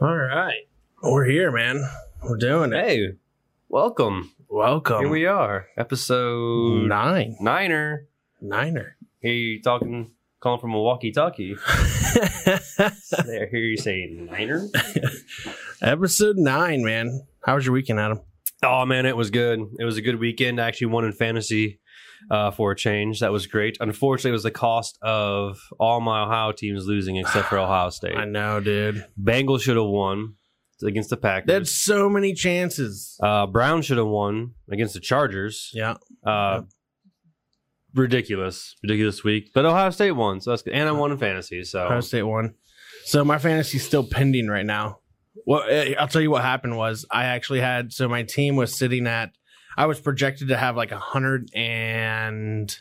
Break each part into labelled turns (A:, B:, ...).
A: All right. We're here, man. We're doing it.
B: Hey, welcome.
A: Welcome.
B: Here we are, episode
A: Nine.
B: niner.
A: Niner.
B: Hear you talking, calling from a walkie-talkie. there, hear you saying niner.
A: Episode nine, man. How was your weekend, Adam?
B: Oh man, it was good. It was a good weekend. I actually won in fantasy uh, for a change. That was great. Unfortunately, it was the cost of all my Ohio teams losing except for Ohio State.
A: I know, dude.
B: Bengals should have won against the Packers.
A: That's so many chances.
B: uh, Brown should have won against the Chargers.
A: Yeah.
B: Uh, ridiculous, ridiculous week. But Ohio State won, so that's good. And I won in fantasy,
A: Ohio
B: so
A: State won. So my fantasy's still pending right now. Well, eh, I'll tell you what happened was I actually had so my team was sitting at I was projected to have like a hundred and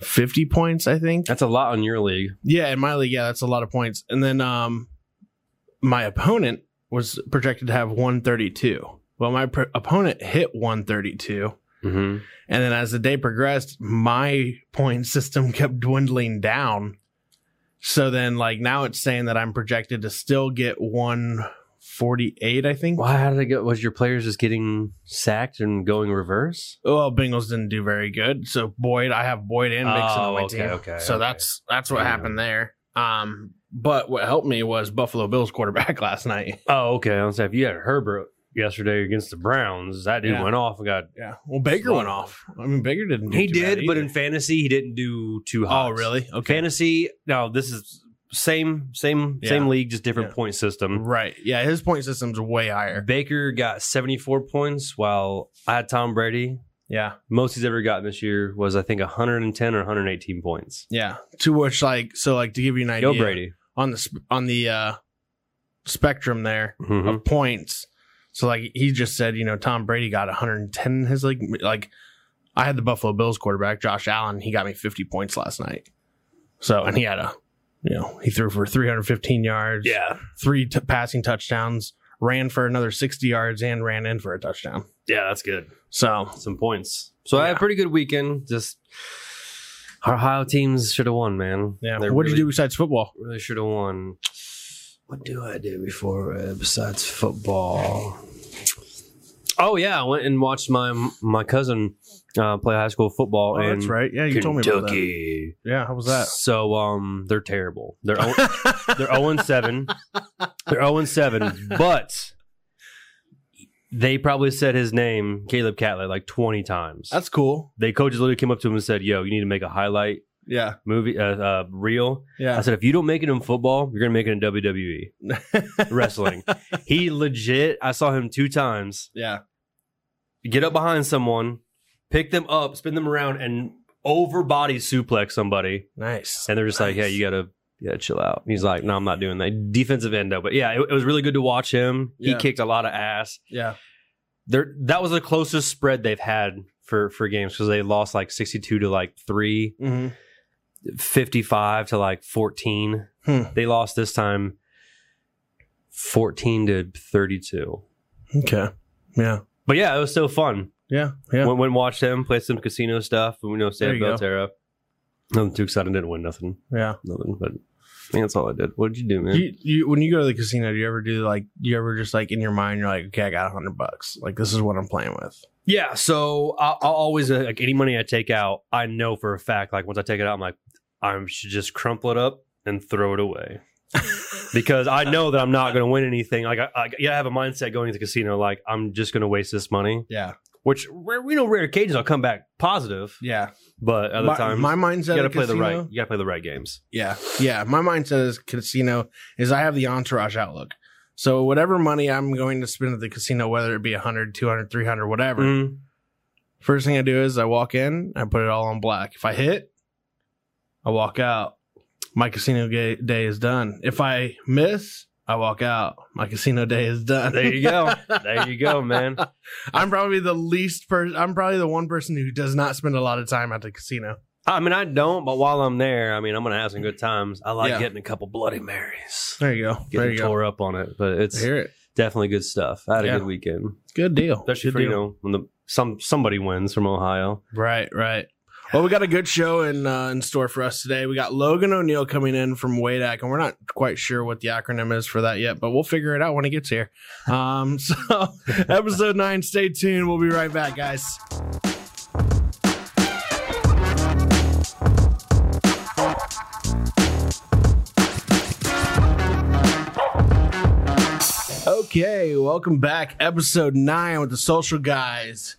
A: fifty points, I think.
B: that's a lot on your league.
A: Yeah, in my league, yeah, that's a lot of points. And then um my opponent was projected to have 132. Well, my pr- opponent hit 132.
B: Mm-hmm.
A: And then as the day progressed, my point system kept dwindling down. So then like now it's saying that I'm projected to still get 148, I think.
B: Why? How did it go? Was your players just getting sacked and going reverse?
A: Well, Bengals didn't do very good. So Boyd, I have Boyd and Mixon on
B: Oh,
A: my
B: okay,
A: team.
B: okay,
A: so
B: okay.
A: that's that's what
B: Yeah.
A: happened there. Um, but what helped me was Buffalo Bills quarterback last night.
B: Oh, okay. I was like, if you had Herbert yesterday against the Browns, that dude
A: Yeah.
B: went off and got.
A: Yeah. Well, Baker went off. I mean, Baker didn't. do
B: He
A: too bad
B: did, but
A: either.
B: in fantasy, he didn't do too hot.
A: oh really? Okay.
B: Fantasy. Now this is same, same,
A: Yeah.
B: same league, just different
A: Yeah.
B: point system.
A: Right. Yeah. His point system's way higher.
B: Baker got 74 points, while I had Tom Brady.
A: Yeah.
B: Most he's ever gotten this year was, I think, 110 or 118 points.
A: Yeah. To which, like, so, like, to give you an idea,
B: Go Brady.
A: on the sp- on the uh, spectrum there
B: Mhm.
A: of points. So, like, he just said, you know, Tom Brady got 110 in his like, like, I had the Buffalo Bills quarterback Josh Allen. He got me 50 points last night. So, and he had a, you know, he threw for 315 yards.
B: Yeah.
A: three t- passing touchdowns, ran for another 60 yards, and ran in for a touchdown.
B: Yeah, that's good.
A: So,
B: Some points. So I had
A: Yeah.
B: a pretty good weekend. Just our Ohio teams should have won, man.
A: yeah.
B: They
A: what did
B: really,
A: you do besides football?
B: Really should have won. What do I do before uh, besides football? Oh yeah, I went and watched my my cousin uh, play high school football. in
A: Oh, right. Yeah,
B: Kentucky.
A: Yeah, how was Oh,
B: So um, they're terrible. They're o-
A: that?
B: they're zero and seven. They're zero and seven. But they probably said his name, Caleb Catlett, like twenty times.
A: That's cool.
B: they coaches literally came up to him and said, "Yo, you need to make a highlight
A: Yeah,
B: movie, uh, uh, reel." I
A: yeah.
B: said, "If you don't make it in football, you're gonna make it in WWE wrestling." he legit. I saw him two times
A: yeah.
B: get up behind someone, pick them up, spin them around, and over body suplex somebody.
A: Nice.
B: And they're just like, yeah,
A: Nice.
B: you gotta, yeah, chill out. And he's like, no, I'm not doing that. Defensive end though, but yeah, it, it was really good to watch him. He
A: Yeah.
B: kicked a lot of ass.
A: Yeah.
B: There, that was the closest spread they've had for for games because they lost like 62 to like three,
A: hmm
B: 55 to like 14.
A: Hmm.
B: They lost this time 14 to 32.
A: Okay. Yeah.
B: But yeah, it was still fun.
A: Yeah. Yeah.
B: Went, went and watched him, played some casino stuff, and we know
A: There
B: Sam
A: you go.
B: Belterra. Nothing too exciting. Didn't win nothing.
A: yeah.
B: Nothing. But I think that's all I did. What did you do, man?
A: You, you, when you go to the casino, do you ever do like, do you ever just like in your mind, you're like, okay, I got a hundred bucks. Like, this is what I'm playing with.
B: Yeah, so I, I'll always uh, like any money I take out, I know for a fact. Like once I take it out, I'm like, I should just crumple it up and throw it away because I know that I'm not going to win anything. Like I, I, yeah, I have a mindset going to the casino, like I'm just going to waste this money.
A: Yeah.
B: Which rare- we know rare occasions I'll come back positive,
A: Yeah.
B: but other
A: my,
B: times
A: my
B: you
A: mindset
B: got to
A: at
B: play the
A: casino-
B: right. You got to play the right games.
A: Yeah. Yeah. My mindset is casino is I have the entourage outlook. So whatever money I'm going to spend at the casino, whether it be 100, 200, 300, whatever,
B: Mm.
A: first thing I do is I walk in, I put it all on black. If I hit, I walk out. My casino ga- day is done. If I miss, I walk out. My casino day is done.
B: There you go. there you go, man.
A: I'm probably the least person. I'm probably the one person who does not spend a lot of time at the casino.
B: I mean, I don't, but while I'm there, I mean, I'm going to have some good times. I like
A: Yeah.
B: getting a couple Bloody Marys.
A: There you go. There
B: Getting
A: you go.
B: tore up on it, but
A: I
B: it's
A: hear it.
B: definitely good stuff. I had
A: Yeah.
B: a good weekend,
A: Good deal.
B: especially
A: Good
B: for you
A: deal.
B: know when the some somebody wins from Ohio.
A: Right, right. Well, we got a good show in uh, in store for us today. We got Logan O'Neill coming in from Wadac, and we're not quite sure what the acronym is for that yet, but we'll figure it out when he gets here. Um, so, episode nine, stay tuned. We'll be right back, guys. Okay, welcome back. Episode nine with the social guys.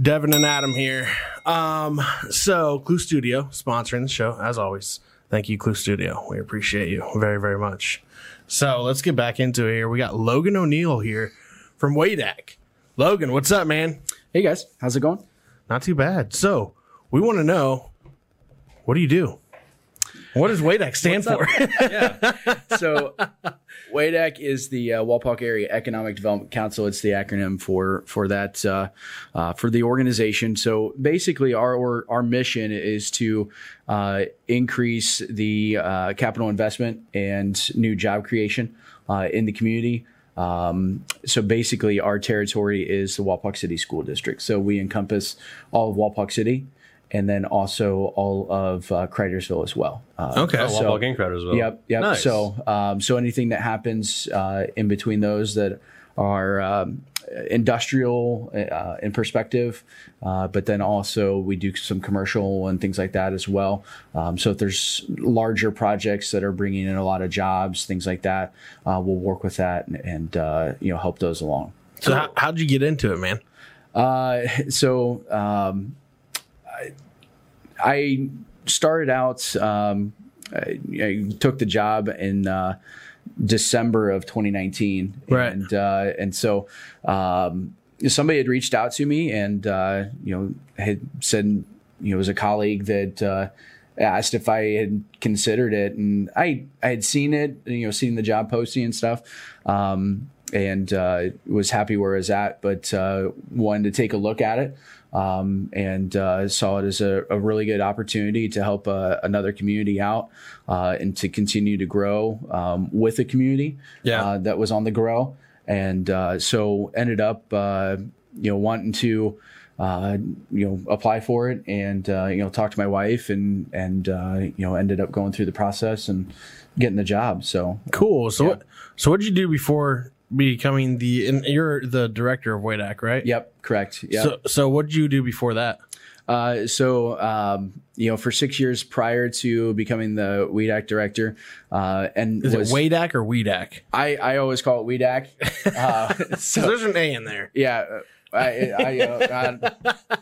A: Devin and Adam here. Um, so Clue Studio sponsoring the show as always. Thank you, Clue Studio. We appreciate you very, very much. So let's get back into it here. We got Logan O'Neill here from Waydac. Logan, what's up, man?
C: Hey guys, how's it going?
A: Not too bad. So we want to know what do you do? What does Waydac stand for?
C: So, WADEC is the uh, Walpock Area Economic Development Council. It's the acronym for for that uh, uh, for the organization. So basically, our our, our mission is to uh, increase the uh, capital investment and new job creation uh, in the community. Um, so basically, our territory is the Walpock City School District. So we encompass all of Walpock City. And then also all of uh, Cratersville as well. Uh,
A: Okay.
B: Oh,
A: So-
B: Wapak and Crowdersville.
C: Yep, yep.
B: Nice.
C: So, um, so anything that happens uh, in between those that are um, industrial uh, in perspective, uh, but then also we do some commercial and things like that as well. Um, so if there's larger projects that are bringing in a lot of jobs, things like that, uh, we'll work with that and, and uh, you know help those along.
A: So how, how'd you get into it, man?
C: Uh, so um, I, I started out. Um, I, I took the job in uh, December of 2019,
A: Right.
C: And uh, and so um, somebody had reached out to me, and uh, you know had said you know it was a colleague that. Uh, asked if I had considered it, and I I had seen it, you know, seen the job posting and stuff, um, and uh, was happy where I was at, but uh, wanted to take a look at it, um, and uh, saw it as a, a really good opportunity to help uh, another community out uh, and to continue to grow um, with a community
A: Yeah.
C: uh, that was on the grow, and uh, so ended up uh, you know wanting to uh, you know apply for it and uh, you know talk to my wife and and uh, you know ended up going through the process and getting the job. So
A: Cool. So what so what'd you do before becoming the and you're the director of Waydac, right?
C: yep, correct. Yep.
A: So so what'd you do before that?
C: Uh, so, um, you know, for six years prior to becoming the WEDAC director, uh, and
A: Is
C: was,
A: it Waydac or Weedac?
C: I, I always call it WEDAC. Uh,
A: So there's an A in there.
C: yeah. uh, I, I, uh, I,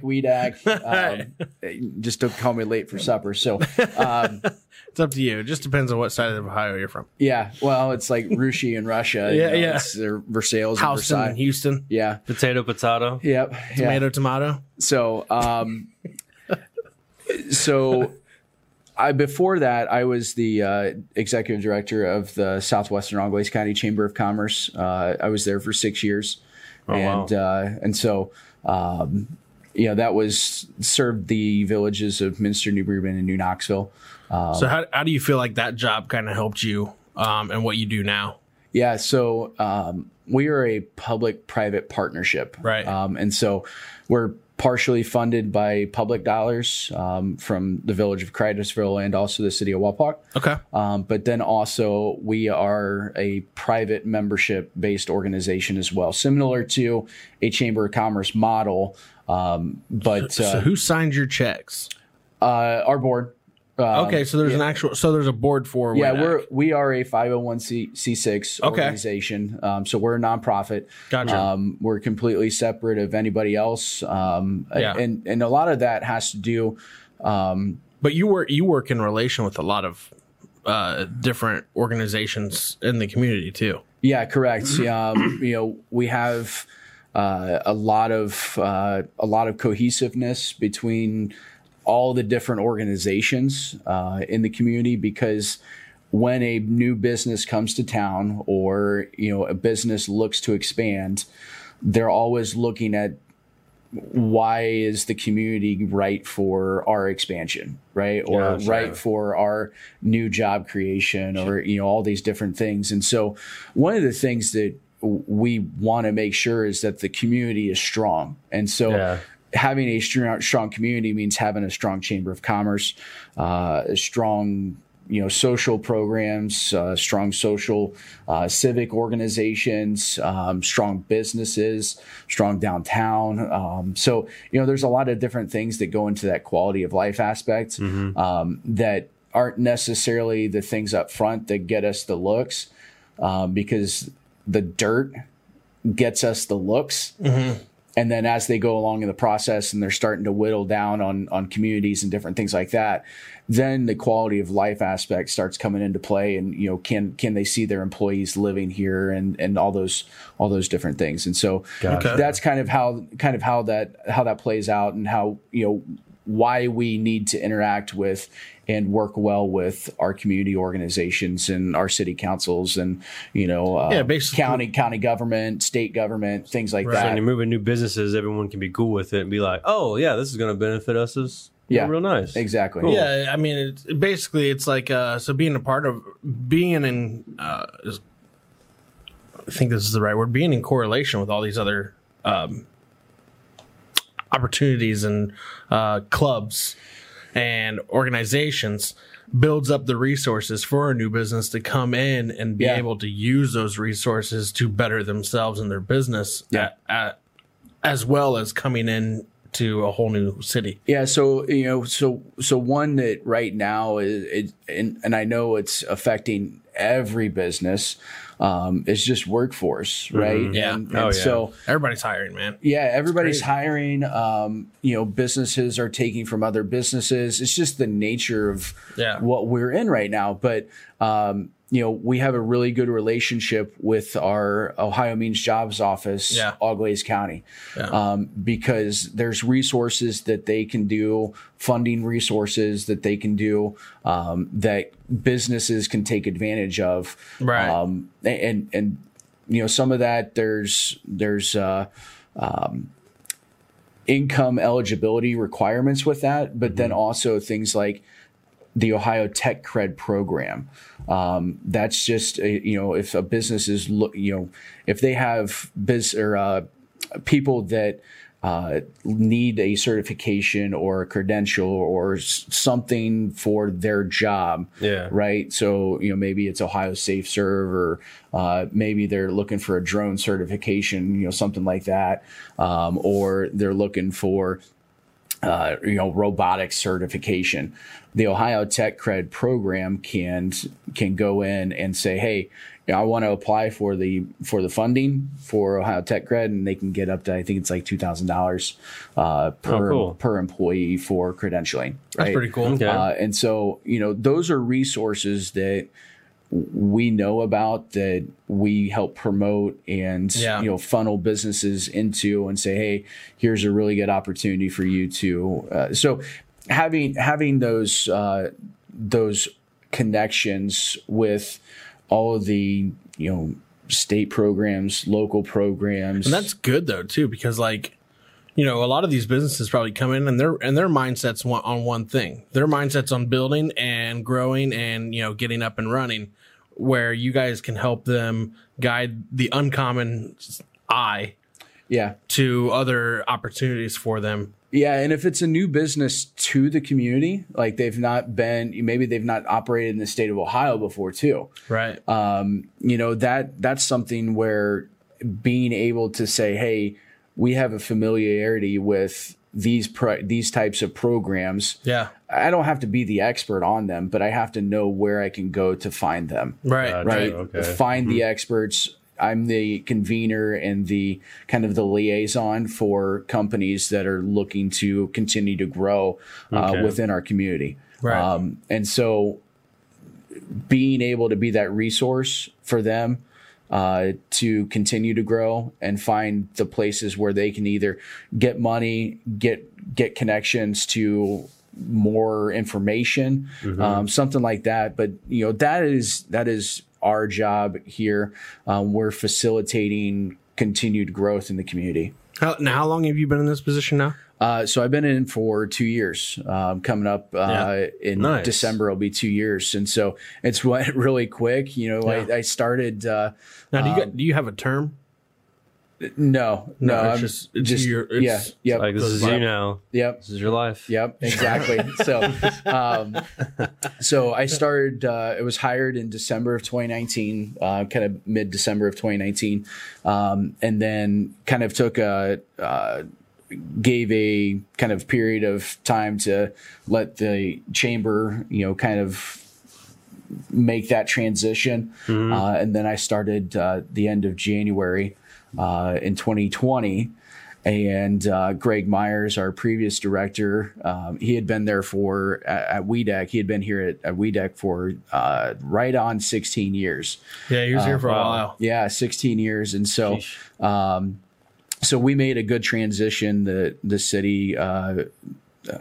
C: WEDAC, um, just don't call me late for supper. So, um,
A: It's up to you. It just depends on what side of Ohio you're from.
C: yeah, well, it's like Rushi in Russia.
A: Yeah, yeah.
C: It's their Versailles and
A: Houston,
C: Versailles.
A: Houston,
C: Yeah.
B: Potato, potato.
C: Yep. yeah.
A: tomato, tomato.
C: So, um, so I before that I was the uh, executive director of the Southwestern Anglais County Chamber of Commerce. Uh, I was there for six years,
B: wow.
C: and uh, and so. Um, you know that was served the villages of Minster, New Bremen, and New Knoxville.
A: so how how do you feel like that job kind of helped you um and what you do now?
C: Yeah, so um, we are a public-private partnership,
A: Right.
C: Um, and so we're partially funded by public dollars um, from the village of Cratersville and also the city of Wapak.
A: Okay.
C: Um, but then also, we are a private membership based organization as well, similar to a Chamber of Commerce model. Um, but
A: so
C: uh,
A: who signs your checks?
C: uh, our board. Uh,
A: okay, so there's an actual so there's a board for
C: Yeah,
A: Waydac.
C: we're we are a 501c6
A: Okay.
C: organization. Um, so we're a nonprofit.
A: Gotcha.
C: Um, we're completely separate of anybody else. Um,
A: Yeah.
C: and and a lot of that has to do um,
A: But you work you work in relation with a lot of uh different organizations in the community too.
C: Yeah, correct. um, you know, we have uh, a lot of uh, a lot of cohesiveness between all the different organizations uh, in the community because when a new business comes to town or you know a business looks to expand, they're always looking at why is the community right for our expansion right or
B: Yeah, sure.
C: right for our new job creation or you know all these different things and so one of the things that w- we want to make sure is that the community is strong and so
B: Yeah.
C: having a strong, strong community means having a strong chamber of commerce, uh, a strong you know social programs, uh, strong social uh, civic organizations, um, strong businesses, strong downtown. Um, so you know there's a lot of different things that go into that quality of life aspect um, that aren't necessarily the things up front that get us the looks um, because the dirt gets us the looks and then as they go along in the process and they're starting to whittle down on on communities and different things like that then the quality of life aspect starts coming into play and you know can can they see their employees living here and and all those all those different things and so
B: Gotcha.
A: Okay.
C: that's kind of how kind of how that how that plays out and how you know why we need to interact with and work well with our community organizations and our city councils and you know uh,
A: Yeah, basically-
C: county county government state government things like
B: So
C: that
B: when you're moving new businesses, everyone can be cool with it and be like, "Oh yeah, this is going to benefit us. It's
C: Yeah.
B: real nice."
C: Exactly.
B: Cool.
A: Yeah, I mean, it's, basically, it's like uh, so being a part of being in. Uh, is- I think this is the right word. Being in correlation with all these other um, opportunities and uh, clubs and organizations builds up the resources for a new business to come in and be
C: Yeah.
A: able to use those resources to better themselves and their business,
C: Yeah.
A: a- a- as well as coming in to a whole new city.
C: Yeah, so you know, so so one that right now is, it, and and I know it's affecting every business, um, is just workforce, right?
A: Mm-hmm. Yeah.
C: And, and
B: Oh, yeah.
C: So
A: Everybody's hiring, man.
C: yeah, everybody's
A: crazy.
C: hiring. Um, you know, businesses are taking from other businesses. It's just the nature of
A: Yeah.
C: what we're in right now. But um, you know, we have a really good relationship with our Ohio Means Jobs office,
A: Yeah.
C: Auglaize County,
A: Yeah.
C: um, because there's resources that they can do, funding resources that they can do um, that businesses can take advantage of.
A: Right.
C: Um, and and you know, some of that there's there's uh, income eligibility requirements with that, but
A: Mm-hmm.
C: then also things like the Ohio Tech Cred program. Um, that's just a, you know if a business is look you know if they have biz or uh, people that uh, need a certification or a credential or s- something for their job,
B: Yeah.
C: right? So you know maybe it's Ohio Safe Serve or uh, maybe they're looking for a drone certification, you know something like that, um, or they're looking for uh, you know robotics certification. The Ohio Tech Cred program can can go in and say, hey, you know, I want to apply for the for the funding for Ohio Tech Cred, and they can get up to I think it's like two thousand dollars uh, per
B: cool.
C: per employee for credentialing.
A: That's
C: right?
A: pretty cool.
B: Okay.
C: Uh, and so, you know, those are resources that we know about that we help promote and
A: Yeah.
C: you know funnel businesses into and say, hey, here's a really good opportunity for you to. Uh, so having having those uh, those connections with all of the you know state programs, local programs.
A: And that's good though too, because like, you know, a lot of these businesses probably come in and their and their mindsets one, on one thing. Their mindsets on building and growing and you know getting up and running, where you guys can help them guide the uncommon eye
C: yeah.
A: to other opportunities for them.
C: Yeah, and if it's a new business to the community, like they've not been, maybe they've not operated in the state of Ohio before too.
A: Right.
C: Um, you know that that's something where being able to say, "Hey, we have a familiarity with these pro- these types of programs.
A: yeah.
C: I don't have to be the expert on them, but I have to know where I can go to find them."
A: Right.
B: Gotcha.
A: right.
C: right?
B: Oh, Okay. Mm-hmm.
C: Find the experts. I'm the convener and the kind of the liaison for companies that are looking to continue to grow uh,
B: Okay.
C: within our community.
A: Right.
C: Um, and so being able to be that resource for them uh, to continue to grow and find the places where they can either get money, get get connections to more information, um, something like that. But you know that is that is our job here. Um, we're facilitating continued growth in the community.
A: How, now, how long have you been in this position now?
C: Uh, so I've been in for two years. Um, coming up uh, in
B: Nice.
C: December, will be two years, and so it's went really quick. You know, I, I started. Uh,
A: Now, do you got, do you have a term?
C: No, no,
A: No,
C: I'm
A: it's just, it's
C: just
A: your, it's,
C: yeah, yep,
B: Like this is you now.
C: yep.
B: This is your life.
C: Yep, exactly. so, um, so I started. Uh, it was hired in December of 2019, uh, kind of mid December of 2019, um, and then kind of took a. Uh, gave a kind of period of time to let the chamber, you know, kind of make that transition. Uh, and then I started uh, the end of January uh, in 2020. And uh, Greg Myers, our previous director, um, he had been there for at, at WeDeck. He had been here at, at WeDeck for uh, right on 16 years. Um,
A: yeah, he was here for a
B: wow.
A: while.
C: Yeah, 16 years. And so, um, so we made a good transition. The the city uh, uh,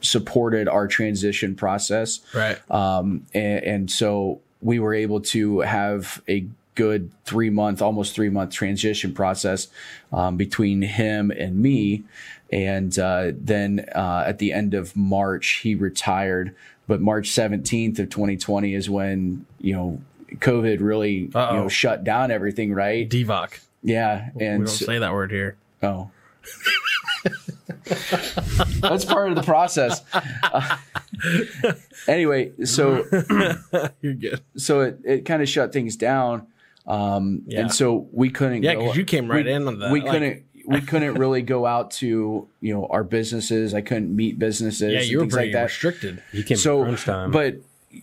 C: supported our transition process,
A: Right.
C: um, and, and so we were able to have a good three month, almost three month transition process um, between him and me. And uh, then uh, at the end of March, he retired. But March 17th of 2020 is when, you know, COVID really you
A: Uh-oh.
C: know, shut down everything, right?
A: Divock.
C: Yeah.
A: We
C: And
A: don't
C: so-
A: say that word here.
C: Oh. That's part of the process. Uh, anyway, so
A: You're good.
C: so it, it kind of shut things down. Um,
A: Yeah.
C: and so we couldn't
A: Yeah,
C: go-
A: because you came right
C: we,
A: in on that.
C: we
A: like-
C: couldn't we couldn't really go out to, you know, our businesses. I couldn't meet businesses
A: Yeah,
C: and
A: you were
C: things
A: pretty
C: like that.
A: restricted.
B: You came so,
C: So,
B: crunch time.
C: But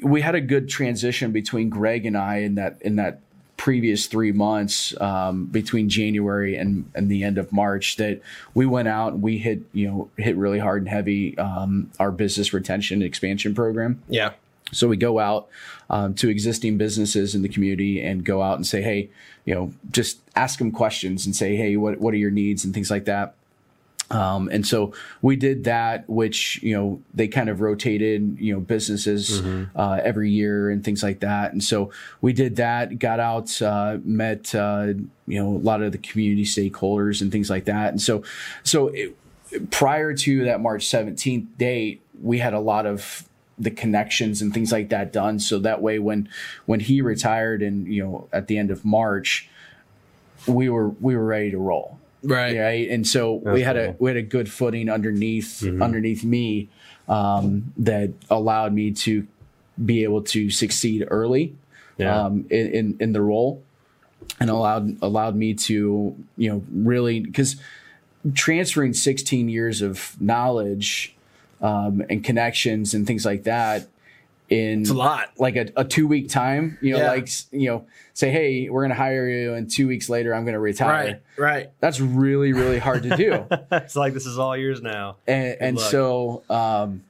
C: we had a good transition between Greg and I in that in that previous three months um, between January and, and the end of March that we went out and we hit you know hit really hard and heavy um, our business retention and expansion program.
A: Yeah.
C: So we go out um, to existing businesses in the community and go out and say, hey, you know, just ask them questions and say, hey, what what are your needs and things like that. Um, and so we did that, which you know they kind of rotated, you know, businesses uh, every year and things like that. And so we did that, got out, uh, met uh, you know a lot of the community stakeholders and things like that. And so, so it, prior to that March 17th date, we had a lot of the connections and things like that done. So that way, when when he retired, and you know, at the end of March, we were we were ready to roll
A: Right.
C: right and so we had a
B: cool.
C: we had a good footing underneath underneath me um, that allowed me to be able to succeed early
B: Yeah.
C: um, in, in in the role and allowed allowed me to you know really because transferring 16 years of knowledge um, and connections and things like that in
A: It's a lot.
C: like a, a two week time you know
A: Yeah.
C: like s- you know say hey we're gonna hire you and two weeks later i'm gonna retire
A: Right. Right.
C: that's really really hard to do
B: it's like this is all yours now.
C: and, and
B: luck.
C: so um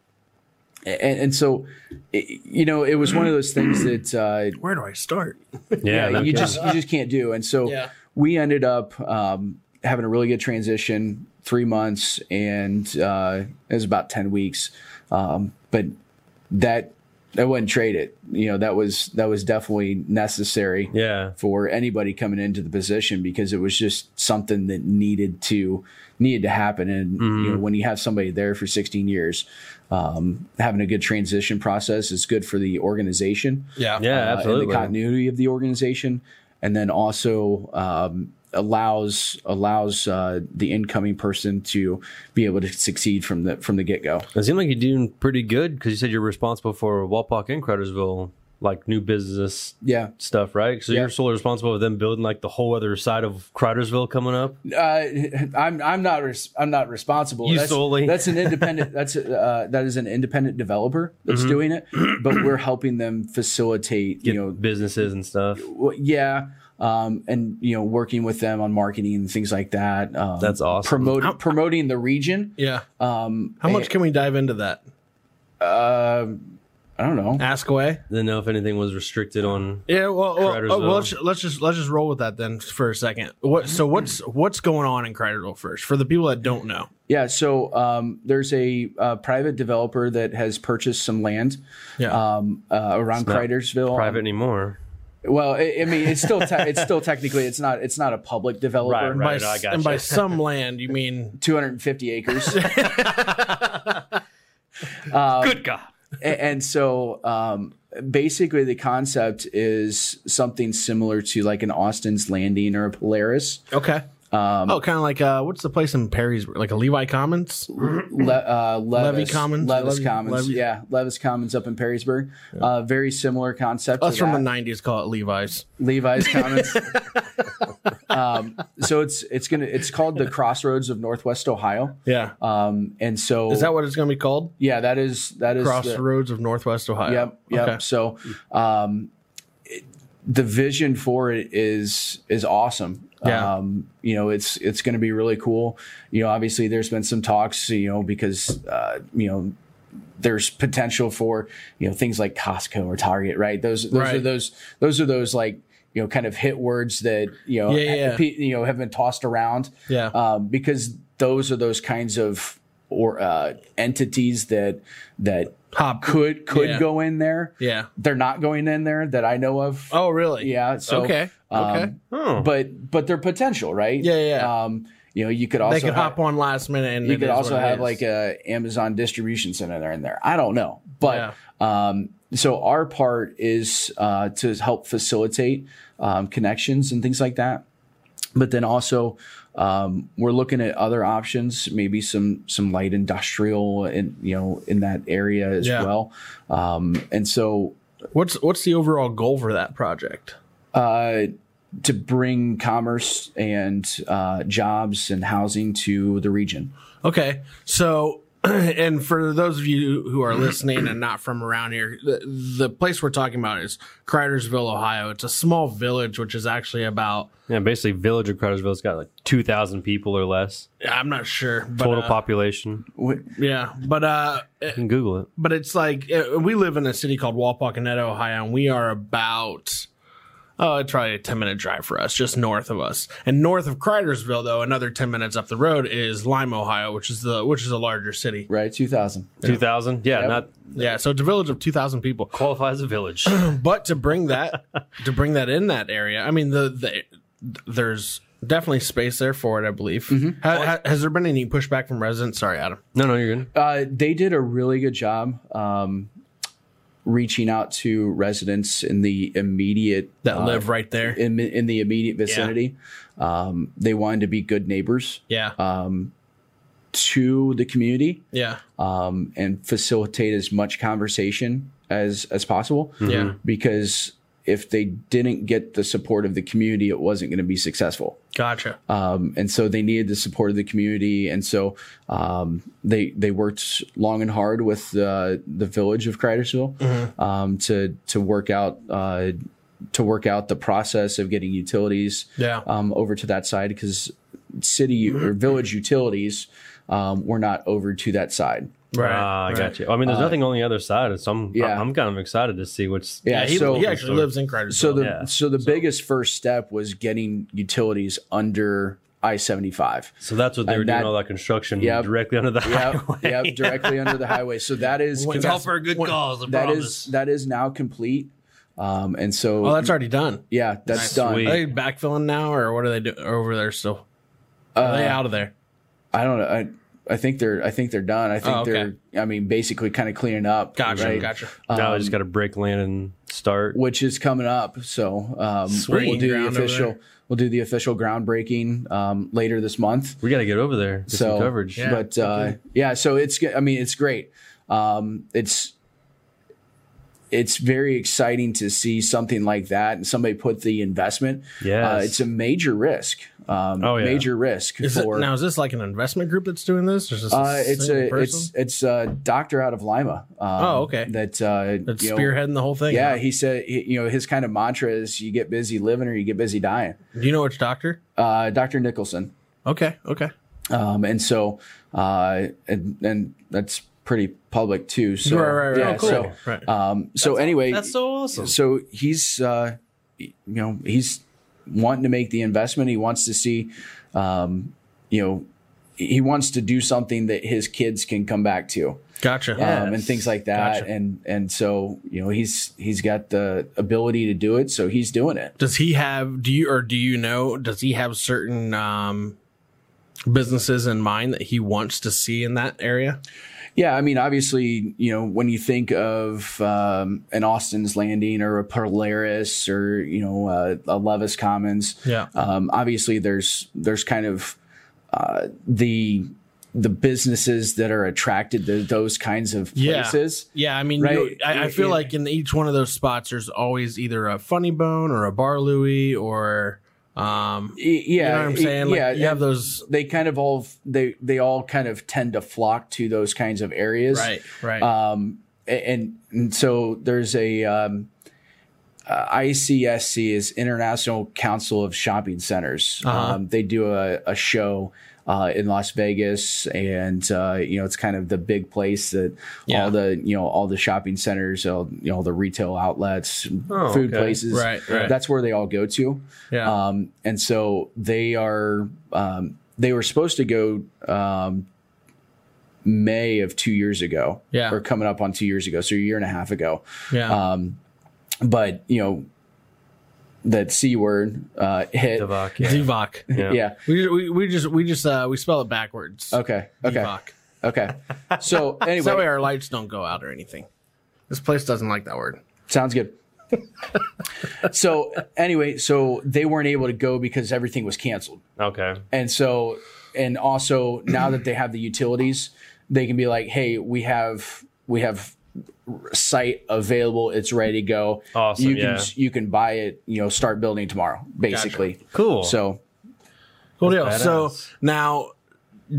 C: and, and so it, you know it was one of those things that uh
A: Where do I start?
B: Yeah,
C: you just you just can't do and so
A: Yeah.
C: we ended up um having a really good transition three months and uh it was about 10 weeks um but that I wouldn't trade it you know that was that was definitely necessary
B: yeah.
C: for anybody coming into the position because it was just something that needed to needed to happen and you
B: Mm-hmm.
C: know when you have somebody there for 16 years um, having a good transition process is good for the organization
A: Yeah.
B: Yeah,
C: uh, and
B: absolutely.
C: the continuity of the organization and then also um, allows allows uh, the incoming person to be able to succeed from the from the get-go
B: It seemed like you're doing pretty good because you said you're responsible for Walpock and Crowdersville, like new business
C: yeah
B: stuff, right? So
C: Yeah.
B: you're solely responsible for them building like the whole other side of Crowdersville coming up.
C: uh, I'm I'm not res- I'm not responsible.
B: You
C: that's,
B: solely.
C: that's an independent. That's uh, that is an independent developer that's
B: Mm-hmm.
C: doing it, but we're helping them facilitate.
B: Get
C: you know,
B: businesses and stuff.
C: well, yeah, um, and you know, working with them on marketing and things like that. Um,
B: That's awesome.
C: Promoting promoting the region.
A: Yeah.
C: Um,
A: How much can we dive into that?
C: I don't know.
A: Ask away.
B: Didn't know if anything was restricted on.
A: Yeah, well, well, uh, well,
B: Crittersville.
A: let's, let's just let's just roll with that then for a second. What so what's what's going on in Crittersville first for the people that don't know?
C: Yeah, so um, there's a uh, private developer that has purchased some land
A: Yeah,
C: um, uh, around
B: not
C: Crittersville.
B: Private anymore.
C: Well, I, I mean, it's still te- it's still technically it's not it's not a public developer.
B: Right, right.
A: by,
B: I
A: s-
B: gotcha.
A: and by some land you mean
C: 250 acres. Uh,
B: Good God.
C: A- and so um, basically the concept is something similar to like an Austin's Landing or a Polaris.
A: okay,
C: Um,
A: Oh, kind of like uh, what's the place in Perry's? Like a Levi Commons?
C: Le, uh, Levis,
A: Levy Commons?
C: Levis
A: Levy-
C: Commons,
A: Levy-
C: yeah, Levis Commons up in Perrysburg. Uh, very similar concept.
A: Us
C: to
A: Oh, from
C: that.
A: the '90s call it Levi's.
C: Levi's comments. um, so it's it's gonna it's called the Crossroads of Northwest Ohio,
A: Yeah,
C: um, and so
A: is that what it's going to be called?
C: yeah, that is that is the-
A: Crossroads of Northwest Ohio.
C: Yep, yep.
A: Okay.
C: So um, it- the vision for it is is awesome.
A: Yeah.
C: Um, you know, it's it's going to be really cool. You know, obviously there's been some talks, you know, because uh, you know there's potential for you know things like Costco or Target, right? Those those are
A: Right.
C: those those are those like you know kind of hit words that you know
A: Yeah, yeah.
C: pe- you know have been tossed around
A: Yeah.
C: um, because those are those kinds of or uh, entities that that
A: Hop.
C: could could
A: Yeah.
C: go in there.
A: Yeah.
C: They're not going in there that I know of.
A: Oh, really?
C: Yeah. So
A: okay.
C: um,
A: okay.
B: Oh,
C: But but their potential, right?
A: Yeah, yeah.
C: Um, you know, you could also
A: They could
C: have,
A: hop on last minute, and
C: you
A: it
C: could
A: is
C: also
A: what it
C: have
A: is.
C: like a Amazon distribution center there in there. I don't know, but um, so our part is uh, to help facilitate um, connections and things like that. But then also, um, we're looking at other options, maybe some some light industrial, and you know, in that area as
A: Yeah.
C: well. Um, and so
A: What's what's the overall goal for that project?
C: uh, to bring commerce and uh, jobs and housing to the region.
A: Okay. So, and for those of you who are listening and not from around here, the, the place we're talking about is Cridersville, Ohio. It's a small village, which is actually about,
B: yeah, basically, village of Crothersville's got like two thousand people or less
A: I'm not sure. But,
B: total
A: uh,
B: population.
C: Wh-
A: Yeah. But, uh,
B: You can Google it.
A: but it's like, uh we live in a city called Wapakoneta, Ohio, and we are about, oh, it's probably a 10 minute drive for us, just north of us. And north of Cridersville, though, another 10 minutes up the road is Lime, Ohio, which is the, which is a larger city.
C: Right, two thousand.
B: Two thousand, yeah,
C: Yep.
B: not
A: Yeah. So it's a village of 2,000 people.
B: qualify as a village.
A: but to bring that to bring that in that area i mean the, the there's definitely space there for it i believe ha, ha, has there been any pushback from residents sorry adam
B: no, no, you're good.
C: Uh, they did a really good job um, reaching out to residents in the immediate
A: that
C: uh,
A: live right there
C: in, in the immediate vicinity. Um, they wanted to be good neighbors
A: yeah
C: um, to the community
A: yeah
C: um, and facilitate as much conversation as as possible.
A: yeah
C: Because if they didn't get the support of the community, it wasn't going to be successful.
A: gotcha
C: um, and so they needed the support of the community, and so um, they they worked long and hard with the the village of Cridersville
A: Mm-hmm.
C: um, to to work out uh, to work out the process of getting utilities
A: Yeah. Mm-hmm.
C: um, over to that side because city or village utilities um, were not over to that side.
A: right
B: Ah, I
A: right.
B: got you. I mean, there's nothing on the other side, and so I'm,
C: Uh, yeah.
B: I'm kind of excited to see what's.
A: yeah, he,
C: so
A: he actually lives in Cridersville.
C: so the
B: yeah.
C: so the biggest first step was getting utilities under I seventy five.
B: So that's what they
C: And
B: were doing
C: that-
B: all that construction
C: Yep.
B: directly under the
C: Yep,
B: highway.
C: yep, directly under the highway. So that is
A: When-
C: that's-
A: for a good
B: cause.
C: that is that is now complete um and so
A: oh that's already done
C: yeah that's done
B: Sweet.
A: are they backfilling now or what are they do or over there still are they out of there
C: Uh, i don't know i I think they're. I think they're done. I think
A: Oh, okay.
C: they're. I mean, basically, kind of cleaning up.
A: gotcha
C: right?
A: gotcha
B: now
C: Um,
B: I just got to break land and start.
C: Which is coming up. So um,
A: Sweet.
C: we'll do
A: Ground
C: the
A: over
C: official.
A: there.
C: We'll do the official groundbreaking um, later this month.
B: We got to get over there. Get
C: so
B: some coverage.
A: Yeah.
C: But uh, yeah, so it's. g- I mean, it's great. Um, it's. It's very exciting to see something like that, and somebody put the investment. Uh,
B: Yes.
C: it's a major risk. Um,
B: Oh, yeah.
C: major risk
A: is it,
C: for.
A: now is this like an investment group that's doing this or is this a
C: uh, it's
A: single
C: a
A: person
C: it's it's a doctor out of Lima. Um,
A: Oh, okay.
C: That uh,
A: that's
C: you know,
A: spearheading the whole thing
C: yeah, he said he- you know his kind of mantra is you get busy living or you get busy dying.
A: do you know which doctor
C: Uh, Doctor Nicholson.
A: okay okay
C: Um, and so, uh, and, and that's pretty public too. So,
A: Right, right, right.
C: yeah,
A: Oh, cool.
C: so,
A: Right.
C: um, so anyway,
B: so awesome.
C: so he's, uh, you know, he's wanting to make the investment. He wants to see, um, you know, he wants to do something that his kids can come back to.
A: Gotcha.
C: um, and things like that.
A: Gotcha.
C: And and so you know he's he's got the ability to do it, so he's doing it.
A: Does he have do you or do you know does he have certain um businesses in mind that he wants to see in that area?
C: Yeah, I mean, obviously, you know, when you think of um, an Austin's Landing or a Polaris or you know uh, a Levis Commons,
A: Yeah.
C: um, obviously there's there's kind of uh, the the businesses that are attracted to those kinds of
A: Yeah.
C: places.
A: Yeah, I mean,
C: Right.
A: you- I, I feel
C: Yeah.
A: like in each one of those spots, there's always either a funny bone or a bar Louie or, um,
C: Y- Yeah,
A: you know what I'm
C: y-
A: saying? Like,
C: yeah,
A: you have those,
C: they kind of all they they all kind of tend to flock to those kinds of areas.
A: right, right,
C: Um, a- and, and so there's a um, uh, ICSC is International Council of Shopping Centers.
A: Uh-huh.
C: Um, they do a, a show uh, in Las Vegas, and uh, you know it's kind of the big place that
A: Yeah.
C: all the you know all the shopping centers, all, you know all the retail outlets,
B: Oh,
C: food
B: okay.
C: places.
A: right, right.
C: That's where they all go to.
A: yeah,
C: Um, and so they are um, they were supposed to go um, May of two years ago,
A: Yeah.
C: or coming up on two years ago, so a year and a half ago.
A: yeah.
C: Um, but you know that c word uh, hit.
B: Divac, yeah.
A: Zivok.
B: Yeah.
C: Yeah.
A: We, we, we just, we just, uh, we spell it backwards.
C: Okay. Okay.
A: Zivok.
C: Okay. So
A: So that way
C: anyway,
A: our lights don't go out or anything. This place doesn't like that word.
C: sounds good. so anyway, so they weren't able to go because everything was canceled.
B: Okay.
C: And so, and also now that they have the utilities, they can be like, hey, we have we have site available. It's ready to go.
B: Awesome,
C: You
B: yeah.
C: can you can buy it. You know, start building tomorrow, basically.
B: Cool.
C: So
A: Cool deal. So
B: badass.
A: now,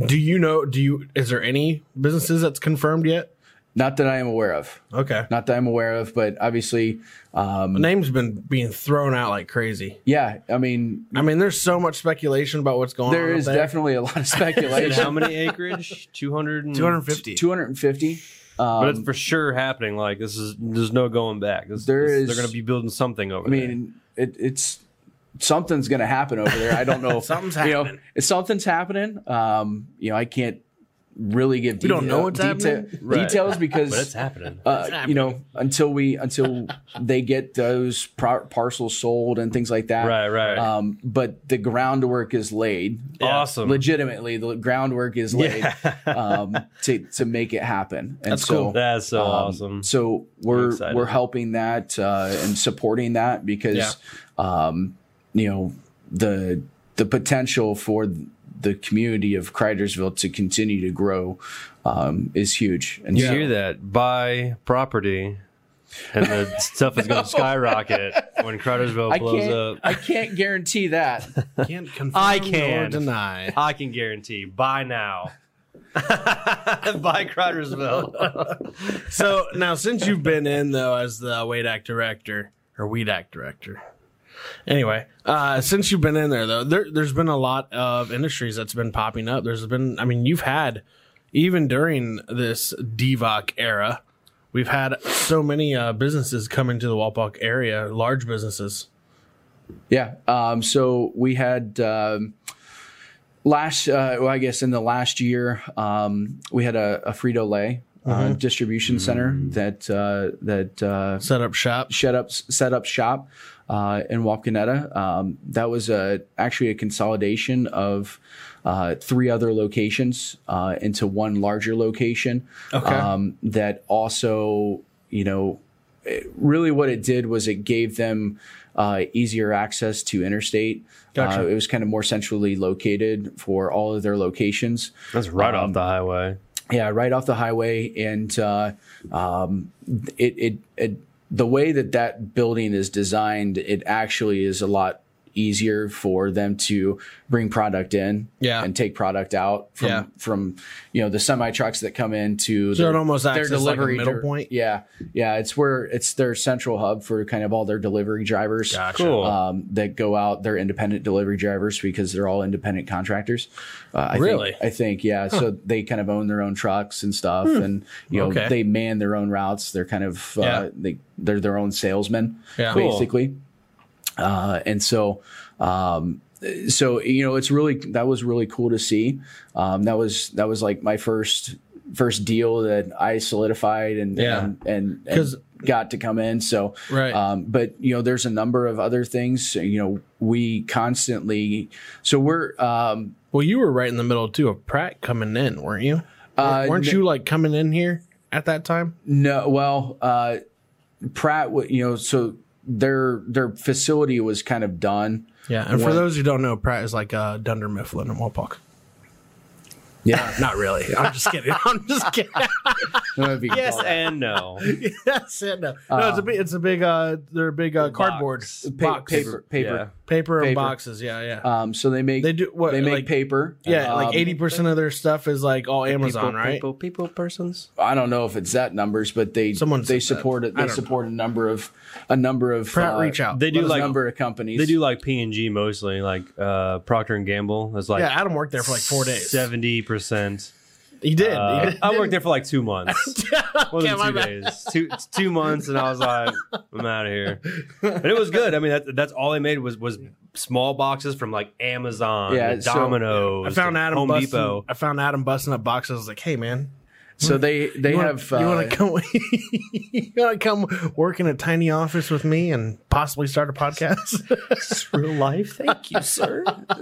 A: do you know? Do you? Is there any businesses that's confirmed yet?
C: not that I am aware of.
A: Okay.
C: Not that I'm aware of, but obviously, um,
A: Name's been being thrown out like crazy.
C: yeah. I mean,
A: I mean, there's so much speculation about what's going on.
C: there
A: up
C: is definitely a lot of
B: And how
C: speculation.
B: many acreage? 200 and-
A: 250.
C: Two hundred and fifty.
B: But
C: Um,
B: it's for sure happening. Like this is there's no going back. This,
C: There
B: this-
C: is-
B: they're going to be building something over
C: I mean, it, it's something's going to happen over there. I don't know.
A: Something's
C: you know,
A: happening.
C: if something's happening. Um, you know, I can't really give
A: We don't know what's happening? Right.
C: details
B: there. But it's
C: because
B: happening.
C: uh, you know until we until they get those pro- parcels sold and things like that.
B: Right, right.
C: Um, but the groundwork is laid. Uh,
B: Awesome.
C: Legitimately, the groundwork is laid um, to to make it happen. And
A: That's
C: so,
A: cool.
B: That's so
C: um,
B: awesome.
C: So
B: I'm
C: we're
B: excited.
C: we're helping that uh, and supporting that because um, you know the the potential for the community of Cridersville to continue to grow um, is huge. And
B: You
C: so-
B: hear that? Buy property, and the stuff is going to skyrocket when Cartersville
C: I
B: blows
C: can't
B: up.
C: I can't guarantee that.
A: Can't confirm
B: I can.
A: or deny.
B: I can guarantee. Buy now. buy Cartersville.
A: So now, since you've been in though as the WADAC director or WEDAC director, anyway, uh, since you've been in there though, there, there's been a lot of industries that's been popping up. There's been, I mean, you've had even during this Devoc era, we've had so many uh, businesses come into the Walpock area, large businesses.
C: Yeah. Um, so we had um, last, uh, well, I guess in the last year, um, we had a, a Frito Lay
B: Mm-hmm.
C: uh, distribution center
B: Mm.
C: that uh, that uh,
A: Set up shop.
C: shut up set up shop uh, in Wapakoneta. Um, that was a, actually a consolidation of uh, three other locations uh, into one larger location.
A: Okay.
C: Um, that also, you know, it- really what it did was it gave them uh, easier access to interstate.
A: Gotcha.
C: Uh, it was kind of more centrally located for all of their locations.
B: That's right off the highway.
C: Yeah, right off the highway, and uh, um, it, it it the way that that building is designed, it actually is a lot easier for them to bring product in
A: Yeah.
C: and take product out from
A: Yeah.
C: from you know the semi trucks that come in to
A: So it almost acts as like a middle
C: dri-
A: point?
C: Yeah, yeah, it's where it's their central hub for kind of all their delivery drivers.
A: Gotcha.
B: Cool.
C: Um, that go out, they're independent delivery drivers because they're all independent contractors. Uh, I
A: Really?
C: think, I think, yeah. So they kind of own their own trucks and stuff, and you know
A: Hmm. Okay.
C: they man their own routes. They're kind of uh,
A: Yeah.
C: they they're their own salesmen,
A: Yeah. Cool.
C: basically. Uh, and so, um, so you know, it's really that was really cool to see. Um, that was that was like my first first deal that I solidified and
A: Yeah.
C: and and, and
A: 'Cause-
C: got to come in. So
A: Right.
C: um, but you know, there's a number of other things. You know, we constantly so we're um,
A: Well, you were right in the middle too of Pratt coming in, weren't you?
C: Uh,
A: Weren't
C: n-
A: you like coming in here at that time?
C: No, well, uh, Pratt, w- you know, so their their facility was kind of done.
A: Yeah, and for
C: When-
A: those who don't know, Pratt is like uh, Dunder Mifflin and Walpock.
C: Yeah.
A: Not really. I'm just kidding. I'm just kidding.
C: I don't know if you can
B: Yes
C: tell that.
B: and no.
A: That's it. No, no, it's a big. It's a big. Uh, they're big uh, cardboard
B: Box.
A: box.
C: Pa- paper, paper.
A: paper and
C: Paper.
A: boxes. Yeah, yeah.
B: Uh,
C: Um, so they make
A: they do what?
C: they make
A: like,
C: paper.
A: Yeah,
C: Um,
A: like eighty percent of their stuff is like all Amazon,
B: people,
A: right?
B: People, people, persons.
C: I don't know if it's that numbers, but they
A: Someone said
C: they
A: that.
C: support it.
A: I
C: They
A: don't
C: support a number of a number of
A: Pratt,
C: uh,
A: reach out.
B: They do
C: a
B: like
C: number of companies.
B: they do like P and G mostly, like uh, Procter and Gamble. Is like
A: yeah, Adam worked there for like four days.
B: seventy percent.
A: He did.
B: Uh,
A: he did.
B: I worked there for like two months. More
A: Yeah,
B: than
A: my
B: two
A: bad.
B: days. Two two months, and I was like, I'm out of here. But it was good. I mean, that, that's all they made was was small boxes from like Amazon,
C: Yeah,
B: to
C: so-
B: Domino's,
A: I found
B: to
A: Adam
B: Home
A: busting,
B: Depot.
A: I found Adam busting up boxes. I was like, "Hey, man,
C: So they they
A: you wanna-
C: have.
A: you
C: uh,
A: want to come? you want to come work in a tiny office with me and possibly start a podcast?
B: It's real life. Thank you, sir.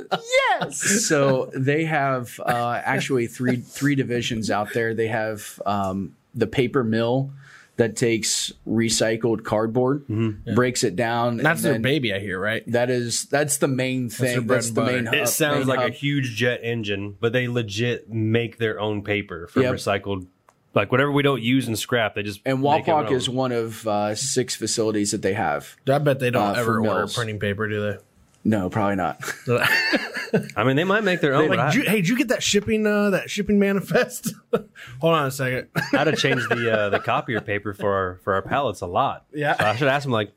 C: so they have uh, actually three three divisions out there. They have um, the paper mill that takes recycled cardboard,
B: Mm-hmm.
C: breaks it down.
A: That's
C: and
A: their
C: then
A: baby, I hear, right?
C: That is that's the main
A: their
C: thing.
A: bread
C: That's,
A: and
C: the
A: butter.
C: main.
A: It
C: Hub,
B: It sounds
C: main
B: like a
C: hub.
B: huge jet engine, but they legit make their own paper from
C: Yep.
B: recycled, like whatever we don't use and scrap. They just
C: And
B: make
C: Walpock
B: it
C: is one of uh, six facilities that they have.
A: I bet they
C: Uh,
A: don't
C: for
A: ever order
C: mills.
A: printing paper, do they?
C: No, probably not.
B: I mean, they might make their
A: Like,
B: own. but I-
A: "Did you- hey, did you get that shipping uh, that shipping manifest? Hold on a second.
B: I had to change the uh, the copier paper for our for our pallets a lot.
A: Yeah.
B: so I should ask them like,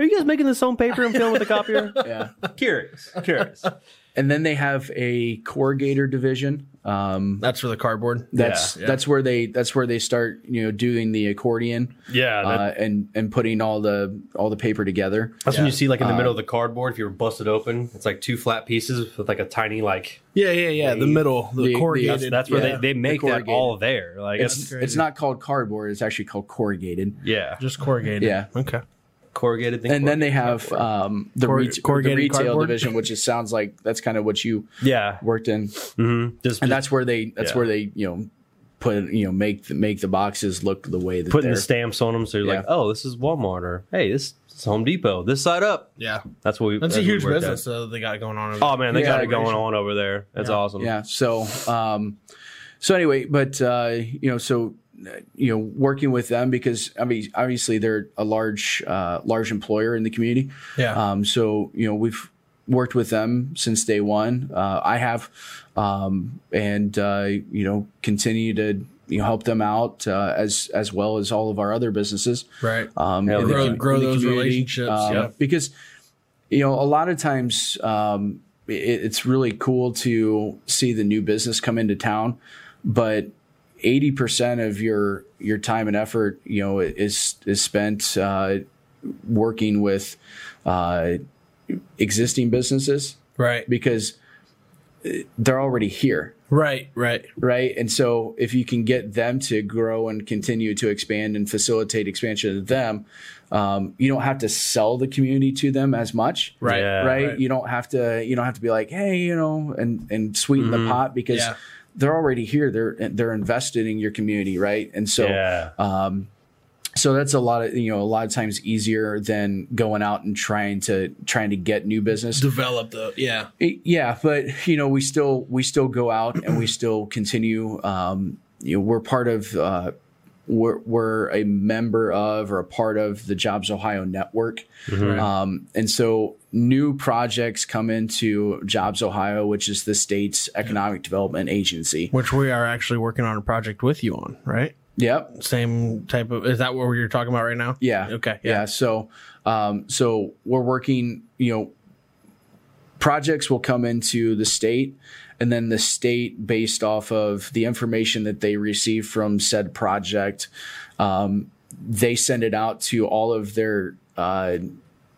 B: are you guys making this own paper and filling with the copier?
C: Yeah.
B: Curious, curious.
C: And then they have a corrugator division. Um,
A: That's for the cardboard.
C: that's
A: Yeah.
C: that's where they that's where they start you know doing the accordion
B: Yeah, that,
C: uh, and and putting all the all the paper together.
B: that's when you see like in the
C: Uh,
B: middle of the cardboard if you were busted open, it's like two flat pieces with like a tiny like.
A: Yeah, yeah, yeah. The, middle, the,
C: the-
A: corrugated.
B: That's, that's where
C: yeah,
B: they, they make that
C: corrugated.
B: all there. Like it's,
C: It's it's not called cardboard. It's actually called corrugated.
B: yeah,
A: just corrugated.
C: Yeah.
A: Okay.
B: corrugated. Thing
C: And then they have um, the,
A: Cor-
C: ret- the
A: corrugated
C: retail
A: cardboard?
C: division, which is, sounds like that's kind of what you
B: yeah,
C: worked in,
B: mm-hmm. just
C: and that's where they that's
B: Yeah.
C: where they you know put you know make the, make the boxes look the way that
B: putting
C: they're
B: the stamps on them. So you're like,
C: Yeah.
B: oh, this is Walmart or hey, this is Home Depot. This side up.
A: Yeah.
B: That's what we.
A: That's a
B: what we
A: huge
B: worked out.
A: business uh, they got going on. Over
B: Oh man, they got
C: Yeah.
B: it going on over there. That's awesome.
C: Mm-hmm. yeah so um so anyway but uh you know so uh, you know working with them because i mean obviously they're a large uh large employer in the community
A: Yeah.
C: um so you know we've worked with them since day one uh i have um and uh you know continue to you know help them out uh, as as well as all of our other businesses
A: right.
C: um,
B: Yeah,
C: in the
B: grow-
C: com-
A: grow
C: in the
A: those
C: community.
A: relationships,
C: Um,
A: yeah.
C: Because you know, a lot of times um, it, it's really cool to see the new business come into town, but eighty percent of your your time and effort, you know, is is spent uh, working with uh, existing businesses
A: right.
C: because uh, they're already here
A: Right. Right.
C: right? And so if you can get them to grow and continue to expand and facilitate expansion of them, um, you don't have to sell the community to them as much.
A: Right.
B: Yeah.
C: Right?
A: right.
C: You don't have to. You don't have to be like, hey, you know, and and sweeten the pot because
A: Mm-hmm. Yeah.
C: they're already here. They're they're invested in your community, right? And so uh,
B: yeah.
C: so that's a lot of you know a lot of times easier than going out and trying to trying to get new business.
A: Develop the. Yeah.
C: It- yeah but you know we still we still go out and we still continue um you know we're part of uh we're, we're a member of or a part of the jobs ohio network um, and so new projects come into jobs ohio which is the state's economic development agency
A: Which we are actually working on a project with you on, right?
C: yep
A: Same type of. Is that what you're talking about right now?
C: yeah
A: Okay.
C: yeah. so um, so we're working you know projects will come into the state and then the state based off of the information that they receive from said project um, they send it out to all of their uh,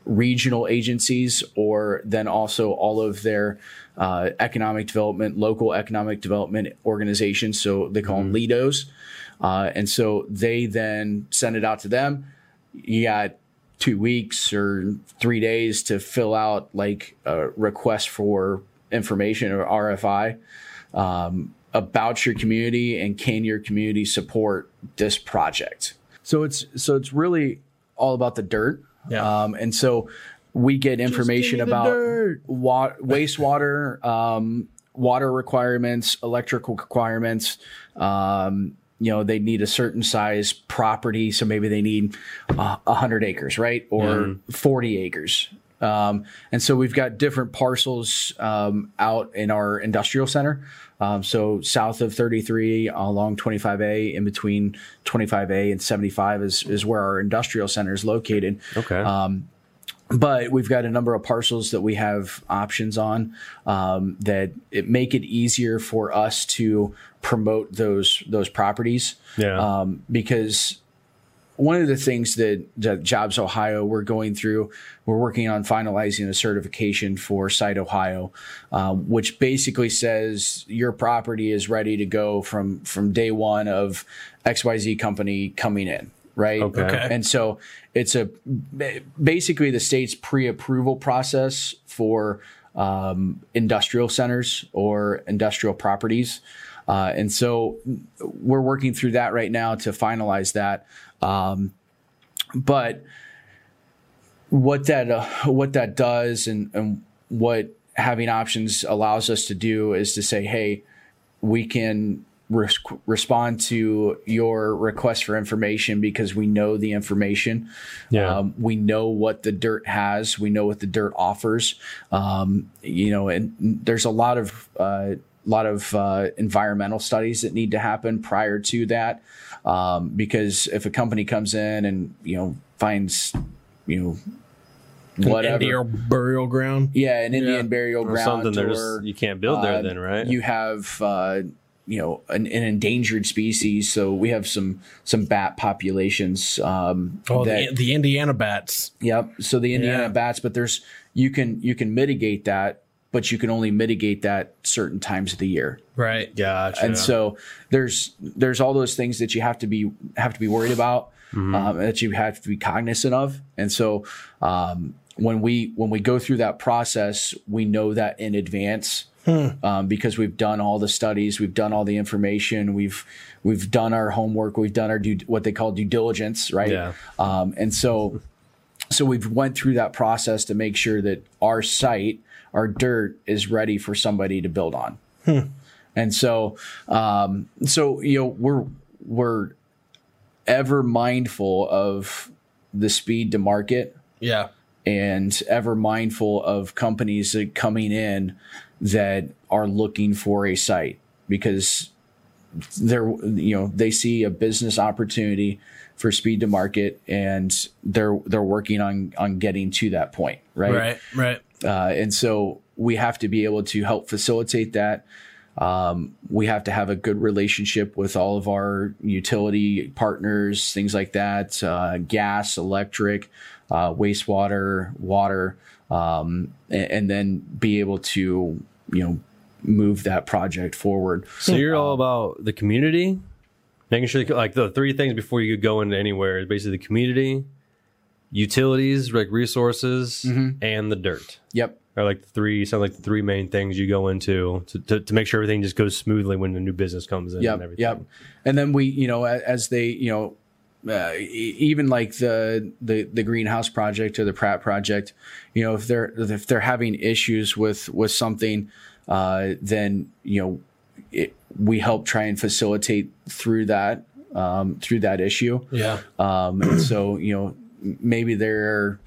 C: regional agencies or then also all of their uh, economic development local economic development organizations so they call
A: Mm-hmm.
C: them lidos uh, and so they then send it out to them you got two weeks or three days to fill out like a request for information or RFI. Um, about your community and can your community support this project? So it's so it's really all about the dirt.
A: Yeah.
C: Um, and so we get information
A: give me the
C: about
A: dirt.
C: wa- wastewater, um, water requirements, electrical requirements. Um, you know, they need a certain size property, so maybe they need uh, hundred acres, right, or
A: Mm-hmm.
C: forty acres. Um, and so we've got different parcels um, out in our industrial center. Um, so south of 33 along 25A, in between 25A and 75 is is where our industrial center is located
B: Okay.
C: but we've got a number of parcels that we have options on um, that it make it easier for us to promote those those properties
B: yeah.
C: um, because one of the things that, that Jobs Ohio we're going through, we're working on finalizing a certification for Site Ohio, um, which basically says your property is ready to go from from day one of XYZ company coming in, right?
B: Okay. Okay.
C: And so it's a ba- basically the state's pre-approval process for um, industrial centers or industrial properties. Uh, and so we're working through that right now to finalize that. Um, but what that uh, what that does and, and what having options allows us to do is to say, hey, we can res- respond to your request for information because we know the information.
B: Yeah.
C: Um, we know what the dirt has. We know what the dirt offers. Um, you know, and there's a lot of uh, lot of uh, environmental studies that need to happen prior to that, um, because if a company comes in and you know finds you know whatever.
A: Indian burial ground.
C: yeah, an Indian burial
B: or
C: ground
B: something they're
C: or-
B: just you can't build there
C: uh,
B: then, right?
C: You have uh, you know an, an endangered species, so we have some some bat populations. Um,
A: Oh,
C: that-
A: the, the Indiana bats.
C: Yep. So the Indiana
A: Yeah.
C: bats, but there's you can you can mitigate that, but you can only mitigate that certain times of the year.
A: Right.
B: gotcha.
C: And so there's there's all those things that you have to be have to be worried about um, that you have to be cognizant of. And so um, when we when we go through that process, we know that in advance um, because we've done all the studies, we've done all the information, we've we've done our homework, we've done our due, what they call due diligence, right?
B: Yeah.
C: Um, and so so we've went through that process to make sure that our site, our dirt, is ready for somebody to build on. And so, um, so you know, we're we're ever mindful of the speed to market
A: Yeah.
C: and ever mindful of companies that coming in that are looking for a site because they're you know they see a business opportunity for speed to market and they're they're working on on getting to that point
A: Right. Right.
C: uh, and so we have to be able to help facilitate that. Um, we have to have a good relationship with all of our utility partners, things like that uh, gas, electric, uh, wastewater, water, um, a- and, then be able to, you know, move that project forward.
B: So you're
C: um,
B: all about the community, making sure like the three things before you go into anywhere is basically the community, utilities, like resources,
C: Mm-hmm.
B: and the dirt.
C: Yep.
B: Are like the three sound like the three main things you go into to, to, to make sure everything just goes smoothly when the new business comes in and everything.
C: Yep. And then we, you know, as, as they, you know, uh, e- even like the, the the greenhouse project or the Pratt project, you know, if they're if they're having issues with with something, uh, then you know, it, we help try and facilitate through that um, through that issue.
A: Yeah.
C: Um, and so you know, m- maybe they're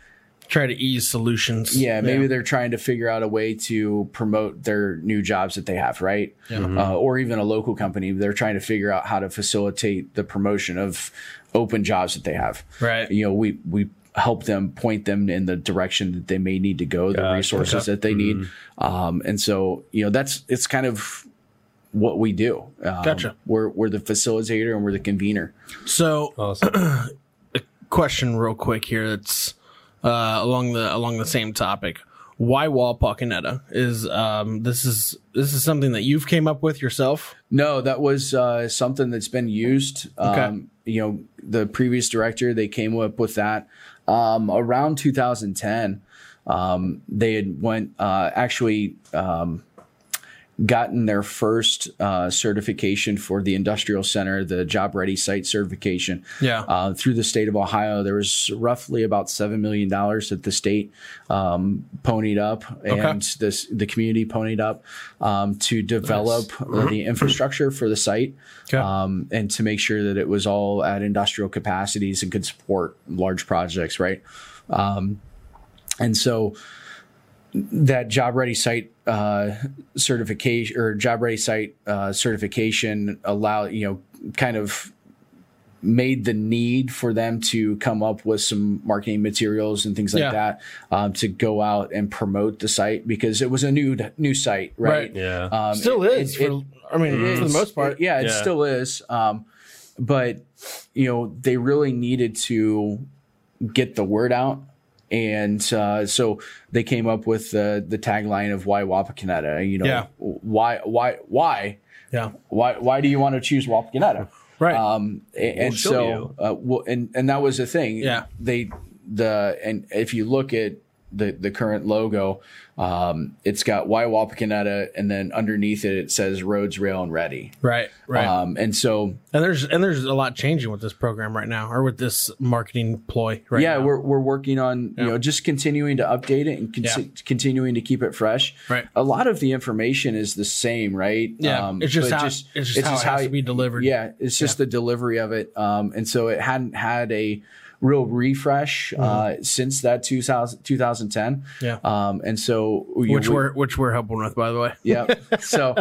A: Try to ease solutions.
C: yeah, maybe they're trying to figure out a way to promote their new jobs that they have, right?
A: Yeah.
C: Uh, or even a local company, they're trying to figure out how to facilitate the promotion of open jobs that they have.
A: Right.
C: You know, we we help them point them in the direction that they may need to go, the resources that they need,
A: Mm-hmm.
C: um, and so you know that's it's kind of what we do. Um,
A: Gotcha.
C: We're we're the facilitator and we're the convener.
A: So
B: Awesome.
A: question real quick here that's uh, along the along the same topic. Why Walpock and Etta is um, this is this is something that you've came up with yourself?
C: No, that was uh, something that's been used.
A: Okay.
C: Um, you know, the previous director, they came up with that um, around 2010. Um, they had went uh, actually. Um, gotten their first uh, certification for the industrial center, the job ready site certification
A: Yeah.
C: uh, through the state of Ohio. There was roughly about seven million dollars that the state um, ponied up and this the community ponied up um, to develop uh, the infrastructure for the site
A: Okay.
C: um, and to make sure that it was all at industrial capacities and could support large projects, right? Um, and so that job ready site uh, certification or job ready site uh, certification allow you know kind of made the need for them to come up with some marketing materials and things like
A: Yeah.
C: that um, to go out and promote the site because it was a new new site right,
A: Right.
B: Yeah.
C: Um,
A: Still
C: it-
A: is.
C: it-
A: for, I mean,
C: it
A: for
C: is.
A: the most part.
C: It- yeah, it
B: Yeah.
C: still is. Um, but you know, they really needed to get the word out, and uh, so they came up with the the tagline of "Why Wapakoneta?" You know,
A: Yeah.
C: why, why, why,
A: Yeah.
C: why, why do you want to choose Wapakoneta?
A: Right.
C: Um, a- and,
B: show
C: so, uh, well, and and that was the thing.
A: Yeah.
C: they the and if you look at the the current logo, um, it's got Y Wapakoneta, and then underneath it it says roads, rail, and ready.
A: right. Right.
C: Um, and so,
A: and there's and there's a lot changing with this program right now, or with this marketing ploy. Right.
C: yeah,
A: now.
C: we're we're working on you
A: Yeah.
C: know just continuing to update it and con-
A: Yeah.
C: continuing to keep it fresh.
A: Right.
C: A lot of the information is the same, right? Um,
A: Yeah. it's just
C: but
A: how it's just how it has to be delivered.
C: Yeah, it's just the delivery of it. Um, and so it hadn't had a real refresh uh, since that 2000, 2010.
A: Mm-hmm. Yeah.
C: Um, and so we-
A: Which
C: we-
A: we're which we're helping with, by the way.
C: yeah. So,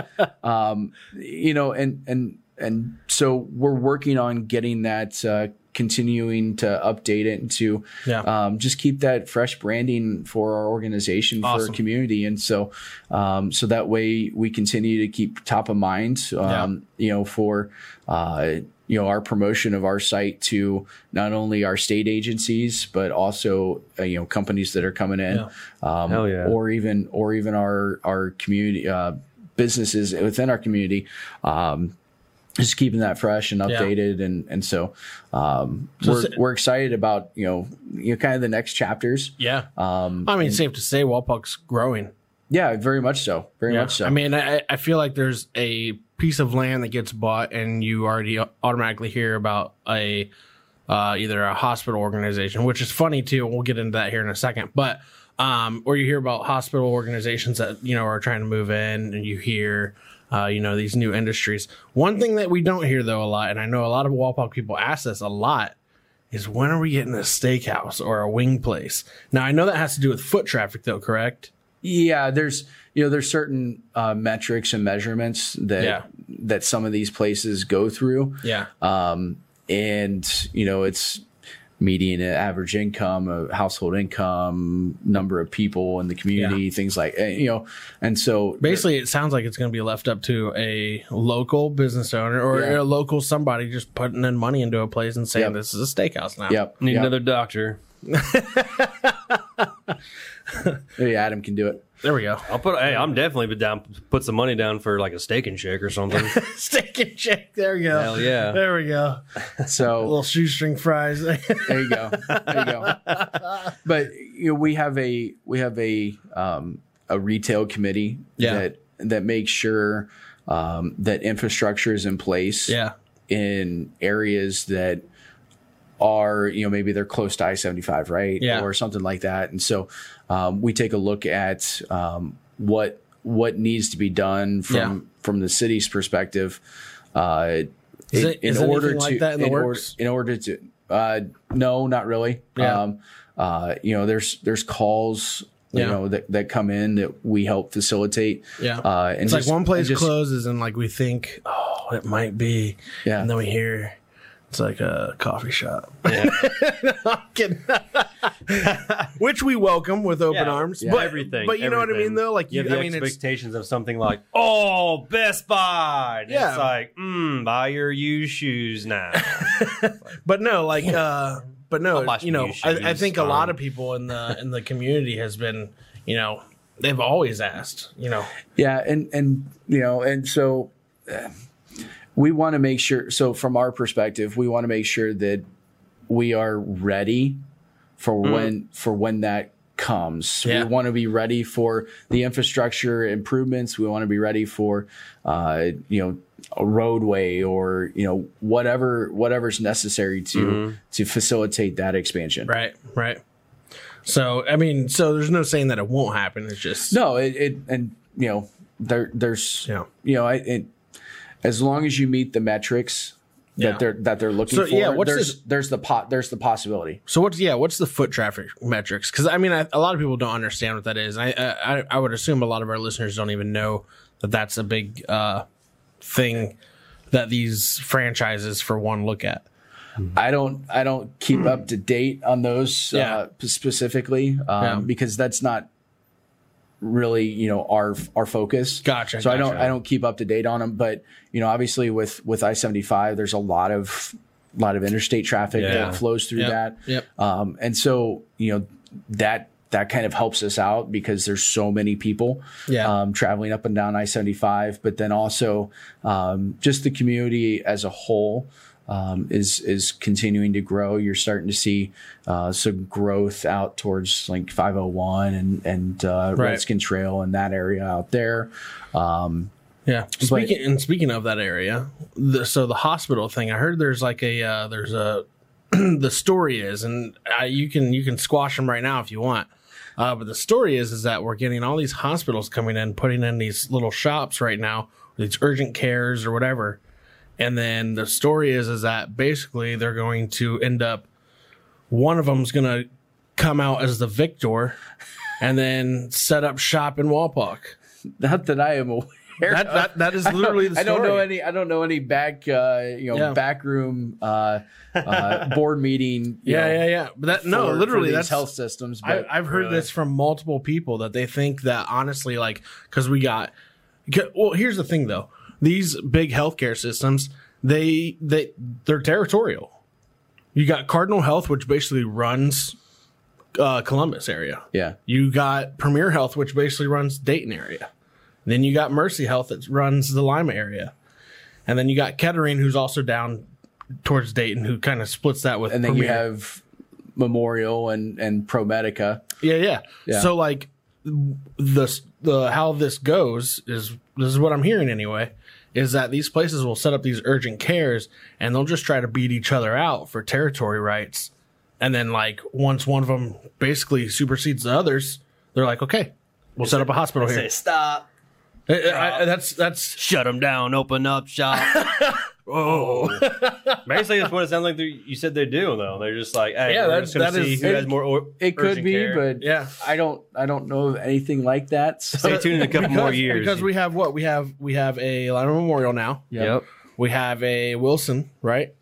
C: um, you know, and and and so we're working on getting that, uh, continuing to update it and to
A: Yeah.
C: um, just keep that fresh branding for our organization for
A: Awesome.
C: our community, and so um, so that way we continue to keep top of mind, um, you know, for. Uh, you know our promotion of our site to not only our state agencies but also uh, you know companies that are coming in
A: Yeah.
C: um,
B: Hell yeah.
C: or even or even our our community uh, businesses within our community. Um, just keeping that fresh and
A: Yeah.
C: updated, and and so, um,
A: So
C: we're
A: s-
C: we're excited about you know you know, kind of the next chapters.
A: Yeah.
C: Um,
A: I mean, safe to say, Walpock's growing.
C: yeah, very much so, very
A: Yeah.
C: much so.
A: I mean, I, I feel like there's a piece of land that gets bought, and you already automatically hear about a uh, either a hospital organization, which is funny too. and We'll get into that here in a second, but um, or you hear about hospital organizations that you know are trying to move in, and you hear. Uh, you know these new industries. One thing that we don't hear though a lot, and I know a lot of Walpock people ask this a lot, is when are we getting a steakhouse or a wing place? Now I know that has to do with foot traffic though, correct?
C: yeah, there's you know there's certain uh, metrics and measurements that
A: Yeah.
C: that some of these places go through.
A: Yeah,
C: um, and you know it's median average income uh, household income number of people in the community things like eh, you know and so
A: Basically, it sounds like it's going to be left up to a local business owner or
C: Yeah.
A: a local somebody just putting in money into a place and saying
C: Yep.
A: this is a steakhouse now.
C: yep,
B: Need
C: yep.
B: another doctor.
C: Maybe adam can do it
A: There we go.
B: I'll put. Hey, I'm definitely down. Put some money down for like a steak and shake or something.
A: Steak and shake. There we go.
B: Hell yeah.
A: There we go.
C: so
A: Little shoestring fries.
C: there you go there you go but you know we have a we have a um a retail committee
A: Yeah.
C: that that makes sure um, that infrastructure is in place
A: yeah.
C: in areas that are you know maybe they're close to I seventy five right
A: Yeah.
C: or something like that, and so um, we take a look at um, what what needs to be done from
A: Yeah.
C: from the city's perspective. Uh,
A: Is
C: in-
A: it-
C: in
A: is anything
C: order to
A: like that in the
C: in, order-
A: works?
C: in order to uh, no not really
A: Yeah.
C: um, uh, you know there's there's calls you
A: Yeah.
C: know that, that come in that we help facilitate
A: Yeah.
C: uh, and
A: it's
C: just-
A: like one place
C: and just-
A: closes and like we think, oh, it might be.
C: Yeah.
A: And then we hear it's like a coffee shop.
B: Yeah.
A: I'm kidding. Which we welcome with open
B: Yeah.
A: arms.
C: Yeah.
A: But
B: everything.
A: But you know what I mean
B: everything.
A: though? Like
B: you,
A: you,
B: have the
A: I mean it's
B: expectations of something like, oh, Best Buy. And
A: Yeah.
B: It's like, mm, buy your used shoes now.
A: but no like uh but no
B: I'll buy some
A: you know
B: new shoes,
A: I, I think a lot
B: um,
A: of people in the in the community has been you know they've always asked you know
C: Yeah, and and you know, and so uh, we want to make sure. So from our perspective, we want to make sure that we are ready for when for when that comes.
A: Mm-hmm. Yeah.
C: We want to be ready for the infrastructure improvements. We want to be ready for, uh, you know, a roadway or you know whatever whatever's necessary to to facilitate that expansion.
A: Mm-hmm. Right, right. So I mean, so there's no saying that it won't happen. It's just
C: No, it, it and you know there there's
A: Yeah.
C: you know I, it, as long as you meet the metrics that
A: Yeah.
C: they're that they're looking
A: So,
C: for.
A: yeah, what's
C: there's
A: this-
C: there's the pot there's the possibility.
A: So what's yeah? What's the foot traffic metrics? Because I mean, I, a lot of people don't understand what that is. And I, I I would assume a lot of our listeners don't even know that that's a big uh, thing that these franchises for one look at.
C: I don't I don't keep up to date on those
A: Yeah.
C: uh, p- specifically um,
A: Yeah.
C: because that's not really you know our our focus.
A: Gotcha,
C: So I don't
A: gotcha.
C: I don't keep up to date on them, but you know obviously with with I seventy five there's a lot of lot of interstate traffic
B: Yeah.
C: that flows through
A: Yep,
C: that.
A: yep.
C: Um, and so you know that that kind of helps us out because there's so many people
A: Yeah.
C: um, traveling up and down I 75, but then also um, just the community as a whole um, is is continuing to grow. You're starting to see uh, some growth out towards like 501 and and uh,
A: Right.
C: Redskin Trail and that area out there. Um,
A: Yeah. Speaking and speaking of that area, the, so the hospital thing, I heard there's like a uh, there's a the story is, and uh, you can you can squash them right now if you want. Uh, but the story is is that we're getting all these hospitals coming in, putting in these little shops right now, these urgent cares or whatever. And then the story is is that basically they're going to end up one of them's going to come out as the victor, and then set up shop in Walpock.
C: not that I am aware.
A: That
C: of.
A: that, that is literally the
C: I
A: story.
C: don't know any. I don't know any back. Uh, you know,
A: Yeah.
C: backroom uh, uh, board meeting. you
A: Yeah,
C: know,
A: yeah, yeah. But that no,
C: for- for
A: literally
C: these
A: that's
C: health systems.
A: I,
C: But
A: I've heard
B: Really?
A: this from multiple people that they think that honestly, like, because we got. 'cause- Well, here's the thing though: these big healthcare systems, they they they're territorial. You got Cardinal Health, which basically runs uh, Columbus area.
C: yeah,
A: You got Premier Health, which basically runs Dayton area. Then you got Mercy Health that runs the Lima area. And then you got Kettering, who's also down towards Dayton, who kind of splits that with
C: and then you
A: Premier.
C: have Memorial and and ProMedica.
A: Yeah, yeah.
C: Yeah.
A: So like the the how this goes is this is what I'm hearing anyway is that these places will set up these urgent cares and they'll just try to beat each other out for territory rights and then like once one of them basically supersedes the others they're like okay we'll set up a hospital here
B: Say stop.
A: Eh, eh, I- that's that's
B: Shut them down. Open up shop.
A: oh
B: Basically, that's what it sounds like. they- You said they do though. They're just like, hey,
A: Yeah,
B: yeah,
A: that-
B: that's gonna
A: that
B: see
A: is-
B: who
A: it-
B: has more. Or-
C: It could
B: urgent
C: be,
B: care.
C: but
A: yeah
C: I don't I don't know of anything like that. So,
B: stay tuned in a couple more
A: Because-
B: years.
A: because we have what we have we have a Lima Memorial now
B: yep.
A: we have a Wilson right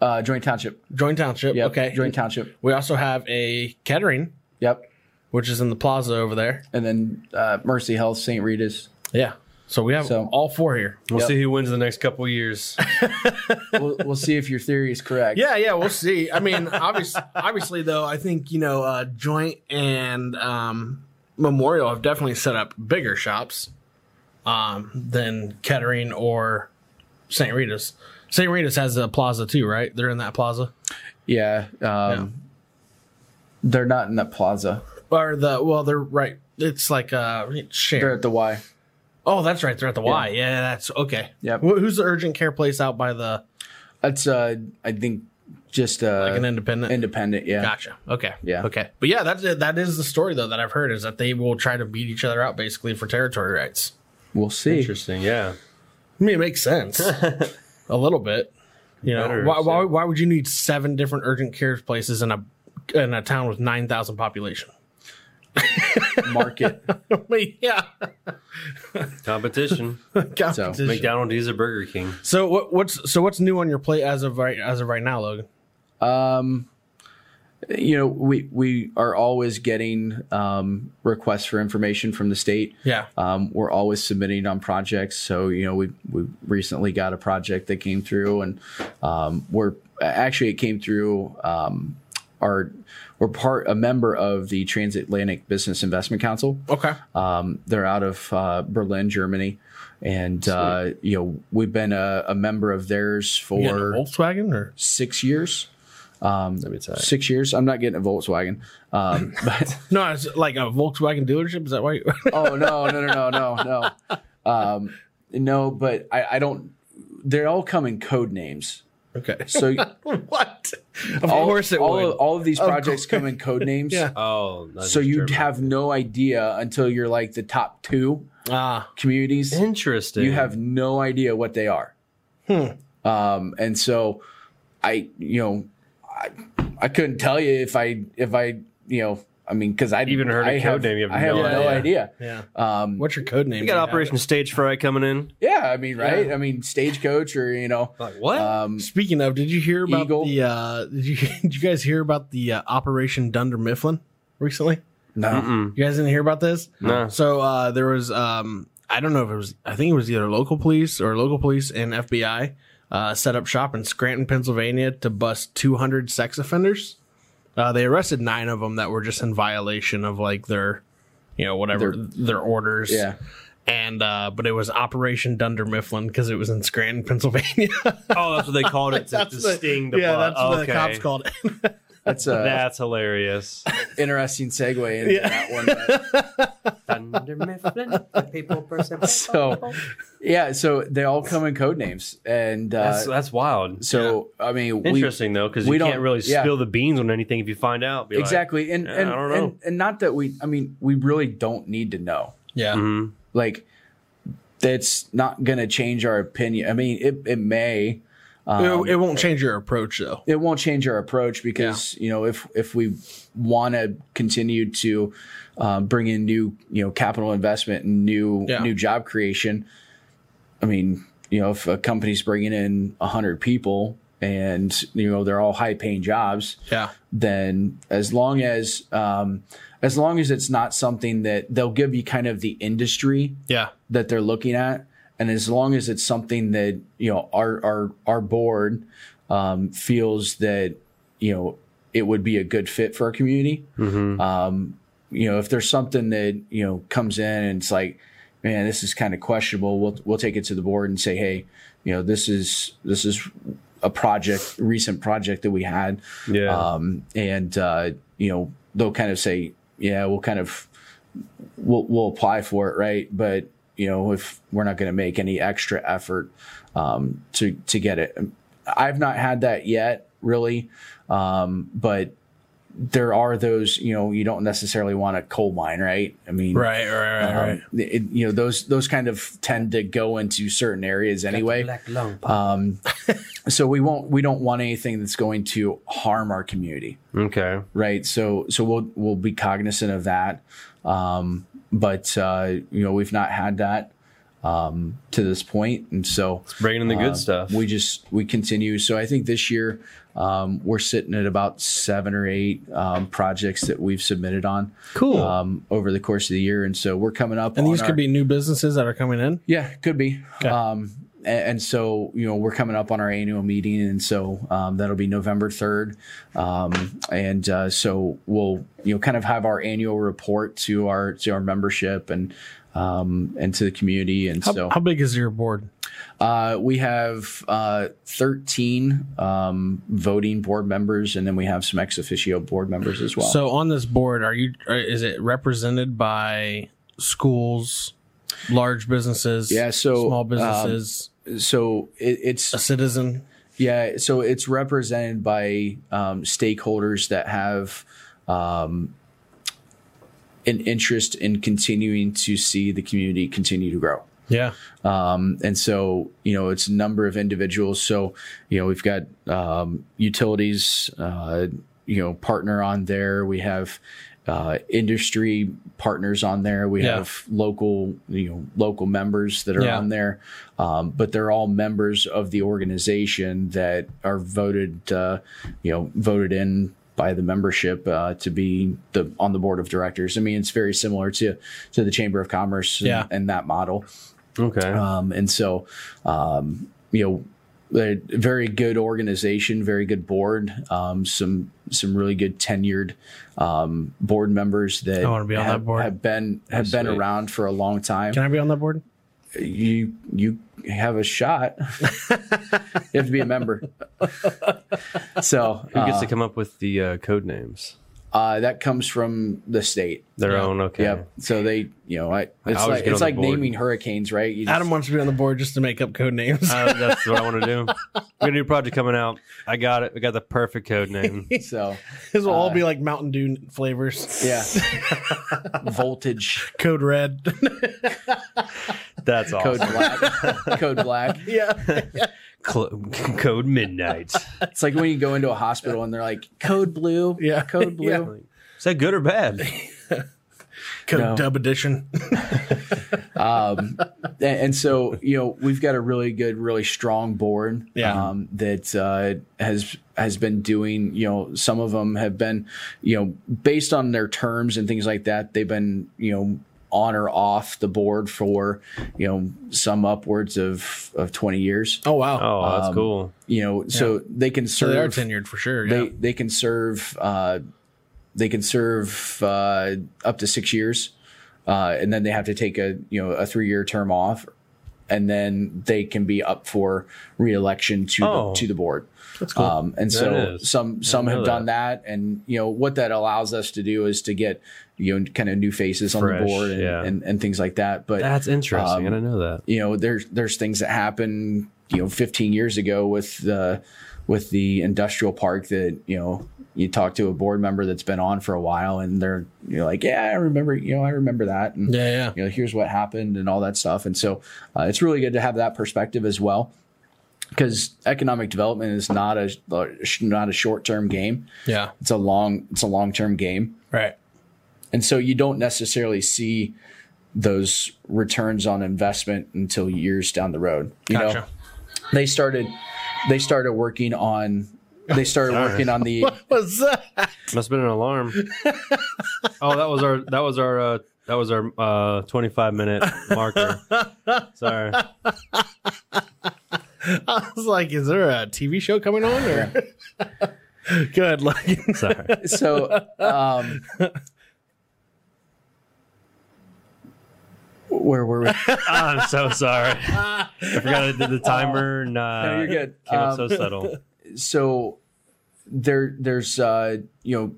C: Uh, Joint Township.
A: Joint Township
C: Yep.
A: okay
C: Joint Township.
A: We also have a Kettering,
C: Yep.
A: which is in the plaza over there.
C: And then uh, Mercy Health, St. Rita's.
A: Yeah. So we have
C: So-
A: all four here.
B: We'll
C: Yep.
B: see who wins the next couple years.
C: We'll, we'll see if your theory is correct.
A: Yeah, yeah, we'll see. I mean, obviously, obviously, though, I think you know, uh, Joint and um, Memorial have definitely set up bigger shops um, than Kettering or St. Rita's. St. Rita's has a plaza too, right? They're in that plaza,
C: Yeah. Um, They're not in that plaza.
A: or the well, they're right. It's like uh, share.
C: They're at the Y.
A: oh, that's right. They're at the Y. Yeah, that's okay.
C: Yep.
A: Wh- Who's the urgent care place out by the
C: That's uh, I think just uh,
A: like an independent?
C: independent. Yeah.
A: Gotcha. Okay.
C: Yeah.
A: Okay. But yeah, that's it. That is the story though that I've heard is that they will try to beat each other out basically for territory rights.
C: We'll see.
B: Interesting. Yeah.
A: I mean, it makes sense a little bit. You know,
B: Better,
A: why, why,
B: so.
A: why would you need seven different urgent care places in a in a town with nine thousand population?
C: Market.
A: I mean, yeah.
B: Competition.
A: Competition.
B: McDonald's or Burger King.
A: So what, what's so what's new on your plate as of right as of right now, Logan?
C: Um, you know, we we are always getting um, requests for information from the state.
A: Yeah.
C: Um, we're always submitting on projects. So you know, we we recently got a project that came through, and um, we're actually it came through. Um, our we're part a member of the Transatlantic Business Investment Council.
A: Okay.
C: Um, they're out of uh, Berlin, Germany, and uh, you know we've been a, a member of theirs
A: You
C: for
A: getting a Volkswagen or
C: six years. um,
B: That'd be tight.
C: six years. I'm not getting a Volkswagen. Um, but
A: No, it's like a Volkswagen dealership. Is that why? you-
C: oh no, no, no, no, no, no, um, no. But I, I don't. They all come in code names.
A: okay.
C: So
A: what? Of
C: all,
A: course it
C: all,
A: would.
C: Of, all of these
A: Of
C: projects come in code names.
A: Yeah.
B: Oh, that's
C: So you
B: German.
C: have no idea until you're like the top two
A: Ah,
C: communities.
B: interesting.
C: You have no idea what they are.
A: Hmm.
C: Um, and so I, you know, I, I couldn't tell you if I, if I, you know, I mean, because I
B: Even heard a
C: I
B: code
C: have-
B: name, you have
C: I have
B: no
C: no idea.
B: idea.
A: yeah.
C: Um,
A: What's your code name?
B: you got Operation Stage Fright coming in.
C: yeah, I mean, right?
A: Yeah.
C: I mean, stagecoach or you know,
B: Like what?
C: um,
A: Speaking of, did you hear about
C: Eagle.
A: the? Uh, did you did you guys hear about the uh, Operation Dunder Mifflin recently?
C: no,
B: Mm-mm.
A: You guys didn't hear about this?
B: No.
A: So uh, there was, um, I don't know if it was, I think it was either local police or local police and FBI uh, set up shop in Scranton, Pennsylvania to bust 200 sex offenders. Uh, they arrested nine of them that were just in violation of like their, you know, whatever
C: Their-
A: their, orders.
C: yeah.
A: And uh, but it was Operation Dunder Mifflin because it was in Scranton, Pennsylvania.
B: Oh, that's what they called it to, to sting the
A: yeah,
B: blood.
A: that's what
B: okay.
A: the cops called it.
C: That's a
B: That's hilarious.
C: Uh, interesting segue into
A: Yeah.
C: that one. but-
B: Thunder Mifflin, people person.
C: so yeah so they all come in code names and uh,
B: That's, that's wild.
C: so i mean we-
B: Interesting though, because
C: we
B: you
C: don't-
B: can't really
C: yeah.
B: spill the beans on anything if you find out. Be like,
C: exactly and
B: Yeah,
C: and,
B: I don't know.
C: and and not that we i mean we really don't need to know
A: Yeah.
B: mhm.
C: like that's not going to change our opinion i mean it, it may Um,
A: it, it won't change your approach though.
C: it won't change our approach because you know if if we want to continue to um, bring in new you know capital investment and new
A: Yeah.
C: new job creation i mean you know if a company's bringing in 100 people and you know they're all high paying jobs
A: Yeah.
C: then as long as um, as long as it's not something that they'll give you kind of the industry
A: Yeah.
C: that they're looking at and as long as it's something that you know our our our board um, feels that you know it would be a good fit for our community um, you know if there's something that you know comes in and it's like man this is kind of questionable we'll we'll take it to the board and say hey you know this is this is a project recent project that we had
B: Yeah.
C: um, and uh, you know they'll kind of say, yeah, we'll kind of we'll, we'll apply for it, right? But you know if we're not going to make any extra effort um, to to get it, I've not had that yet, really, um, but. There are those, you know, you don't necessarily want a coal mine, right? I mean,
A: Right. Right. Right.
C: um,
A: right.
C: it- you know, those those kind of tend to go into certain areas anyway. Um, so we won't we don't want anything that's going to harm our community,
B: okay.
C: right? So so we'll we'll be cognizant of that. Um, but uh, you know we've not had that um, to this point, and so
B: Bringing in the
C: uh,
B: good stuff.
C: We just we continue. So I think this year um, we're sitting at about seven or eight um, projects that we've submitted on
B: cool.
C: um, over the course of the year, and so we're coming up.
A: And
C: on
A: these
C: our-
A: could be new businesses that are coming in.
C: yeah, could be. Um, a- and, so, you know, we're coming up on our annual meeting. And so um, that'll be November 3rd. Um, and uh, so we'll, you know, kind of have our annual report to our to our membership and um, and to the community. And so
A: How big is your board?
C: uh, we have uh, 13 um, voting board members and then we have some ex officio board members as well.
A: So on this board, are you? Are, is it represented by schools, large businesses?
C: Yeah, so,
A: small
C: um,
A: businesses,
C: so it, it's
A: a citizen.
C: Yeah, so it's represented by um, stakeholders that have um, an interest in continuing to see the community continue to grow.
A: Yeah.
C: Um, and so, you know, it's a number of individuals. So, you know, we've got um, utilities, uh, you know, partner on there. We have uh, industry partners on there. We
A: Yeah.
C: have local, you know, local members that are
A: Yeah.
C: on there. Um, but they're all members of the organization that are voted, uh, you know, voted in by the membership uh, to be the on the board of directors. I mean, it's very similar to to the Chamber of Commerce and-
A: Yeah.
C: and that model.
B: okay.
C: Um, and so, um, you know, they're a very good organization, very good board, um, some some really good tenured um, board members that
A: I wanna be on
C: have,
A: that board.
C: have been have been
B: Sweet.
C: around for a long time.
A: Can I be on that board?
C: you you have a shot. you have to be a member. so
B: Who gets
C: uh,
B: to come up with the uh, code names?
C: uh, that comes from the state.
B: Their own, okay.
C: Yep. So they, you know, I,
B: I
C: it's
B: always
C: like
B: get
C: it's
B: on
C: like
B: the board.
C: naming hurricanes, right? You just-
A: Adam wants to be on the board just to make up code names.
B: Uh, that's what I want to do. We got a new project coming out. I got it. We got the perfect code name.
C: so
A: His will all
C: uh,
A: be like Mountain Dew flavors.
C: yeah, voltage,
A: Code red.
B: That's awesome.
C: code black, code black.
A: yeah.
B: Cl- code midnight. Is
C: It's like when you go into a hospital and they're like code blue,
A: Yeah.
C: code blue.
A: Yeah.
B: that good or bad?
A: Code
C: No.
A: dub edition.
C: um, and, and so you know we've got a really good, really strong board
A: Yeah.
C: um, that uh, has has been doing. You know, some of them have been, you know, based on their terms and things like that. They've been, you know. On or off the board for, you know, some upwards of of twenty years.
A: Oh wow.
B: Oh, that's
C: Um,
B: cool.
C: You know, so they can
A: so they are
C: serve.
A: tenured for sure. Yeah.
C: they they can serve uh, they can serve uh, up to six years, uh, and then they have to take a you know a three year term off, and then they can be up for reelection to
B: Oh.
C: the, to the board.
A: That's
C: Um, and
B: That
C: so
B: is.
C: some some
B: know
C: have done that, and you know what that allows us to do is to get you know kind of new faces on
B: Fresh,
C: the board and,
B: yeah.
C: and, and things like that. But
B: That's interesting.
C: um,
B: I didn't know that.
C: you know there's there's things that happen you know 15 years ago with the with the industrial park that you know you talk to a board member that's been on for a while and they're you know like yeah i remember you know i remember that and
A: yeah, yeah.
C: you know here's what happened and all that stuff and so uh, it's really good to have that perspective as well because economic development is not a uh, not a short-term game
A: Yeah.
C: it's a long it's a long-term game
A: Right.
C: and so you don't necessarily see those returns on investment until years down the road. You know,
A: Gotcha.
C: they started they started working on they started working on the
A: What's that?
B: Must have been an alarm. oh, that was our that was our uh, that was our uh, twenty five minute marker. Sorry.
A: I was like, is there a TV show coming on or good luck.
B: Sorry.
C: so um where were we?
B: I'm so sorry. I forgot I did the timer. Nah.
C: No, you're good.
B: Came out so
C: Um,
B: subtle.
C: so there there's uh you know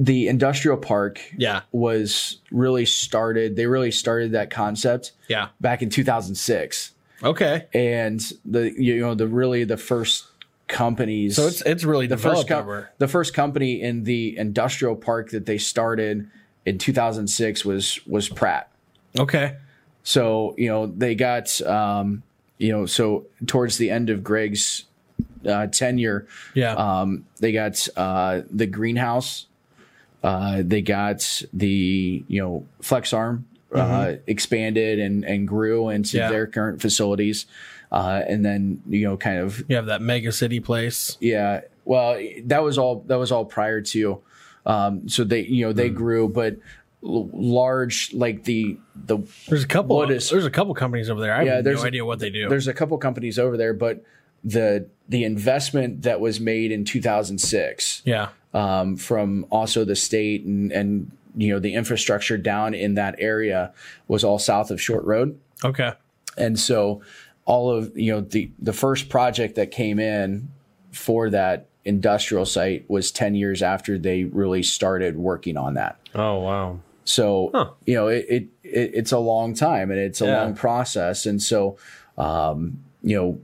C: the industrial park
A: Yeah.
C: was really started they really started that concept
A: Yeah.
C: back in 2006
A: Okay.
C: and the you know the really the first companies
A: So it's it's really
C: the first
A: developed
C: com-
A: over.
C: the first company in the industrial park that they started in 2006 was was Pratt
A: Okay.
C: so you know they got um you know so towards the end of Greg's uh, tenure
A: Yeah.
C: um they got uh the greenhouse uh they got the you know flex arm uh, expanded and and grew into
A: Yeah.
C: their current facilities uh and then you know kind of
A: you have that mega city place.
C: yeah well that was all that was all prior to um so they you know they grew but l- large like the the
A: There's a couple.
C: What is-
A: there's a couple companies over there. I
C: Yeah,
A: have
C: there's
A: no
C: a-
A: idea what they do.
C: there's a couple companies over there but the the investment that was made in 2006
A: yeah.
C: um, from also the state and and you know the infrastructure down in that area was all south of Short Road,
A: Okay.
C: and so all of you know the the first project that came in for that industrial site was 10 years after they really started working on that
B: Oh wow.
C: so
B: Huh.
C: you know it, it, it it's a long time and it's a
B: Yeah.
C: long process, and so um, you know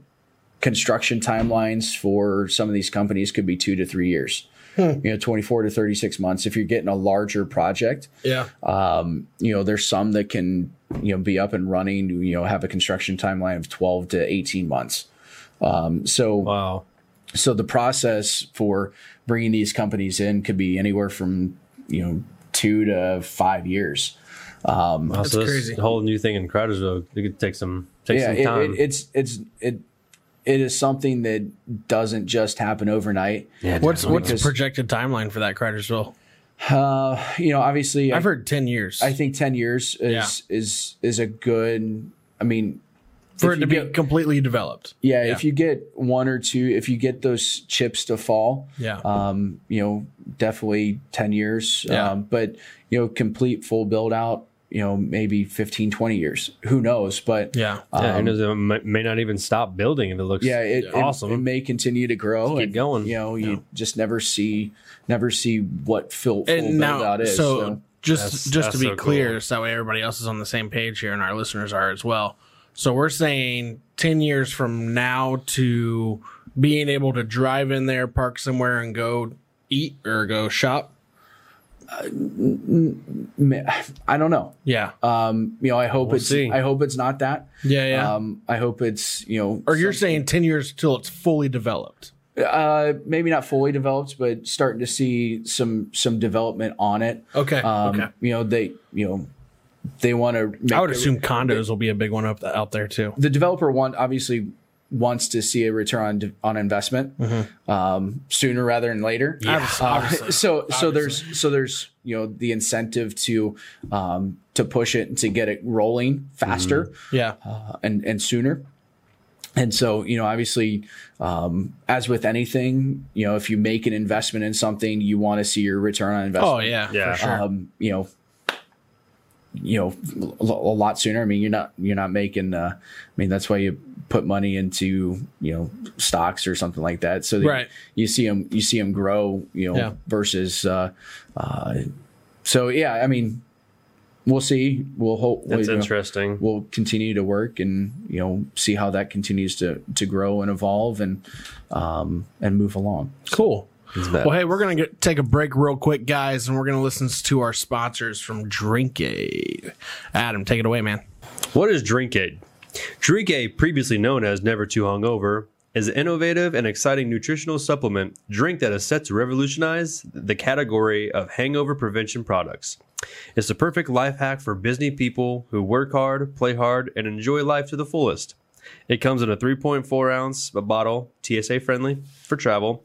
C: construction timelines for some of these companies could be two to three years. You know, twenty four to thirty six months if you're getting a larger project.
A: Yeah.
C: Um, you know, there's some that can you know be up and running. You know, have a construction timeline of twelve to eighteen months. Um, so
B: Wow.
C: so the process for bringing these companies in could be anywhere from you know two to five years.
B: Wow, so this
A: crazy.
B: whole new thing in Crowdersville. It could take some take
C: yeah,
B: some
C: it-
B: time.
C: It, it's it's it it is something that doesn't just happen overnight.
B: yeah,
A: What's
B: definitely.
A: what's the
C: because-
A: projected timeline for that Cridersville?
C: Uh, you know, obviously, I,
A: I've heard ten years
C: I think ten years is is is a good. I mean,
A: for
C: if
A: it to
C: you
A: be
C: get-
A: completely developed.
C: yeah,
A: Yeah.
C: if you get one or two, if you get those chips to fall,
A: Yeah.
C: um, you know, definitely ten years.
A: Yeah.
C: Um, but you know, complete full build out. you know, maybe 15, 20 years. Who knows? But
A: Yeah.
B: yeah, who
C: um,
B: knows? It may, may not even stop building if it looks
C: yeah, it, it-
B: awesome.
C: It, may continue to grow
B: Keep
C: and
B: going.
C: You know, you just never see, never see what full, full
A: And now,
C: build-out
A: so,
C: is.
A: just
B: That's-
A: just
B: that's
A: to be
B: so cool.
A: clear, so that way everybody else is on the same page here, and our listeners are as well. So we're saying ten years from now to being able to drive in there, park somewhere, and go eat or go shop.
C: Ma- I don't know.
A: Yeah,
C: Um, you know, I hope it's,
B: see.
C: I hope it's not that.
A: Uh, yeah, yeah.
C: Um, I hope it's, you know,
A: or you're saying ten years till it's fully developed.
C: uh, maybe not fully developed, but starting to see some, some development on it.
A: Okay,
C: Um,
A: okay.
C: you know, they, you know, they want to,
A: I would assume condos will be a big one up out there too.
C: the developer want obviously wants to see a return on de- on investment um, sooner rather than later.
A: Mm-hmm. Yeah,
C: Uh,
A: obviously.
C: so so there's so there's you know the incentive to um, to push it and to get it rolling faster
A: Yeah,
C: uh, and and sooner. And so, you know, obviously, um, as with anything, you know, if you make an investment in something, you want to see your return on investment
A: oh yeah,
B: Yeah.
A: for sure.
C: um, you know, you know, l- a lot sooner. I mean, you're not you're not making. Uh, I mean, that's why you put money into you know stocks or something like that, so that
A: Right.
C: you see them you see them grow. You know,
A: Yeah.
C: versus. Uh, uh, so yeah, I mean, we'll see. We'll hope.
B: That's
C: we'll,
B: interesting.
C: We'll continue to work and you know see how that continues to to grow and evolve and um, and move along.
A: Cool.
B: bad.
A: Well, hey, we're gonna get, take a break real quick, guys, and we're gonna listen to our sponsors from Drinkade. Adam, take it away, man.
B: What is Drink Aid? Drink Aid, previously known as Never Too Hungover, is an innovative and exciting nutritional supplement drink that is set to revolutionize the category of hangover prevention products. It's the perfect life hack for busy people who work hard, play hard, and enjoy life to the fullest. It comes in a 3.4 ounce bottle, TSA friendly for travel,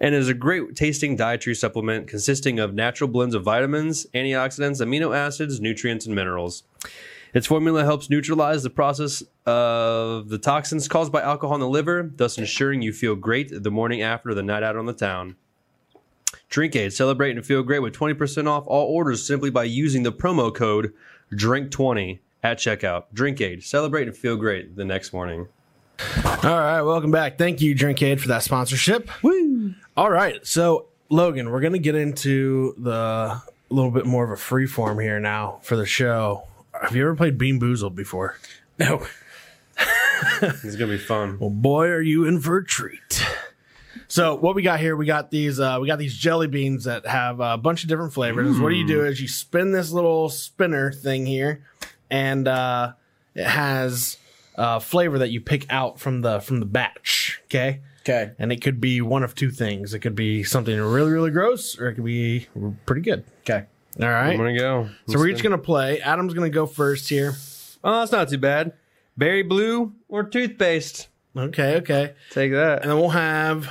B: and is a great tasting dietary supplement consisting of natural blends of vitamins, antioxidants, amino acids, nutrients, and minerals. Its formula helps neutralize the process of the toxins caused by alcohol in the liver, thus ensuring you feel great the morning after the night out on the town. Drink Aid, celebrate and feel great with 20% off all orders simply by using the promo code DRINK20 at checkout. Drink Aid, celebrate and feel great the next morning.
A: All right, welcome back. Thank you, Drinkade, for that sponsorship. Woo! All right, so Logan, we're gonna get into the a little bit more of a free form here now for the show. Have you ever played Bean Boozled before?
C: No,
B: It's going to be fun.
A: Well, boy, are you in for a treat. So what we got here, we got these uh, we got these jelly beans that have a bunch of different flavors. What you do is you spin this little spinner thing here, and uh, it has a flavor that you pick out from the from the batch. Okay.
C: okay.
A: And it could be one of two things. It could be something really, really gross, or it could be pretty good.
C: Okay.
A: All
B: I'm
A: right.
B: going to go.
A: So we're each gonna play. Adam's gonna go first here.
B: Oh, that's not too bad. Berry blue or toothpaste?
A: Okay, okay.
B: Take that.
A: and then we'll have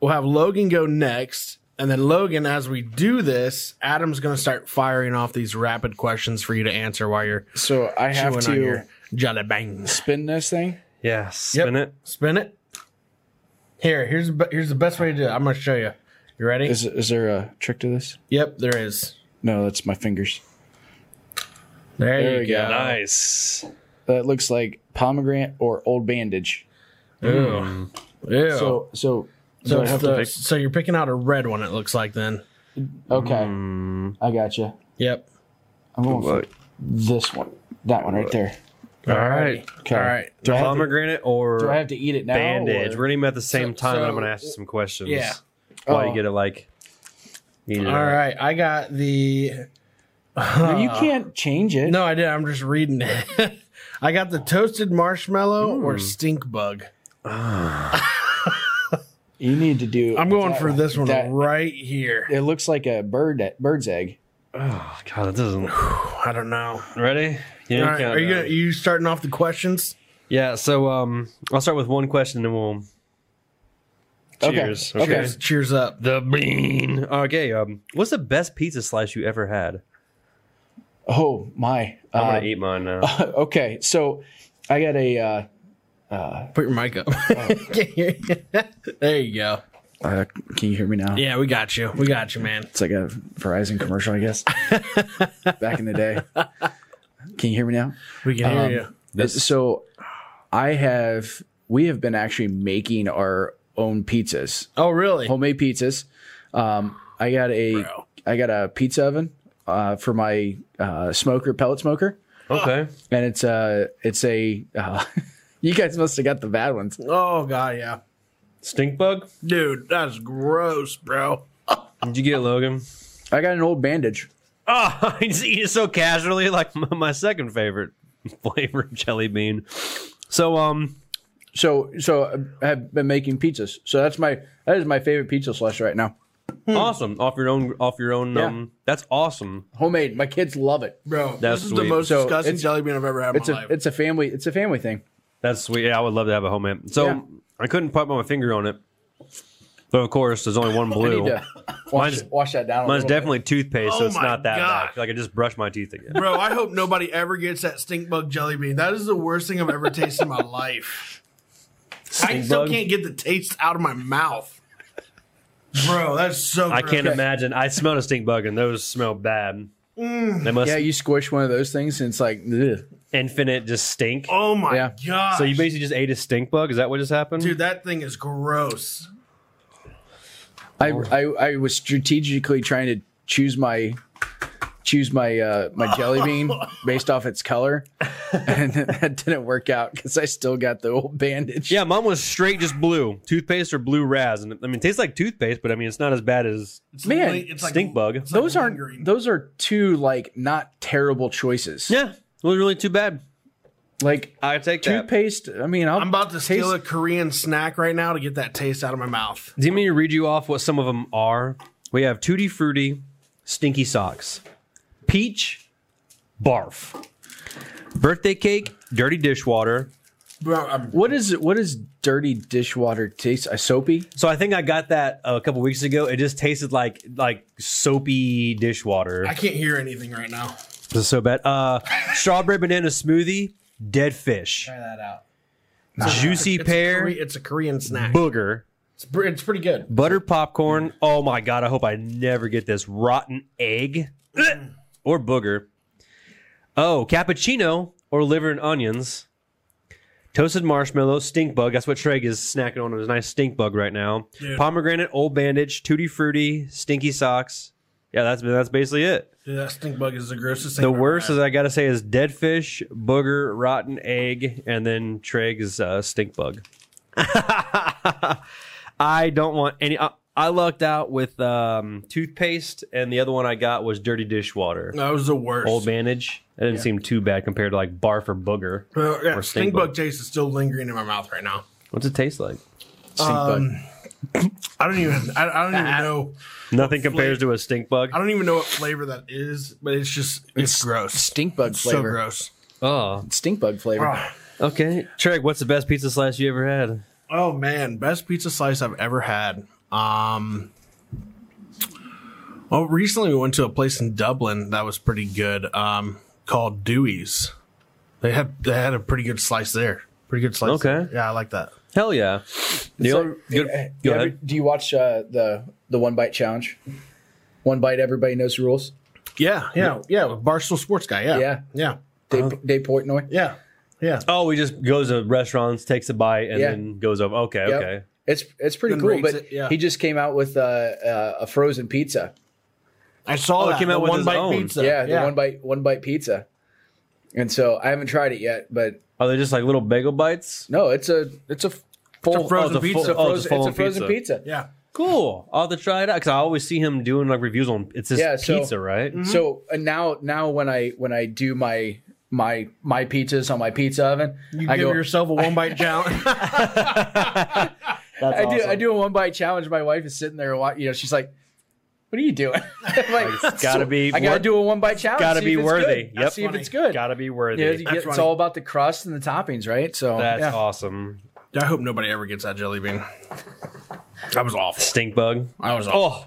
A: we'll have Logan go next. And then Logan, as we do this, Adam's going to start firing off these rapid questions for you to answer while you're
C: So I have
A: chewing on
C: to
A: your jelly bangs.
C: spin this thing.
B: Yeah, spin it.
A: Spin it. Here, here's the be- here's the best way to do it. I'm going to show you. You ready?
C: Is is there a trick to this?
A: yep, there is.
C: No, that's my fingers.
A: There,
C: There
A: you
C: we
A: go.
C: go.
B: Nice.
C: That looks like pomegranate or old bandage.
A: Ew. Ew. So,
C: So so
A: so,
C: do I have to pick-
A: so you're picking out a red one. It looks like then.
C: okay.
B: Mm. Hmm.
C: I got you.
A: Yep.
C: I'm going for this one. That one right there.
A: All right.
C: Okay.
A: All right.
C: Do I have to,
B: Pomegranate or
C: do I have to eat it now?
B: bandage. We're
C: or-
B: gonna eat them at the same
A: So-
B: time. and
A: so-
B: I'm gonna ask you some questions.
A: Yeah.
B: While
C: Oh.
B: you get to like. Eat it
A: All right. I got the
C: No, Oh, you can't change it.
A: No, I did. I'm just reading it. I got the toasted marshmallow or stink bug.
C: You need to do.
A: I'm going
C: that
A: for this one
C: That-
A: right here.
C: it looks like a bird bird's egg.
B: Oh god, it doesn't.
A: I don't know.
B: Ready? Yeah.
A: All right,
B: count
A: are you
B: now.
A: gonna, you starting off the questions?
B: yeah. So um, I'll start with one question and we'll.
C: Okay.
B: Cheers.
C: Okay.
A: Cheers, cheers up.
B: The bean. Okay. Um, what's the best pizza slice you ever had?
C: Oh my.
B: I'm gonna
C: Uh,
B: eat mine now.
C: okay. So I got a uh,
A: Put your mic up. Can't hear you. there you go.
C: Uh, can you hear me now?
A: Yeah, we got you. We got you, man.
C: It's like a Verizon commercial, I guess. Back in the day. Can you hear me now?
A: We can hear
C: Um,
A: you.
C: So I have we have been actually making our own pizzas,
A: Oh, really?
C: homemade pizzas. Um, I got a I
A: Bro.
C: got a pizza oven uh, for my uh, smoker pellet smoker,
B: Okay.
C: and it's uh it's a uh, you guys must have got the bad ones.
A: Oh god, yeah,
B: Stink bug?
A: dude, that's gross, bro.
B: Did you get Logan?
C: I got an old bandage.
B: Oh, I just eat it so casually, like my, my second favorite flavor of jelly bean. So, um,
C: So so I've been making pizzas. So that's my that is my favorite pizza slice right now.
B: awesome. Off your own, off your own.
C: Yeah.
B: Um, that's awesome.
C: Homemade. My kids love it.
A: Bro, this
B: That's
A: is
B: sweet.
A: the most
C: So,
A: disgusting
C: it's-
A: jelly bean I've ever had in
C: It's
A: my
C: a
A: life.
C: it's a family it's a family thing.
B: That's sweet. Yeah, I would love to have a homemade. So
C: Yeah.
B: I couldn't put my finger on it, but of course, there's only one
C: I
B: blue.
C: need to wash,
B: Mine's-
C: wash that down. a
B: Mine's
C: little bit.
B: definitely toothpaste, so
A: Oh
B: it's
A: my
B: not that
A: gosh.
B: bad. Like I just brushed my teeth again.
A: Bro, I hope nobody ever gets that stink bug jelly bean. That is the worst thing I've ever tasted in my life. I still
B: bug?
A: can't get the taste out of my mouth. Bro, that's so
B: I
A: gross.
B: can't imagine. I smelled a stink bug, and those smell bad.
A: Mm.
B: They must
C: Yeah, you squish one of those things and it's like, ugh.
B: infinite just stink.
A: Oh my
C: Yeah.
A: god.
B: So you basically just ate a stink bug. Is that what just happened?
A: Dude, that thing is gross.
C: I, I I was strategically trying to choose my choose my uh, my jelly bean based off its color, and that didn't work out because I still got the old bandage.
B: Yeah, mine was straight just blue toothpaste or blue raz, and I mean, it tastes like toothpaste, but I mean, it's not as bad as
A: It's
C: Man,
A: literally- it's
B: stink bug.
A: it's
C: those
A: like
C: aren't
A: lingering.
C: those are two like not terrible choices.
B: yeah. It was really too bad.
C: Like
B: I take that.
C: toothpaste. I mean, I'll,
A: I'm about to steal a
C: taste-
A: Korean snack right now to get that taste out of my mouth.
B: Do you mean to read you off what some of them are? We have Tutti Frutti, Stinky Socks, Peach, Barf, Birthday Cake, Dirty Dishwater.
A: Bro, I'm-
C: What is what is dirty dishwater taste? A soapy?
B: So I think I got that a couple weeks ago. It just tasted like like soapy dishwater.
A: I can't hear anything right now.
B: This is so bad. Uh, strawberry banana smoothie, dead fish,
A: Try that out.
B: juicy
A: It's a
B: pear,
A: Kore- it's a Korean snack.
B: booger,
A: It's, pre- it's pretty good.
B: butter popcorn. Oh my god! I hope I never get this rotten egg Ugh. or booger. Oh, cappuccino or liver and onions, toasted marshmallow, stink bug. That's what Shrek is snacking on. It was a nice stink bug right now.
A: Dude.
B: Pomegranate, old bandage, tutti frutti, stinky socks. Yeah, that's that's basically it.
A: Dude, that stink bug is the grossest thing.
B: The
A: I've ever
B: worst,
A: had.
B: as I gotta say, is dead fish, booger, rotten egg, and then Treg's uh, stink bug. I don't want any. I, I lucked out with um, toothpaste, and the other one I got was dirty dishwater.
A: That was the worst.
B: Old bandage. That didn't seem too bad compared to like barf or booger.
A: Uh, yeah,
B: or
A: stink,
B: stink
A: bug
B: bug.
A: taste is still lingering in my mouth right now.
B: What's it taste like?
C: Stink
A: Um,
C: bug.
A: I don't even. I, I don't even know.
B: Nothing compares to a stink bug.
A: I don't even know what flavor that is, but it's just it's, gross.
C: Stink bug
A: so
C: flavor.
A: gross.
B: Oh,
C: Stink bug flavor.
A: Ah.
B: okay. Treg, what's the best pizza slice you ever had?
A: Oh man, best pizza slice I've ever had. Um Well, recently we went to a place in Dublin that was pretty good, um, called Dewey's. They had they had a pretty good slice there. Pretty good slice.
B: Okay.
A: there. Yeah, I like that.
B: Hell yeah.
C: So,
B: Neil, good,
C: eh, eh,
B: go
C: every-
B: ahead.
C: do you watch uh, the the one bite challenge? One bite, everybody knows the rules.
A: Yeah, yeah, yeah. with Barstool Sports guy, yeah.
C: Yeah.
A: Yeah. Uh,
C: Dave,
B: Uh-huh.
C: Dave Portnoy.
A: Yeah. Yeah.
B: Oh, he just goes to restaurants, takes a bite, and
C: Yeah.
B: then goes over. Okay,
C: Yep.
B: okay.
C: It's it's pretty
A: Then
C: cool,
A: rates
C: but
A: it, yeah.
C: he just came out with uh, uh, a frozen pizza.
A: I saw
B: Oh, it
A: that
B: came out
A: the
B: with
A: one
B: his
A: bite
B: own.
A: pizza.
C: yeah, the one bite one bite pizza. And so I haven't tried it yet, but
B: Are they just like little bagel bites?
C: no, it's a it's a full
A: frozen
B: oh, it's a
A: pizza.
B: full- oh, it's a
C: frozen, it's
B: full-on
C: a frozen
B: pizza.
C: pizza.
A: yeah.
B: Cool. I'll have to try it out because I always see him doing like reviews on it's just
C: Yeah, so-
B: pizza, right?
C: So
A: Mm-hmm.
C: and now now when I when I do my my my pizzas on my pizza oven,
A: You
C: I
A: give
C: go.
A: yourself a one bite challenge.
B: That's
C: I do I do a one bite challenge. My wife is sitting there, wa- you know, she's like, "What are you doing?" I'm like,
B: It's gotta be
C: I gotta
B: wor-
C: do a one bite challenge.
B: Gotta
C: see
B: be
C: if it's
B: worthy.
C: good.
B: Yep.
C: See if it's good.
B: Gotta be worthy.
C: You know, you get- it's
A: funny.
C: all about the crust and the toppings, right? So
B: That's
C: yeah.
B: awesome.
A: I hope nobody ever gets that jelly bean. That was awful.
B: Stink bug.
A: I was awful.
B: Oh,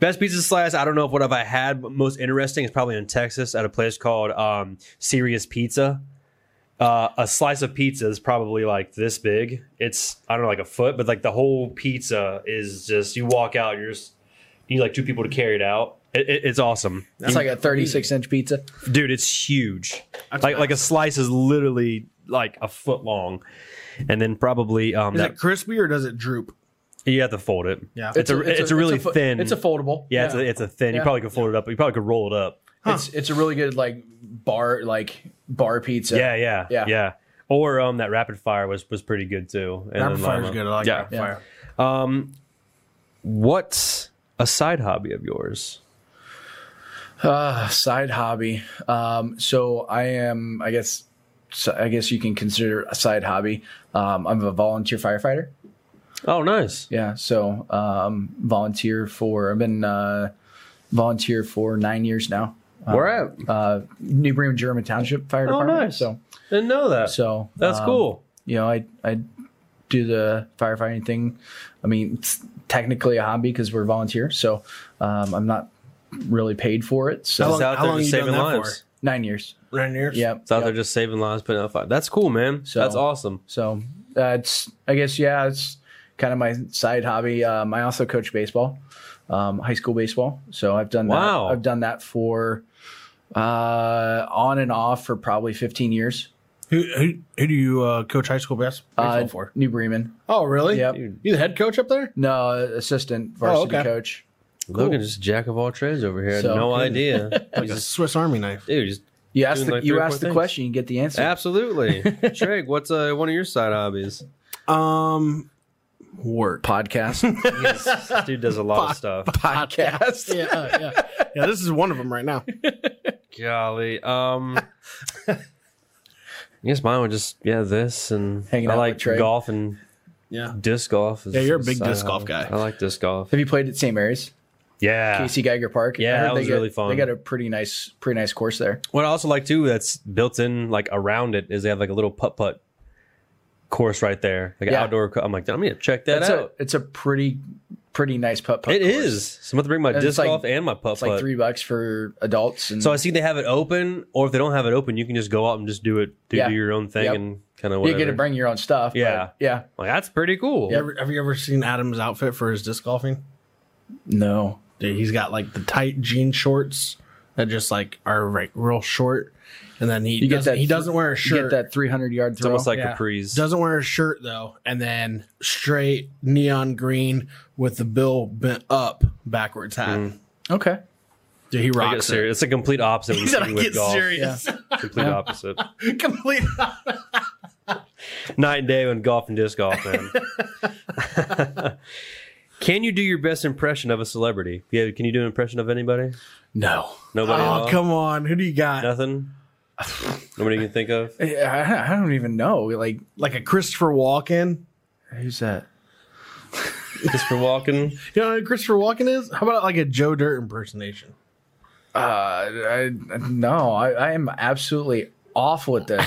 B: best pizza slice. I don't know if what have I had, but most interesting is probably in Texas at a place called um, Serious Pizza. uh, a slice of pizza is probably like this big. It's I don't know, like a foot, but like the whole pizza is just you walk out, you're just you need like two people to carry it out. It, it, it's awesome,
C: It's like a 36 inch pizza.
B: dude. It's huge. like like a slice is literally like a foot long, and then probably um
A: Is
B: that,
A: it crispy or does it droop?
B: you have to fold it.
A: Yeah.
B: it's, a, it's a really
C: fo-
B: thin.
C: It's a foldable.
B: yeah, It's, a, it's a thin. You
C: Yeah.
B: probably could fold it up. You probably could roll it up.
C: it's it's a really good like bar like bar pizza.
B: Yeah, yeah, yeah,
C: Yeah.
B: Or um, that rapid fire was was pretty good too. And
A: Rapid
B: then
A: fire's
B: Lima.
A: good. I like
B: Yeah.
A: rapid
C: Yeah.
A: fire.
B: What's a side hobby of yours?
C: Uh, side hobby. Um, so I am. I guess. So I guess you can consider a side hobby. Um, I'm a volunteer firefighter.
B: Oh, nice.
C: Yeah. So um, volunteer for. I've been uh, volunteer for nine years now.
B: Where at?
C: Uh, New Bremen German Township Fire
A: Oh,
C: Department.
B: nice.
C: So
B: Didn't know that.
C: so
B: That's
C: um,
B: cool.
C: you know, I I do the firefighting thing. I mean, it's technically a hobby because we're volunteer, so um, I'm not really paid for it. So
A: How
B: It's
A: long-
B: out there
A: long
B: just
A: you done
B: saving
A: that
B: lives.
C: nine years.
A: Nine years.
C: Yep.
B: It's out
C: yep.
B: there just saving lives, putting out fire. That's cool, man.
C: So-
B: That's awesome.
C: So uh, it's I guess yeah, it's kind of my side hobby. Um, I also coach baseball, um, high school baseball. So I've done
B: Wow.
C: that. I've done that for uh, on and off for probably 15 years.
A: Who, who who do you uh, coach high school bas- baseball
C: Uh,
A: for?
C: New Bremen.
A: Oh, really?
C: yep.
A: You the head coach up there?
C: No, assistant varsity
A: Oh, okay.
C: coach.
B: Logan just jack of all trades over here. I had
C: So-
B: no idea.
A: Like a Swiss Army knife.
B: Dude, just,
C: You ask
B: Doing
C: the,
B: like three
C: you
B: or
C: ask
B: four
C: the
B: things.
C: question, you get the answer.
B: absolutely. Drake, what's uh, one of your side hobbies?
A: Um, work.
C: podcast.
B: This dude does a lot of stuff.
C: podcast.
A: Yeah, uh, yeah, yeah. This is one of them right now.
B: Golly. Um, I guess mine would just yeah this and
C: Hanging
B: I
C: out with
B: like
C: Trey.
B: golf and
A: Yeah.
B: disc golf. Is,
A: Yeah, you're a
B: is
A: big
B: side
A: disc golf
B: hobby.
A: guy.
B: I like disc golf.
C: Have you played at St. Mary's,
B: Yeah.
C: Casey Geiger Park?
B: Ah. Yeah,
C: I heard
B: that
C: they
B: was
C: got-
B: really fun.
C: They got a pretty nice, pretty nice course there.
B: What I also like too that's built in like around it is they have like a little putt putt course right there, like an
C: Yeah.
B: outdoor. Co- I'm like, I'm gonna check that
C: It's a,
B: out.
C: it's a pretty, pretty nice putt putt.
B: It
C: course.
B: is. So I'm about to bring my
C: And it's
B: disc
C: like-
B: golf and my putt
C: It's like
B: putt.
C: three bucks for adults. And
B: so I see they have it open, or if they don't have it open, you can just go out and just do it, do,
C: Yeah.
B: do your own thing,
C: Yep.
B: and kind of
C: you
B: whatever.
C: get to bring your own stuff. but
B: Yeah.
C: yeah.
B: like that's pretty cool.
A: Ever, have you ever seen Adam's outfit for his disc golfing?
C: No.
A: Dude, he's got like the tight jean shorts that just like are like real short, and then he
C: You get
A: doesn't,
C: that
A: he
C: thr-
A: doesn't wear a
C: You
A: shirt.
C: get that 300 yard
B: It's
C: throw.
B: almost like
A: Yeah.
B: capris.
A: Doesn't wear a shirt though, and then straight neon green with the bill bent up backwards hat.
C: okay.
A: Dude, he
B: Mm. I get
A: rocks it.
B: serious. It's a complete opposite.
A: He
B: when
A: said,
B: you
A: "I
B: with
A: get
B: golf.
A: serious."
B: Complete opposite.
A: Complete.
B: Night and day when golf and disc golf, man. can you do your best impression of a celebrity? Yeah, can you do an impression of anybody?
C: No.
B: Nobody. at
A: Oh,
B: all?
A: come on. Who do you got?
B: Nothing. Nobody you can think of.
C: I, Eh, I- I don't even know. Like,
A: Like a Christopher Walken?
C: who's that?
B: Christopher Walken.
A: You know what Christopher Walken is? How about like a Joe Dirt impersonation?
C: Uh, I, no, I, I am absolutely awful at this.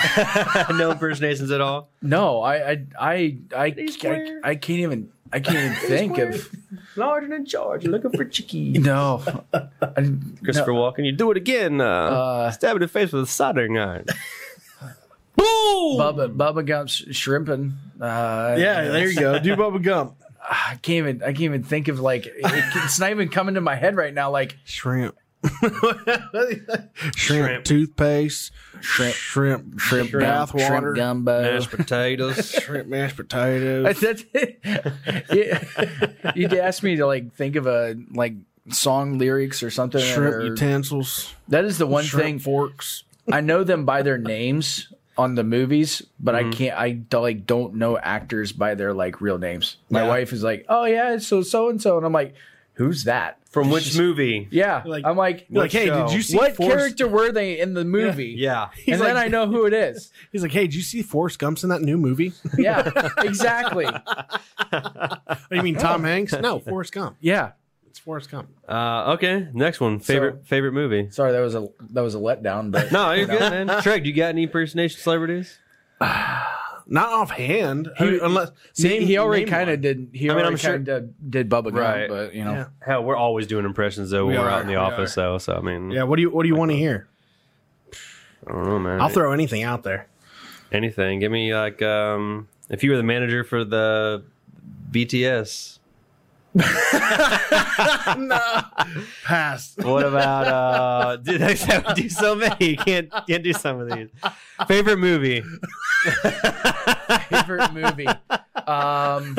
B: no impersonations at all.
C: No, I, I, I, I, I,
B: square.
C: I can't even. I can't even think of.
B: Large and in charge, looking for chicky.
C: No, I,
B: Christopher Walken, you do it again. Uh,
C: Uh,
B: stab in the face with a soldering iron. Boom!
C: Bubba, Bubba Gump's shrimping. Uh,
A: Yeah, there you go. Do Bubba Gump.
C: I can't even. I can't even think of like. It, it's not even coming to my head right now. Like
A: Shrimp. shrimp. toothpaste. Shrimp. Shrimp. Shrimp, bath water.
C: shrimp gumbo.
B: Mashed potatoes.
A: Shrimp mashed potatoes.
C: That's it. yeah, you'd ask me to like think of a like song lyrics or something.
A: Shrimp
C: or-
A: utensils.
C: that is the one
A: shrimp
C: thing.
A: forks.
C: I know them by their names on the movies, but
A: Mm-hmm.
C: I can't. I d- like don't know actors by their like real names. My
A: Yeah.
C: wife is like, "Oh yeah, it's so so and so," and I'm like, "Who's that?"
B: From which movie?
C: Yeah,
A: Like-
C: I'm like,
A: You're like, hey,
B: show?
A: did you see
C: what
A: Forrest-
C: character were they in the movie?
B: Yeah.
C: and then I know who it is.
A: He's like, hey, did you see Forrest Gump's in that new movie?
C: Yeah, exactly.
A: you mean Tom Hanks? No, Forrest Gump.
C: Yeah.
A: It's Forrest Gump.
B: Uh, okay, next one. Favorite favorite movie.
C: Sorry, that was a that was a letdown, but
B: No, you're good, man. Trey, do you got any impersonation celebrities?
A: Not offhand. I mean, unless
C: See,
A: name-
C: he already
A: name
C: kind
A: one.
C: of did. He
B: I mean,
C: already
B: I'm sure-
C: kinda did Bubba Gump,
B: Right.
C: but you know,
A: Yeah.
B: Hell, we're always doing impressions though when
A: We
B: we are
A: are,
B: out in the
A: we
B: office though. So I mean,
A: Yeah, what do you what do you want to hear?
B: I don't know, man.
A: I'll throw anything out there.
B: Anything. Give me like um if you were the manager for the BTS,
A: no, pass.
B: what about uh dude, they have to do so many. You can't can't do some of these. Favorite movie.
C: Favorite movie. Um,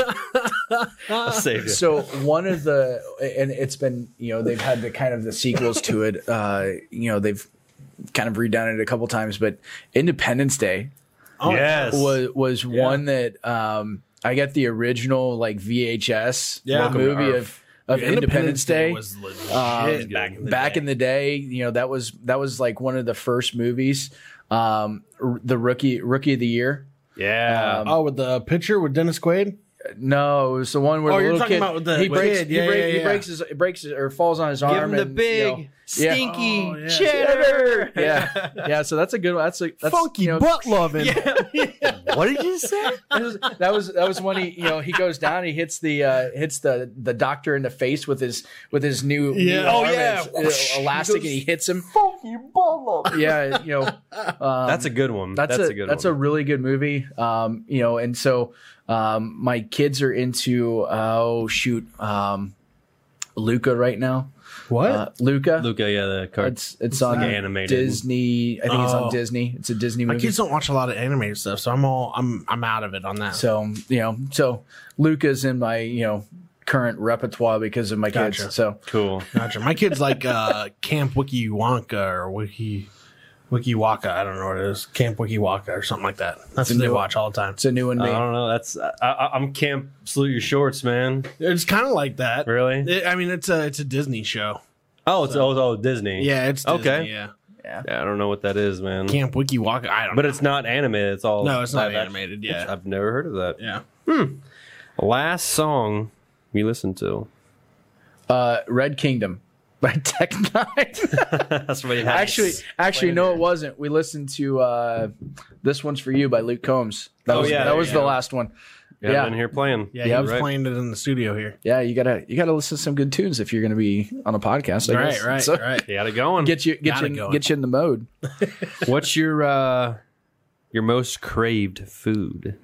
B: I'll save it.
C: so one of the and it's been you know they've had the kind of the sequels to it. Uh, you know they've kind of redone it a couple times, but Independence Day
B: yes.
C: was was one that um, I got the original like VHS
D: Yeah.
C: movie of of Independence Day.
A: was legit
C: Um,
A: uh, back in the
C: back
A: day.
C: in the day, you know that was that was like one of the first movies. Um, r- the rookie rookie of the year.
B: yeah.
C: Um,
D: Oh, with the picture with Dennis Quaid.
C: No, it was the one where
D: Oh,
C: the
D: you're
C: little
D: talking
C: kid
D: about the
C: he breaks
D: kid.
C: he,
D: Yeah,
C: break-
D: yeah,
C: he
D: yeah.
C: breaks his it breaks his, or falls on his
B: Give
C: arm
B: him the
C: and,
B: big
C: you know, yeah.
B: stinky
A: Oh, yeah.
B: cheddar.
C: yeah, yeah. So that's a good one. That's like that's,
D: Funky
C: you know,
D: butt loving.
B: What did you say?
C: that was- that was that was when he you know he goes down he hits the uh hits the the doctor in the face with his with his new, new
D: Yeah. Oh,
C: arm and
B: yeah.
C: it's, uh, elastic and he hits him yeah you know um,
B: That's a good one.
C: that's, a,
B: good
C: that's a
B: one.
C: really good movie um you know and so um my kids are into uh, oh shoot um Luca right now
D: What?
C: uh, Luca
B: Luca, yeah, the card.
C: it's it's on
B: like animated.
C: Disney I think it's on
A: Oh.
C: Disney it's a Disney
A: My
C: movie
A: kids don't watch a lot of animated stuff, so I'm all I'm I'm out of it on that.
C: So you know, so Luca's in my you know current repertoire because of my kids.
A: Gotcha.
C: So
B: Cool.
A: Gotcha. My kids like uh Camp Wikiwonka or Wiki Wikiwaka. I don't know what it is. Camp Wikiwaka or something like that. That's what they
C: new-
A: watch all the time.
C: it's a new one. to
B: I
C: me.
B: don't know. That's I, I, I'm camp. Salute your shorts, man.
A: It's kind of like that.
B: Really?
A: It- I mean, it's a it's a Disney show.
B: Oh, it's oh, oh Disney.
A: Yeah, it's Disney,
B: Okay.
A: Yeah,
B: Yeah, I don't know what that is, man.
A: Camp Wikiwaka. I don't.
B: But
A: know.
B: it's not animated. It's all
A: no, it's not
B: live action.
A: animated. Yeah,
B: I've never heard of that.
A: yeah.
B: Last song we listened to.
C: Uh, Red Kingdom by Tech Nine.
B: That's really nice.
C: actually, actually, no, it wasn't. We listened to uh, this one's for you by Luke Combs. That
B: Oh,
C: was
B: yeah,
C: that was
B: yeah.
C: the last one.
B: yeah,
C: yeah.
B: I'm in here playing.
A: Yeah, he
C: Yeah,
A: was
B: right.
A: playing it in the studio here.
C: Yeah, you gotta you gotta listen to some good tunes if you're gonna be on a podcast. I
A: Right,
C: guess.
A: right,
C: So,
A: right.
B: He had it going.
C: Get you get
A: Gotta
C: you
A: go.
C: get you in the mode.
B: What's your uh your most craved food?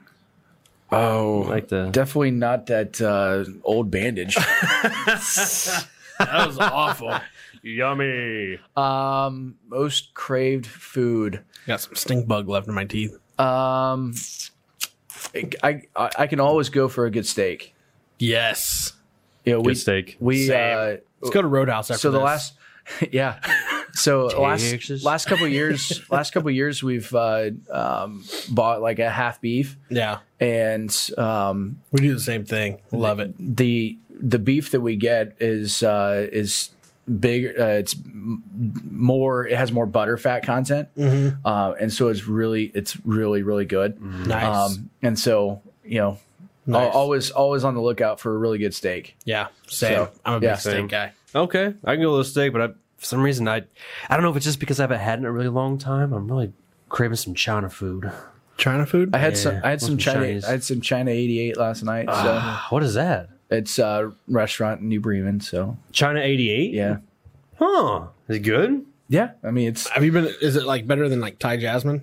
C: Oh,
B: Like the
C: definitely not that uh, old bandage.
A: That was awful.
B: yummy.
C: um, most craved food.
A: Got some stink bug left in my teeth.
C: Um, I, I I can always go for a good steak.
A: Yes.
C: You know, we
B: Good steak.
C: we uh,
A: Same. Let's go to Roadhouse after
C: so the
A: this.
C: last yeah. So last
B: Texas.
C: last couple of years, last couple of years, we've uh, um, bought like a half beef,
A: Yeah,
C: and um,
A: we do the same thing. Love it.
C: the the beef that we get is uh, is big. Uh, it's m- more. It has more butter fat content, uh, and so it's really it's really really good.
A: Mm-hmm. Nice.
C: Um, and so you know,
A: Nice.
C: al- always always on the lookout for a really good steak.
A: yeah, same.
C: so,
A: I'm a
C: yeah.
A: big steak guy.
B: Okay, I can go with a steak, but I, for some reason I, I don't know if it's just because I haven't had it in a really long time. I'm really craving some China food.
A: China food.
C: I had
B: Yeah,
C: some I had
B: want
C: some
B: some
C: China
B: Chinese.
C: I had some China 88 last night. So
B: what is that?
C: it's a restaurant in New Bremen. So
B: China '88.
C: yeah,
B: Huh? Is it good?
C: yeah. I mean it's
A: Have you been? Is it like better than like Thai jasmine?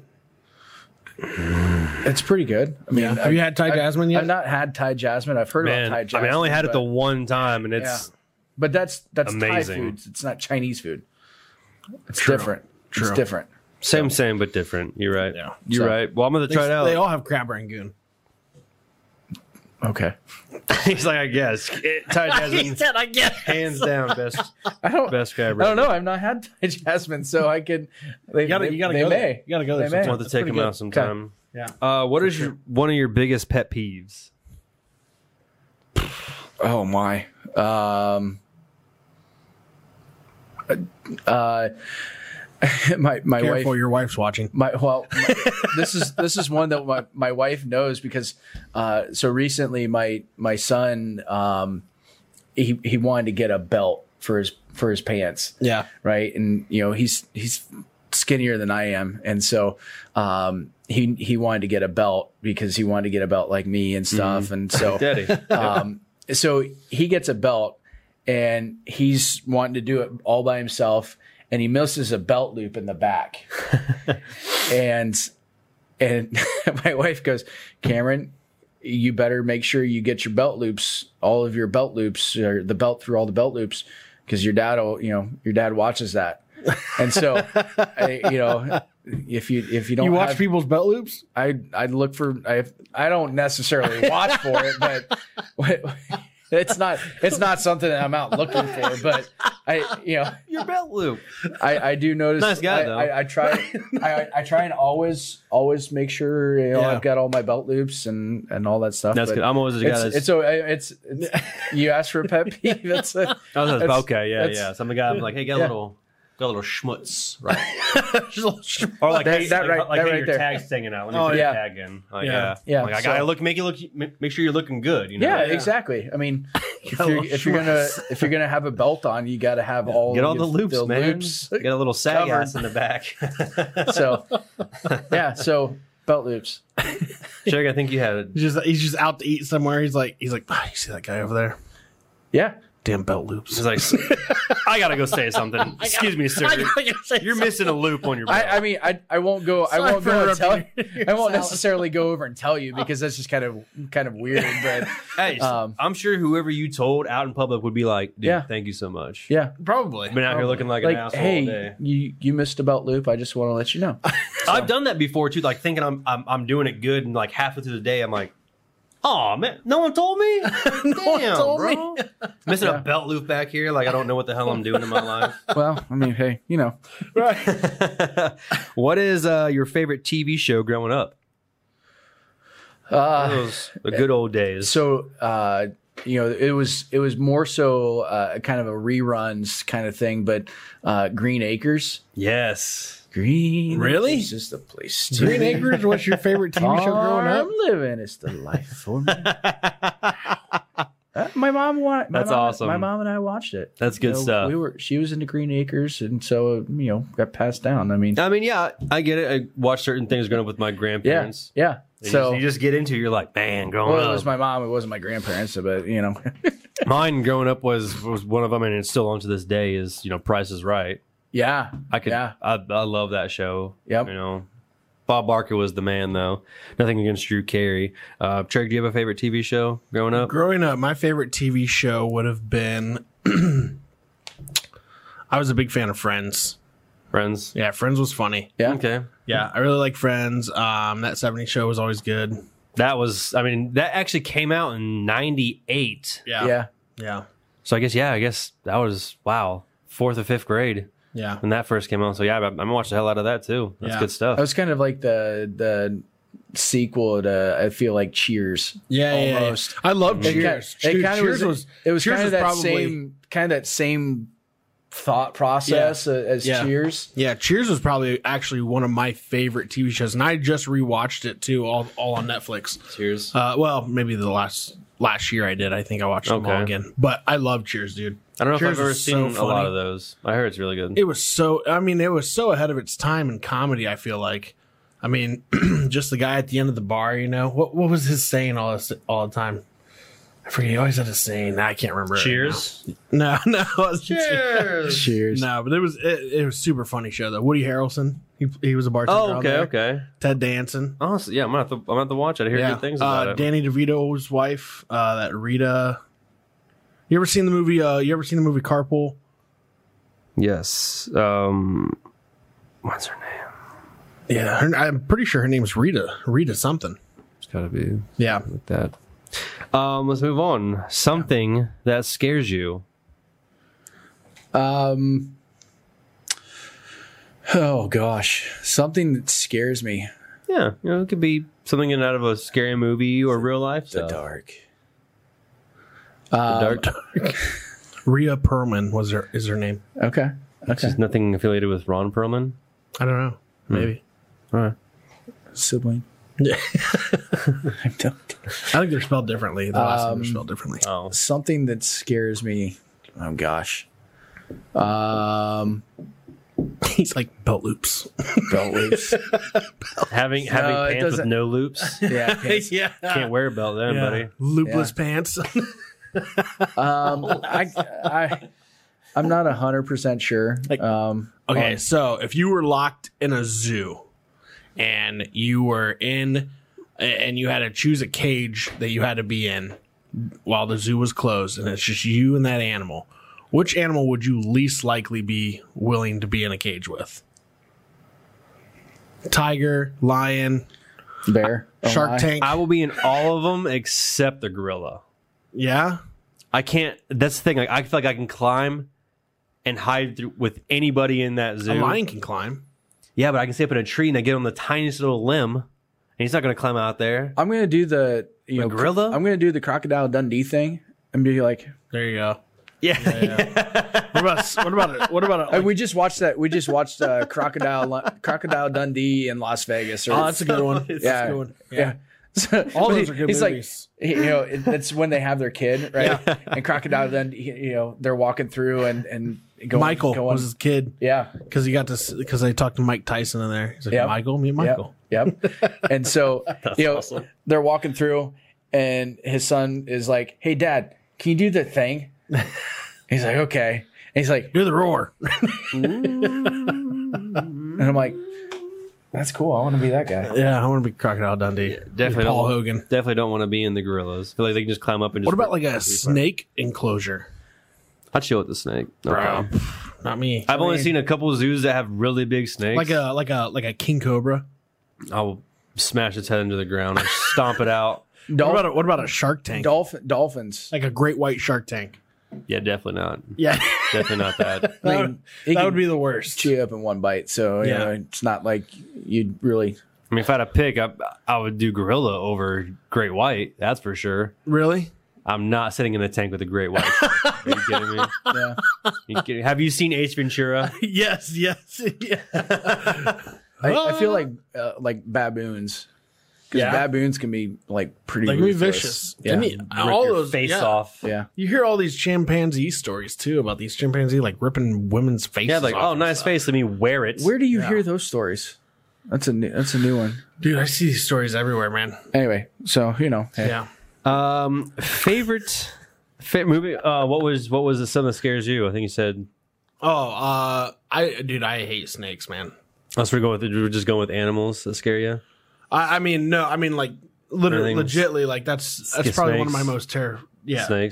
C: it's pretty good. I mean,
A: Yeah. Have you had Thai
C: I-
A: jasmine yet?
C: I've not had Thai jasmine. I've heard
B: Man,
C: about Thai
B: I
C: jasmine.
B: mean, I only had it
C: but,
B: the one time, and it's
C: but that's that's
B: Amazing.
C: Thai foods. It's not Chinese food. It's different.
A: True.
C: It's different.
B: same, same but different. You're right.
A: Yeah.
B: You're
C: So-
B: right. Well, I'm gonna
A: they,
B: try it out.
A: they all have crab rangoon.
C: Okay.
B: He's like, I guess it, Ty Jasmine,
A: said, "I guess."
B: hands down, best,
C: I don't.
B: best guy.
C: I don't know. I've not had Thai jasmine, so I could. They,
A: You gotta,
C: they,
A: you gotta
C: they
A: go.
C: may.
A: There. You gotta go there.
C: They may.
A: sometime.
B: Want to
C: That's
B: take
C: pretty
B: him
C: good.
B: out sometime.
A: Yeah.
B: Uh, what is your one of your biggest pet peeves?
C: Oh my. Um uh my my
A: Careful,
C: wife
A: your wife's watching.
C: my well my- this is this is one that my, my wife knows because uh so recently my my son um he he wanted to get a belt for his for his pants
A: Yeah.
C: right? And you know, he's he's skinnier than I am, and so um, he he wanted to get a belt because he wanted to get a belt like me and stuff, and so
B: Daddy.
C: um, so he gets a belt, and he's wanting to do it all by himself, and he misses a belt loop in the back, and And my wife goes, Cameron, you better make sure you get your belt loops, all of your belt loops, or the belt through all the belt loops, because your dad will, you know, your dad watches that. And so, I, you know, if you if you don't
D: You watch
C: have-
D: people's belt loops?
C: I I look for I I don't necessarily watch for it, but it's not it's not something that I'm out looking for. But I you know
B: Your belt loop.
C: I, I do notice.
B: Nice guy,
C: I,
B: though.
C: I, I try I, I try and always always make sure you know
D: Yeah.
C: I've got all my belt loops and and all that stuff.
B: That's
C: but
B: good. I'm always the guy
C: It's,
B: that's.
C: it's, so- it's it's you ask for a pet peeve. That's a,
B: I was
C: it's-
B: Oh, okay, yeah,
C: it's-
B: yeah. So I'm the guy. I'm like, hey, get a
C: Yeah.
B: little, got a little schmutz, right?
A: There's a little sh-
B: Or like,
C: That-
B: hey,
C: that
B: like,
C: right-
B: like,
C: that
B: hey,
C: right
B: your
C: there.
B: tag's hanging out. Let me
A: Oh,
B: put
C: yeah.
B: your tag in. Like,
A: Yeah.
B: yeah,
C: Yeah,
B: Like I
C: so-
B: gotta look, make you look, ma- make sure you're looking good. You know,
C: yeah, exactly. I mean, if
A: a
C: you're,
A: little
C: if you're gonna if you're gonna have a belt on, you got to have all
B: Get all
C: of
B: the loops, man.
C: loops.
B: Get a little sag
C: Covered.
B: ass in the back.
C: So yeah, so belt loops.
B: Sherry, I think you had.
A: he's just he's just out to eat somewhere. He's like he's like, "Ah, you see that guy over there?
C: Yeah.
A: Damn belt loops.
B: It's like, I gotta go say something. Excuse me, sir. You're missing a loop on your. Belt.
C: I, I mean, I, I won't go. I
A: Sorry
C: won't
A: for
C: go and tell.
A: interrupting your-
C: I
A: your
C: won't
A: salad.
C: necessarily go over and tell you because that's just kind of kind of weird. But
B: Hey,
C: Um,
B: I'm sure whoever you told out in public would be like, "Dude,
C: Yeah.
B: thank you so much."
C: yeah,
A: Probably.
B: Been out here looking like, an
C: like
B: asshole all day.
C: hey, you you missed a belt loop. I just want to let you know.
B: I've done that before too, like thinking I'm I'm, I'm doing it good, and like halfway through the day, I'm like, "Oh man, no one told me." Damn,
A: one told
B: bro. Missing a belt loop back here, like I don't know what the hell I'm doing in my life.
C: well, I mean, hey, you know,
B: what is uh, your favorite TV show growing up?
C: uh,
B: Those the good old days.
C: so uh, you know, it was it was more so uh, kind of a reruns kind of thing, but uh, Green Acres,
B: yes,
C: Green,
A: Really?
C: Acres is the place. To
D: Green
C: be.
D: Acres, what's your favorite TV show growing up?
C: I'm living. It's the life for me. Uh, my mom watched.
B: That's
C: mom,
B: awesome.
C: My mom and I watched it.
B: That's good
C: You know,
B: stuff.
C: We were. She was into Green Acres, and so you know got passed down. I mean,
B: I mean, yeah, I get it. I watched certain things growing up with my
C: yeah,
B: grandparents.
C: yeah.
B: You
C: So
B: just- you just get into, it, you're like, man, growing
C: well,
B: up.
C: it was my mom. It wasn't my grandparents, but you know,
B: Mine growing up was was one of them, and it's still on to this day. Is you know, Price is Right.
C: yeah,
B: I could,
C: Yeah.
B: I, I love that show.
C: Yep.
B: You know, Bob Barker was the man, though. Nothing against Drew Carey. Uh, Trey, do you have a favorite TV show growing up?
A: Growing up, my favorite TV show would have been. I was a big fan of Friends.
B: Friends.
A: Yeah, Friends was funny.
C: yeah.
B: Okay.
A: Yeah, I really like Friends. Um, that 70 show was always good.
B: That was, I mean, that actually came out in '98.
A: Yeah.
C: Yeah,
A: Yeah.
B: So I guess, yeah, I guess that was wow, fourth or fifth grade
A: Yeah.
B: when that first came out. So yeah, I'm gonna watch the hell out of that too. That's
A: Yeah.
B: good stuff.
C: that was kind of like the the sequel to I feel like Cheers.
A: Yeah. yeah, yeah.
C: Almost.
A: I love
C: It
A: Cheers.
C: ki- It
A: Dude,
C: kind of
A: Cheers
C: was, It was
A: Cheers
C: kind of
A: was
C: that
A: probably-
C: same kind of that same thought process uh, as
A: Yeah.
C: Cheers.
A: Yeah, Cheers was probably actually one of my favorite TV shows, and I just rewatched it too, all all on Netflix.
B: Cheers.
A: Uh, well, maybe the last last year I did. I think I watched them all
B: Okay.
A: again. But I love Cheers, dude.
B: I don't know
A: Cheers
B: if I've ever
A: was so
B: seen a lot
A: funny.
B: of those. I heard it's really good.
A: It was so. I mean, it was so ahead of its time in comedy. I feel like. I mean, just the guy at the end of the bar. You know what? What was his saying all this all the time? I forget. He always had a saying. I can't remember. it right now. No, no.
B: Cheers.
C: Cheers.
A: No, but it was it, it was super funny show though. Woody Harrelson, he, he was a bartender.
B: Oh,
A: on
B: okay,
A: there.
B: okay.
A: Ted Danson.
B: Honestly, yeah, I'm gonna have to, I'm gonna have to watch it. I hear good things about
A: uh,
B: it.
A: Danny DeVito's wife, uh, that Rita. You ever seen the movie? Uh, you ever seen the movie Carpool?
B: Yes. Um, what's her name?
A: Yeah, her, I'm pretty sure her name's Rita. Rita something.
B: It's gotta be
A: Yeah,
B: like that. Um, let's move on. Something that scares you.
C: Um. Oh gosh, something that scares me.
B: Yeah, you know, it could be something in out of a scary movie or real life.
C: The
B: stuff.
C: dark.
B: The
C: Uh,
B: dark.
A: Rhea Perlman was her is her name.
C: okay. Okay.
B: There's nothing affiliated with Ron Perlman.
A: I don't know.
C: Hmm.
A: Maybe
B: All right.
C: Sibling.
A: Yeah.
C: I don't.
A: I think they're spelled differently. The last name
C: Um,
A: they're spelled differently.
B: Oh,
C: Something that scares me. Oh gosh. Um.
A: He's like belt loops.
C: Belt loops.
B: having having
C: it
B: pants with
C: doesn't-
B: no loops.
C: yeah. pants.
A: yeah,
B: Can't wear a belt then, buddy.
A: Loopless
C: Yeah.
A: pants.
C: Um. I. I. I'm not hundred percent sure. Um.
A: Okay, so if you were locked in a zoo and you were in and you had to choose a cage that you had to be in while the zoo was closed and it's just you and that animal which animal would you least likely be willing to be in a cage with tiger lion
C: Bear. Oh,
A: shark
C: my.
A: tank
B: I will be in all of them except the gorilla.
A: yeah
B: I can't. That's the thing. Like, I feel like I can climb and hide through, with anybody in
C: Oh,
B: that zoo.
A: a lion can climb
B: Yeah, but I can stay up in a tree and I get on the tiniest little limb, and he's not going to climb out there.
C: I'm gonna do the you
B: The
C: know
B: gorilla?
C: I'm gonna do the crocodile Dundee thing and be like,
A: there you go
B: Yeah,
A: what about what about a, what about a,
C: Hey, we just watched that. We just watched uh, crocodile crocodile Dundee in Las Vegas. Or,
A: oh that's a good one That's
B: It's
A: a
C: yeah.
A: good one.
C: yeah. So-
A: All
C: but
A: those
C: he-
A: are good
C: he's
A: movies.
C: Like, he- you know, it, it's when they have their kid, right? And crocodile Dundee, you know, they're walking through and and going.
A: michael
C: going,
A: was his kid
C: yeah,
A: because he got to because they talked to mike tyson in there he's like
C: Yep.
A: michael meet
C: Yep.
A: michael
C: Yep. And so, you know, they're walking through, and his son is like, "Hey, Dad, can you do the thing?" he's like, "Okay." And he's like,
A: do the roar
C: and I'm like, "That's cool. I want to be that guy."
A: Yeah, I want to be Crocodile Dundee.
B: definitely
A: Paul
B: don't-
A: Hogan.
B: definitely don't want to be in the gorillas. I feel like they can just climb up and. Just
A: What about like a snake enclosure?
B: I'd chill with the snake. No problem.
A: Not me.
B: I've only seen a couple zoos that have really big snakes.
A: like a like a like a king cobra.
B: I'll smash its head into the ground and stomp it out.
A: What
C: Dolph-
A: about a, what about a shark tank?
C: dolphin, dolphins.
A: Like a great white shark tank.
B: Yeah, definitely not.
A: Yeah,
B: Definitely not that.
C: I mean, he
A: that
C: can
A: would be the worst.
C: chew you up in one bite, so you
A: Yeah.
C: know, it's not like you'd really.
B: I mean, if I had a pick, I, I would do gorilla over great white. That's for sure.
A: Really?
B: I'm not sitting in a tank with a great white. Are you kidding me?
C: Yeah.
B: You kidding- Have you seen Ace Ventura?
A: Yes, yes, yeah.
C: I, I feel like uh, like baboons. Because
A: Yeah.
C: baboons can be like pretty
A: Like be
C: ruthless.
A: vicious.
C: Yeah.
A: Didn't he-
B: Rip
A: all
B: your
A: those
B: face
A: yeah.
B: off.
C: yeah.
A: You hear all these chimpanzee stories too about these chimpanzee like ripping women's faces.
B: Yeah, like
A: off
B: oh,
A: and
B: nice
A: stuff.
B: face. Let me wear it.
C: Where do you hear those stories? That's a new, that's a new one.
A: dude. I see these stories everywhere, man.
B: Um, uh,
A: Oh, uh,
B: oh, Hmm.
A: Oh Oh,
C: Oh,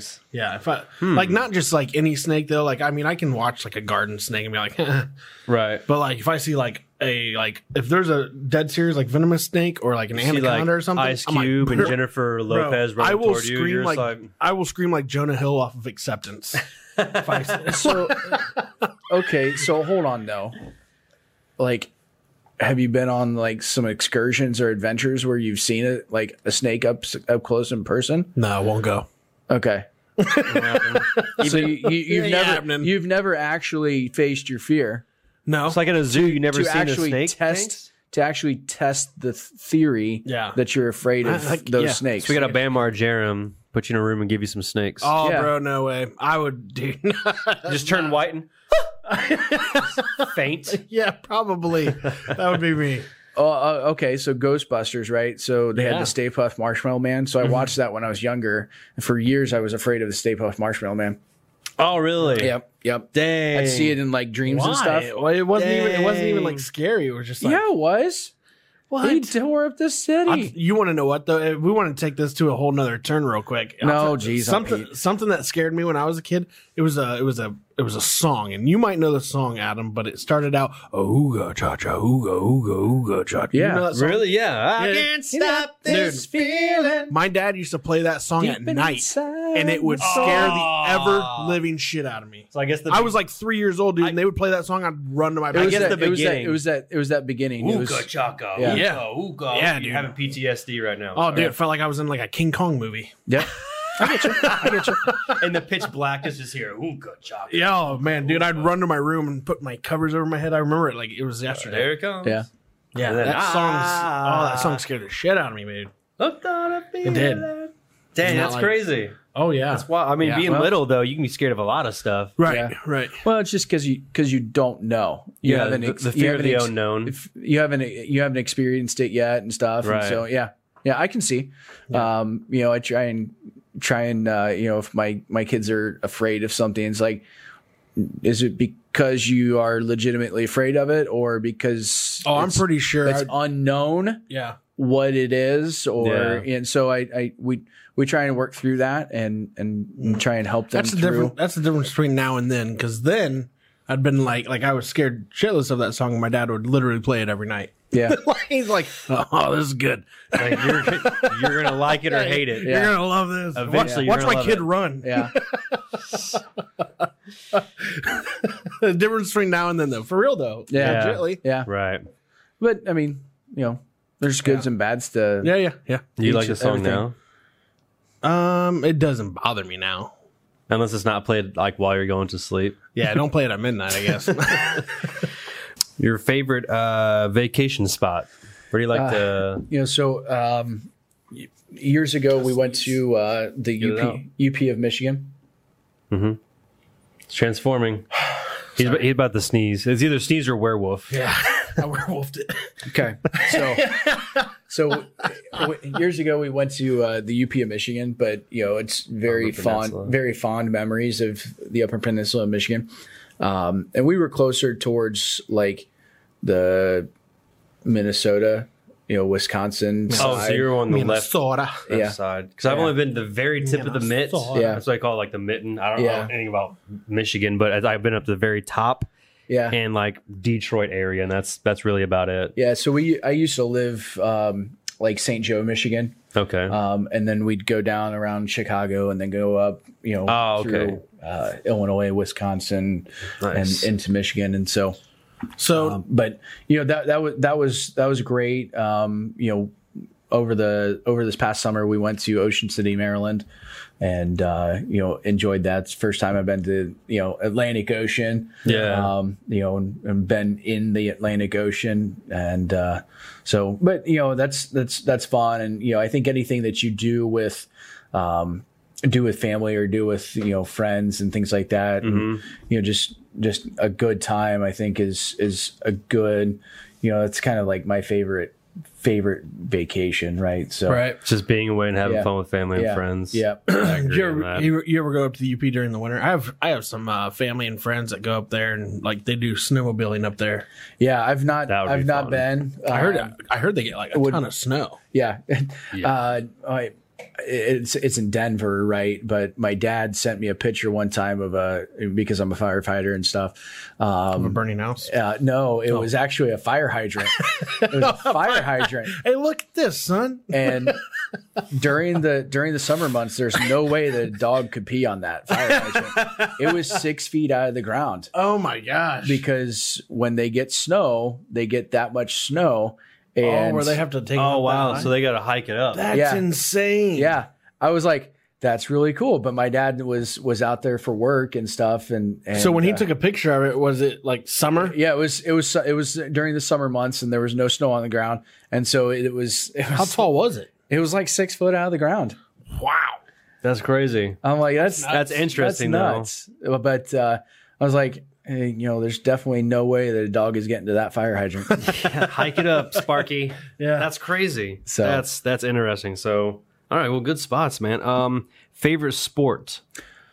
A: Oh, Eh, Oh, oh, oh, Oh,
C: Oh. Ah. Um, uh, Is it because you are legitimately afraid of it, or because
A: Oh, I'm
C: it's-
A: pretty sure.
C: it's
A: I'd-
C: unknown?
A: yeah.
C: what it is or
B: Yeah.
C: and so I, I we we try and work through that and and try and help them
A: That's the
C: through.
A: difference. That's the difference between now and then. Because then I'd been like, like I was scared shitless of that song, and my dad would literally play it every night.
C: Yeah.
A: He's like, oh, this is good.
B: Like you're you're gonna like it or hate it.
C: Yeah.
A: You're gonna love this.
B: Eventually,
A: watch, watch
B: you're gonna
A: my
B: love
A: kid
B: it.
A: run.
C: Yeah.
A: the difference between now and then, though, for real though.
C: Yeah.
A: Legitly.
C: Yeah.
B: Right.
C: But I mean, you know, there's goods and bads to
A: Yeah, yeah, yeah.
B: Do you
C: Each-
B: like the song
C: everything.
B: now?
A: Um, it doesn't bother me now.
B: Unless it's not played like while you're going to sleep.
A: Yeah, don't play it at midnight. I guess.
B: Your favorite uh, vacation spot? Where do you like to?
C: you know, so um y- years ago we went to uh
B: Get it
C: the
B: out.
C: UP UP of Michigan.
B: It's transforming. He's about, he's about to sneeze. It's either sneeze or werewolf.
A: yeah, I werewolfed it.
C: Okay. So, so uh, w- years ago we went to uh, the UP of Michigan, but you know it's very
B: Upper
C: fond,
B: Peninsula.
C: very fond memories of the Upper Peninsula of Michigan, um, and we were closer towards like the Minnesota, you know, Wisconsin.
B: Oh, so
C: side.
B: you're on the left,
A: Minnesota.
B: left
C: yeah.
B: side. Because I've
C: Yeah.
B: only been to the very tip of the mitt.
A: Minnesota.
C: Yeah.
B: That's what I call it, like the mitten. I don't know
C: Yeah.
B: anything about Michigan, but as I've been up to the very top
C: yeah,
B: and like Detroit area, and that's that's really about it.
C: yeah. So we, I used to live um, like St. Joe, Michigan,
B: Okay.
C: um, and then we'd go down around Chicago, and then go up, you know,
B: Oh, okay.
C: through uh, Illinois, Wisconsin,
B: Nice.
C: and into Michigan, and so.
A: So
C: Um, but you know that that was that was that was great. Um, you know, over the over this past summer, we went to Ocean City, Maryland, and uh, you know enjoyed that. It's the first time I've been to you know Atlantic Ocean.
B: Yeah.
C: Um, you know, and, and been in the Atlantic Ocean, and uh, so, but you know, that's that's that's fun, and you know, I think anything that you do with. Um, do with family or do with you know friends and things like that and,
B: Mm-hmm.
C: you know just just a good time i think is is a good you know it's kind of like my favorite favorite vacation right so
A: right.
B: Just being away and having
C: Yeah.
B: fun with family
C: yeah
B: and friends.
C: yeah
B: I agree
A: You
B: on
A: ever,
B: that.
A: you, you ever go up to the UP during the winter? I have I have some uh, family and friends that go up there and like they do snowmobiling up there.
C: yeah i've not
B: That would
C: i've
B: be
C: not
B: fun.
C: been
A: I heard
C: Um,
A: I heard they get like a
C: would-
A: ton of snow.
C: yeah, uh I, it's it's in denver right but my dad sent me a picture one time of a because i'm a firefighter and stuff
A: of a
C: um
A: burning house.
C: uh, no
A: Oh.
C: it was actually a fire hydrant it was a fire hydrant
A: Hey, look at this, son.
C: and during the during the summer months, there's no way that a dog could pee on that fire hydrant. it was six feet out of the ground
A: Oh my gosh.
C: because when they get snow, they get that much snow, and
A: oh, where they have to take. it
B: Oh
A: up
B: wow!
A: that
B: So
A: high?
B: they got to hike it up.
A: that's
C: Yeah.
A: insane.
C: yeah, I was like, that's really cool. But my dad was was out there for work and stuff, and, and
A: So when he
C: uh,
A: took a picture of it, was it like summer?
C: yeah, it was it was it was during the summer months, and there was no snow on the ground, and so it was it
A: How
C: was,
A: tall was it?
C: it was like six foot out of the ground.
A: Wow.
B: That's crazy.
C: I'm like, that's
B: That's interesting, though.
C: that's nuts. But uh, I was like, hey, you know, there's definitely no way that a dog is getting to that fire hydrant.
B: hike it up, Sparky.
A: Yeah.
B: that's crazy.
C: So-
B: that's that's interesting. So, all right, well, good spots, man. Um, favorite sport?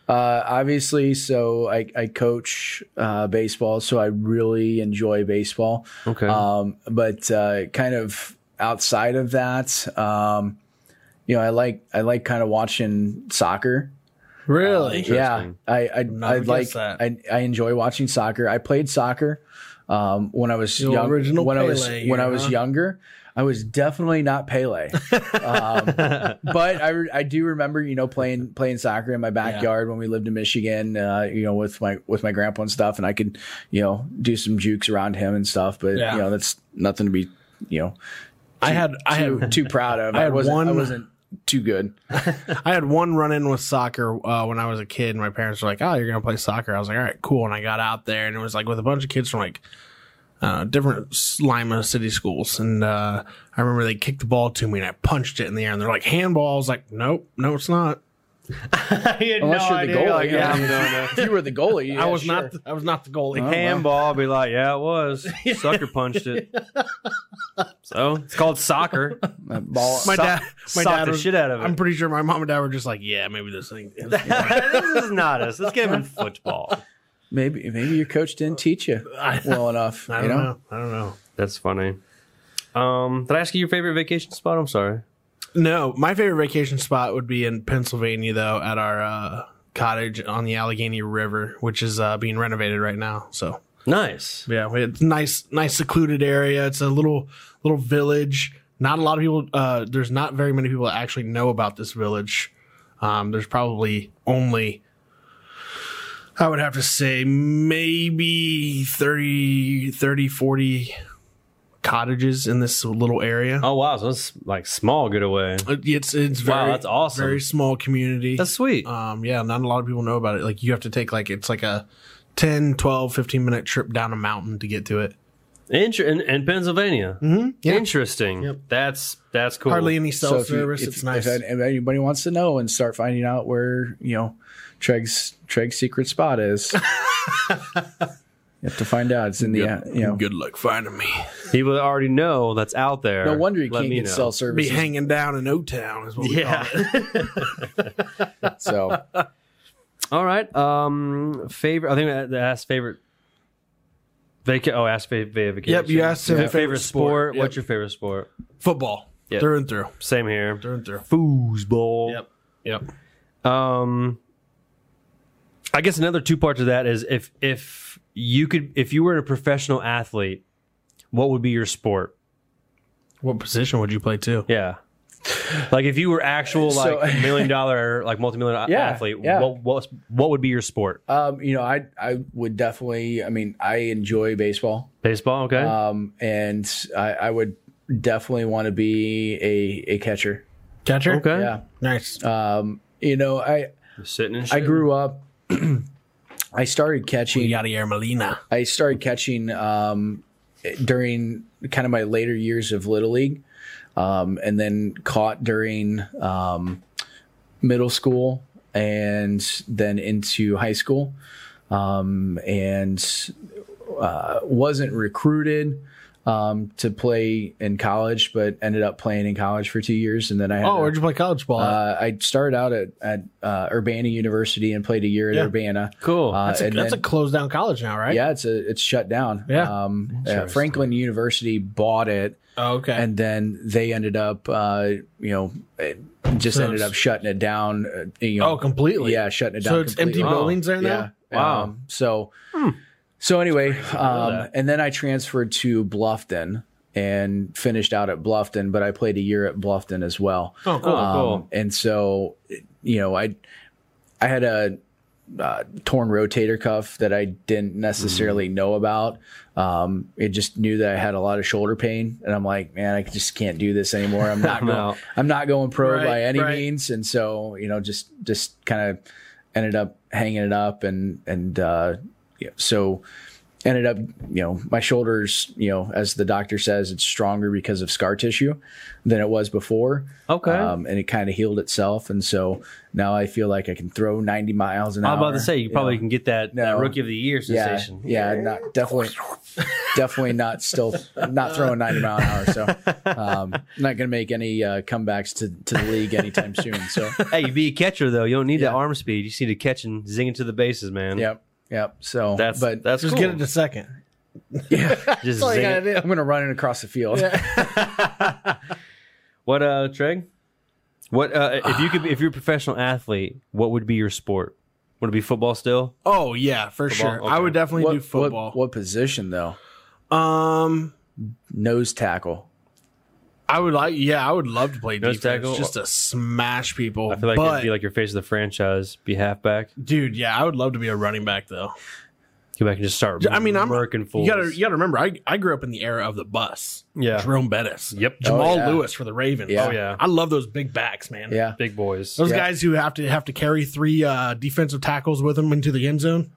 C: uh, obviously, so I, I coach uh, baseball, so I really enjoy baseball.
B: Okay,
C: Um, but uh, kind of outside of that, um, you know, I like I like kind of watching soccer.
A: Really?
C: Yeah,
B: Interesting.
C: I I,
A: Not
C: I
A: against
C: like
A: that.
C: I, I enjoy watching soccer. I played soccer um, when I was
A: The old
C: young,
A: original
C: when I was
A: Pele
C: when I
A: here,
C: was
A: huh?
C: younger. I was definitely not Pele, um, but I, re- I do remember you know playing playing soccer in my backyard when we lived in Michigan. Uh, you know with my with my grandpa and stuff, and I could you know do some jukes around him and stuff. But
A: Yeah.
C: you know that's nothing to be you know
A: I had I
C: too,
A: had
C: too proud of.
A: I
C: I,
A: had
C: wasn't I
A: one-
C: wasn't too good.
A: I had one run in with soccer uh, when I was a kid, and my parents were like, "Oh, you're gonna play soccer." I was like, "All right, cool." And I got out there, and it was like with a bunch of kids from like uh, different s- Lima city schools, and uh, I remember they kicked the ball to me, and I punched it in the air, and they're like, "Handball." I was like, "Nope, no, it's not."
C: Unless you're the goalie,
B: Like,
C: you know,
B: yeah,
C: if you were the goalie, yeah,
A: I was
C: sure.
A: not. The, I was not the goalie.
B: handball. I'll be like, yeah, it was. Sucker punched it. So it's called soccer.
C: That ball.
A: My
B: Sock-
A: dad. My
B: sock
A: dad
B: the
A: was,
B: shit out of it.
A: I'm pretty sure my mom and dad were just like, "Yeah, maybe this thing." is-"
B: this is not us. Let's get him in football.
C: Maybe maybe your coach didn't teach you
A: I,
C: well enough.
A: I
C: you
A: don't know? I don't know.
B: That's funny. Um, did I ask you your favorite vacation spot? I'm sorry.
A: No, my favorite vacation spot would be in Pennsylvania, though, at our uh, cottage on the Allegheny River, which is uh, being renovated right now. So
B: Nice.
A: Yeah, we- it's nice, nice secluded area. It's a little little village. Not a lot of people. Uh, there's not very many people that actually know about this village. Um, there's probably only, I would have to say, maybe 30, 30, 40 cottages in this little area.
B: Oh wow, so it's like small getaway.
A: Uh, It's it's very
B: Wow, that's awesome.
A: very small community.
B: That's sweet.
A: um yeah not a lot of people know about it like you have to take like it's like a 10 12 15 minute trip down a mountain to get to it
B: Inter- in, in Pennsylvania.
A: mm-hmm.
B: Interesting. That's that's cool.
A: hardly any cell
C: if you-
A: service.
C: if-
A: it's nice.
C: If, if anybody wants to know and start finding out where you know Treg's Treg's secret spot is, you have to find out. It's in the uh, you know.
A: Good luck finding me.
B: People that already know that's out there.
C: No wonder you
B: let
C: can't
B: me
C: get
B: know.
C: cell
A: Be
C: service.
A: hanging down in O Town is what we
B: Yeah.
A: call it.
C: So
B: All right. Um, favorite. I think I- I asked favorite. Vaca- oh, asked fa- va- vacation.
A: Yep, you asked him
B: Fa-
A: favorite
B: favorite,
A: sport.
B: sport.
A: Yep.
B: What's your favorite sport?
A: Football.
B: Yeah.
A: Through and through.
B: Same here.
A: Through and through.
B: Foosball.
A: Yep. Yep.
B: Um, I guess another two parts of that is if if you could if you were a professional athlete, what would be your sport?
A: What position would you play too?
B: Yeah. Like if you were actual like
C: So-
B: million dollar like multimillion
C: Yeah,
B: athlete,
C: yeah.
B: what what what would be your sport?
C: um, you know, I I would definitely. I mean, I enjoy baseball.
B: Baseball, okay.
C: Um, and I, I would definitely want to be a, a catcher.
A: Catcher.
B: okay.
C: Yeah.
A: Nice.
C: Um, you know, I,
B: Sitting and
C: I
B: shitting.
C: grew up, I started
A: We
C: catching,
A: got Yadier Molina.
C: I started catching, um, during kind of my later years of little league. Um, and then caught during, um, middle school and then into high school. Um, and, uh, wasn't recruited. Um, to play in college, but ended up playing in college for two years, and then I had
A: Oh,
C: a-
A: where'd you play college ball? at?
C: uh, I started out at, at uh, Urbana University and played a year at
A: Yeah.
C: Urbana.
B: Cool.
C: Uh,
A: that's a,
C: and
A: that's
C: then-
A: a closed down college now, right?
C: yeah, it's a, it's shut down.
A: Yeah.
C: Um, uh,
B: Interesting.
C: Franklin University bought it,
A: Oh, okay.
C: and then they ended up, uh, you know, it just
A: So
C: ended
A: it's-
C: up shutting it down. uh, you know,
A: oh, completely.
C: yeah, shutting it down.
A: So it's empty
C: completely. Oh,
B: Wow.
A: buildings there now.
C: Yeah.
B: Wow.
C: Um, so,
B: Hmm.
C: so anyway,
B: know
C: um,
B: that.
C: and then I transferred to Bluffton and finished out at Bluffton, but I played a year at Bluffton as well.
A: Oh, cool.
B: Oh. cool.
C: Um, And so, you know, I, I had a uh, torn rotator cuff that I didn't necessarily know about. Um, it just knew that I had a lot of shoulder pain, and I'm like, man, I just can't do this anymore. I'm not
B: I'm
C: going.
B: out.
C: I'm not going pro
A: Right,
C: by any
A: right.
C: means, and so you know, just just kind of ended up hanging it up, and and uh, yeah, so ended up you know my shoulders you know as the doctor says it's stronger because of scar tissue than it was before
B: Okay.
C: um, and it kind of healed itself and so now i feel like i can throw 90 miles an
B: I
C: hour
B: was about to say you probably can get that, that
C: No.
B: rookie of the year
C: yeah,
B: sensation.
C: yeah, not definitely, definitely not still not throwing ninety mile an hour. So, um, not going to make any uh, comebacks to, to the league anytime soon. So,
B: hey, you be a catcher though. You don't need that
C: Yeah.
B: arm speed. You just need to catch and zing into the bases, man.
C: yep, yep. So,
B: That's
C: but
B: that's
A: Just
B: cool.
A: get it to second.
B: Just
A: all you
B: zing
A: gotta
B: it.
A: do.
C: I'm going to run it across the field.
B: What uh, Treg? What uh, if you could? Be, if you're a professional athlete, what would be your sport? Would it be football still?
A: Oh yeah, for
B: Football?
A: sure.
B: Okay.
A: I would definitely do
C: What,
A: football.
C: what what position though?
A: Um,
C: Nose tackle.
A: I would like. Yeah, I would love to play
B: Nose
A: defense
B: tackle?
A: just to smash people.
B: I feel like
A: but,
B: it'd be like your face of the franchise. Be halfback.
A: dude, yeah, I would love to be a running back though.
B: Go back and just start.
A: I mean, I'm
B: working full.
A: You gotta, you gotta remember, I, I grew up in the era of the bus.
B: yeah.
A: Jerome Bettis,
B: Yep.
A: Jamal
C: Oh, yeah.
A: Lewis for the Ravens.
C: Yeah.
B: Oh, yeah.
A: I love those big backs, man.
C: Yeah.
B: Big boys.
A: Those
C: Yeah.
A: guys who have to have to carry three uh, defensive tackles with them into the end zone.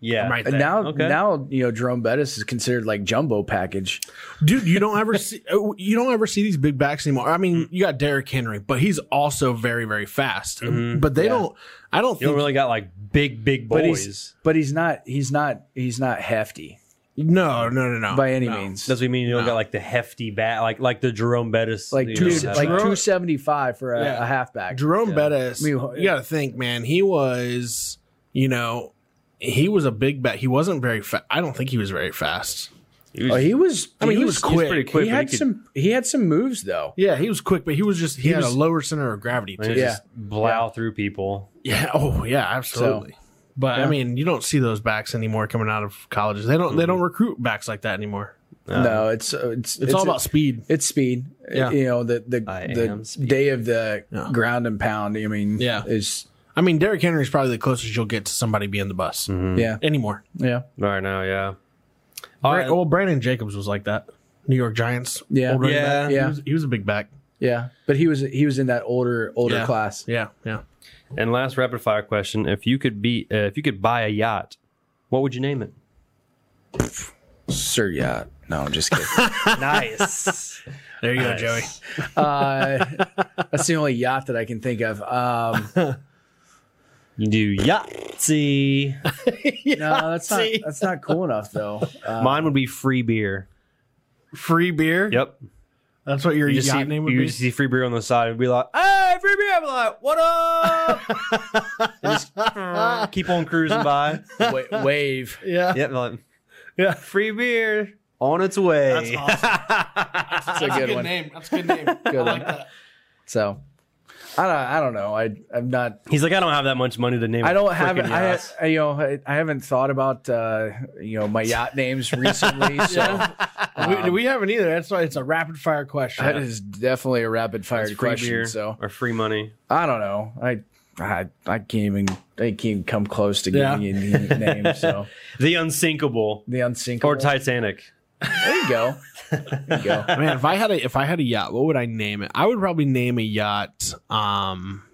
B: Yeah.
A: I'm right
C: And
A: there.
C: now,
B: Okay.
C: now you know Jerome Bettis is considered like jumbo package.
A: dude, you don't ever see uh, you don't ever see these big backs anymore. I mean, you got Derrick Henry, but he's also very very fast. Um, But they don't. I don't
B: You don't
A: think
B: really got like big, big
C: But
B: boys.
C: he's but he's not he's not he's not hefty
A: no no no no
C: by any
A: no.
C: means.
B: That's what you mean. You don't got like the hefty bat, like like the Jerome Bettis,
C: like
B: you
C: two,
B: know,
C: like
A: Jerome-
C: two seventy five for a,
A: Yeah.
C: a halfback.
A: Jerome Bettis,
C: I mean,
A: you got to think, man. He was, you know, he was a big bat. He wasn't very fast. I don't think he was very fast.
B: He was-
C: Oh, he was.
A: I mean, he was quick.
B: pretty quick,
C: He
B: but
C: had
B: he could-
C: some. He had some moves though.
A: Yeah, he was quick, but he was just he, had
C: was-
A: a lower center of gravity
B: I mean,
A: too.
B: it's just blow through people.
A: Yeah. Oh, yeah. Absolutely. but I mean, you don't see those backs anymore coming out of colleges. They don't. They don't recruit backs like that anymore.
C: no, it's uh, it's
A: It's, all about speed.
C: it's speed.
A: Yeah.
C: You know the the,
B: I am
C: the
B: speed.
C: day of the
A: Yeah.
C: ground and pound. I mean,
A: Yeah.
C: is
A: I mean, Derrick Henry is probably the closest you'll get to somebody being the bus
C: yeah,
A: anymore.
C: yeah.
B: Right now, yeah. All
A: Bra- well, Brandon Jacobs was like that. New York Giants.
C: Yeah.
A: old running
B: Yeah.
A: back.
C: Yeah.
A: He was, he was a big back.
C: Yeah, but he was he was in that older older
A: Yeah.
C: class.
A: Yeah. Yeah.
B: And last rapid fire question: If you could be, uh, if you could buy a yacht, what would you name it?
C: Sir, yeah. No, I'm just kidding.
B: nice.
A: There you go, Joey.
C: uh, that's the only yacht that I can think of. Um,
B: You do Yahtzee.
C: no, that's not that's not cool enough though. Uh,
B: Mine would be free beer.
A: Free beer.
B: Yep.
A: That's what your
B: You
A: yacht
B: just see,
A: name would
B: you
A: be.
B: just see free beer on the side and be like, "Hey, free beer!" I'm like, "What up?" And just keep on cruising by.
C: wa- wave.
A: yeah.
B: Yep. Like,
A: Yeah.
B: Free beer on its way.
A: That's awesome.
C: That's a good one.
A: name. That's a good name.
C: Good one. So, I don't I don't know. I I'm not
B: He's like, I don't have that much money to name.
C: I
B: a
C: don't have
B: frickin'
C: I,
B: yacht."
C: I you know I, I haven't thought about uh you know my yacht names recently so
A: we, we haven't either. That's why it's a rapid fire question.
C: that is definitely a rapid fire
B: It's free
C: question
B: beer
C: so
B: or free money.
C: I don't know I I, I can't even I can't even come close to
A: Yeah.
C: giving you a name so
B: The unsinkable
C: the unsinkable
B: or Titanic.
C: there you go there you go
A: Man, if I had a if I had a yacht, what would I name it? I would probably name a yacht. Um,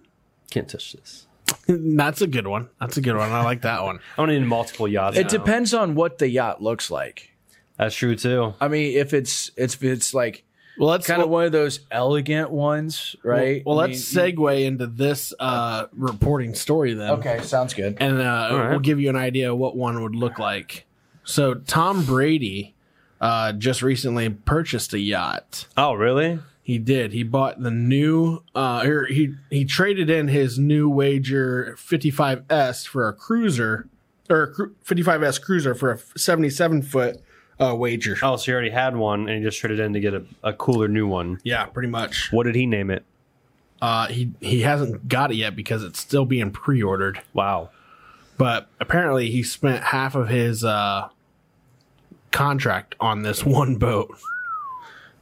B: Can't touch this.
A: that's a good one. That's a good one. I like that one.
B: I don't need multiple yachts.
C: it
B: now.
C: depends on what the yacht looks like
B: That's true too.
C: I mean if it's it's if it's like
A: Well, let's
C: kind of
A: well,
C: one of those elegant ones right
A: Well,
C: I
A: let's
C: mean,
A: segue into this uh, reporting story then.
C: okay sounds good
A: and uh,
B: All right.
A: we'll give you an idea of what one would look like. So Tom Brady uh, just recently purchased a yacht.
B: Oh really?
A: He did. He bought the new, uh, or he he traded in his new Wager 55s for a cruiser, or a cru- 55s cruiser for a 77 foot uh, Wager.
B: Oh, so he already had one and he just traded in to get a, a cooler new one.
A: Yeah, pretty much.
B: What did he name it?
A: Uh, he he hasn't got it yet because it's still being pre ordered.
B: Wow.
A: But apparently, he spent half of his uh, contract on this one boat.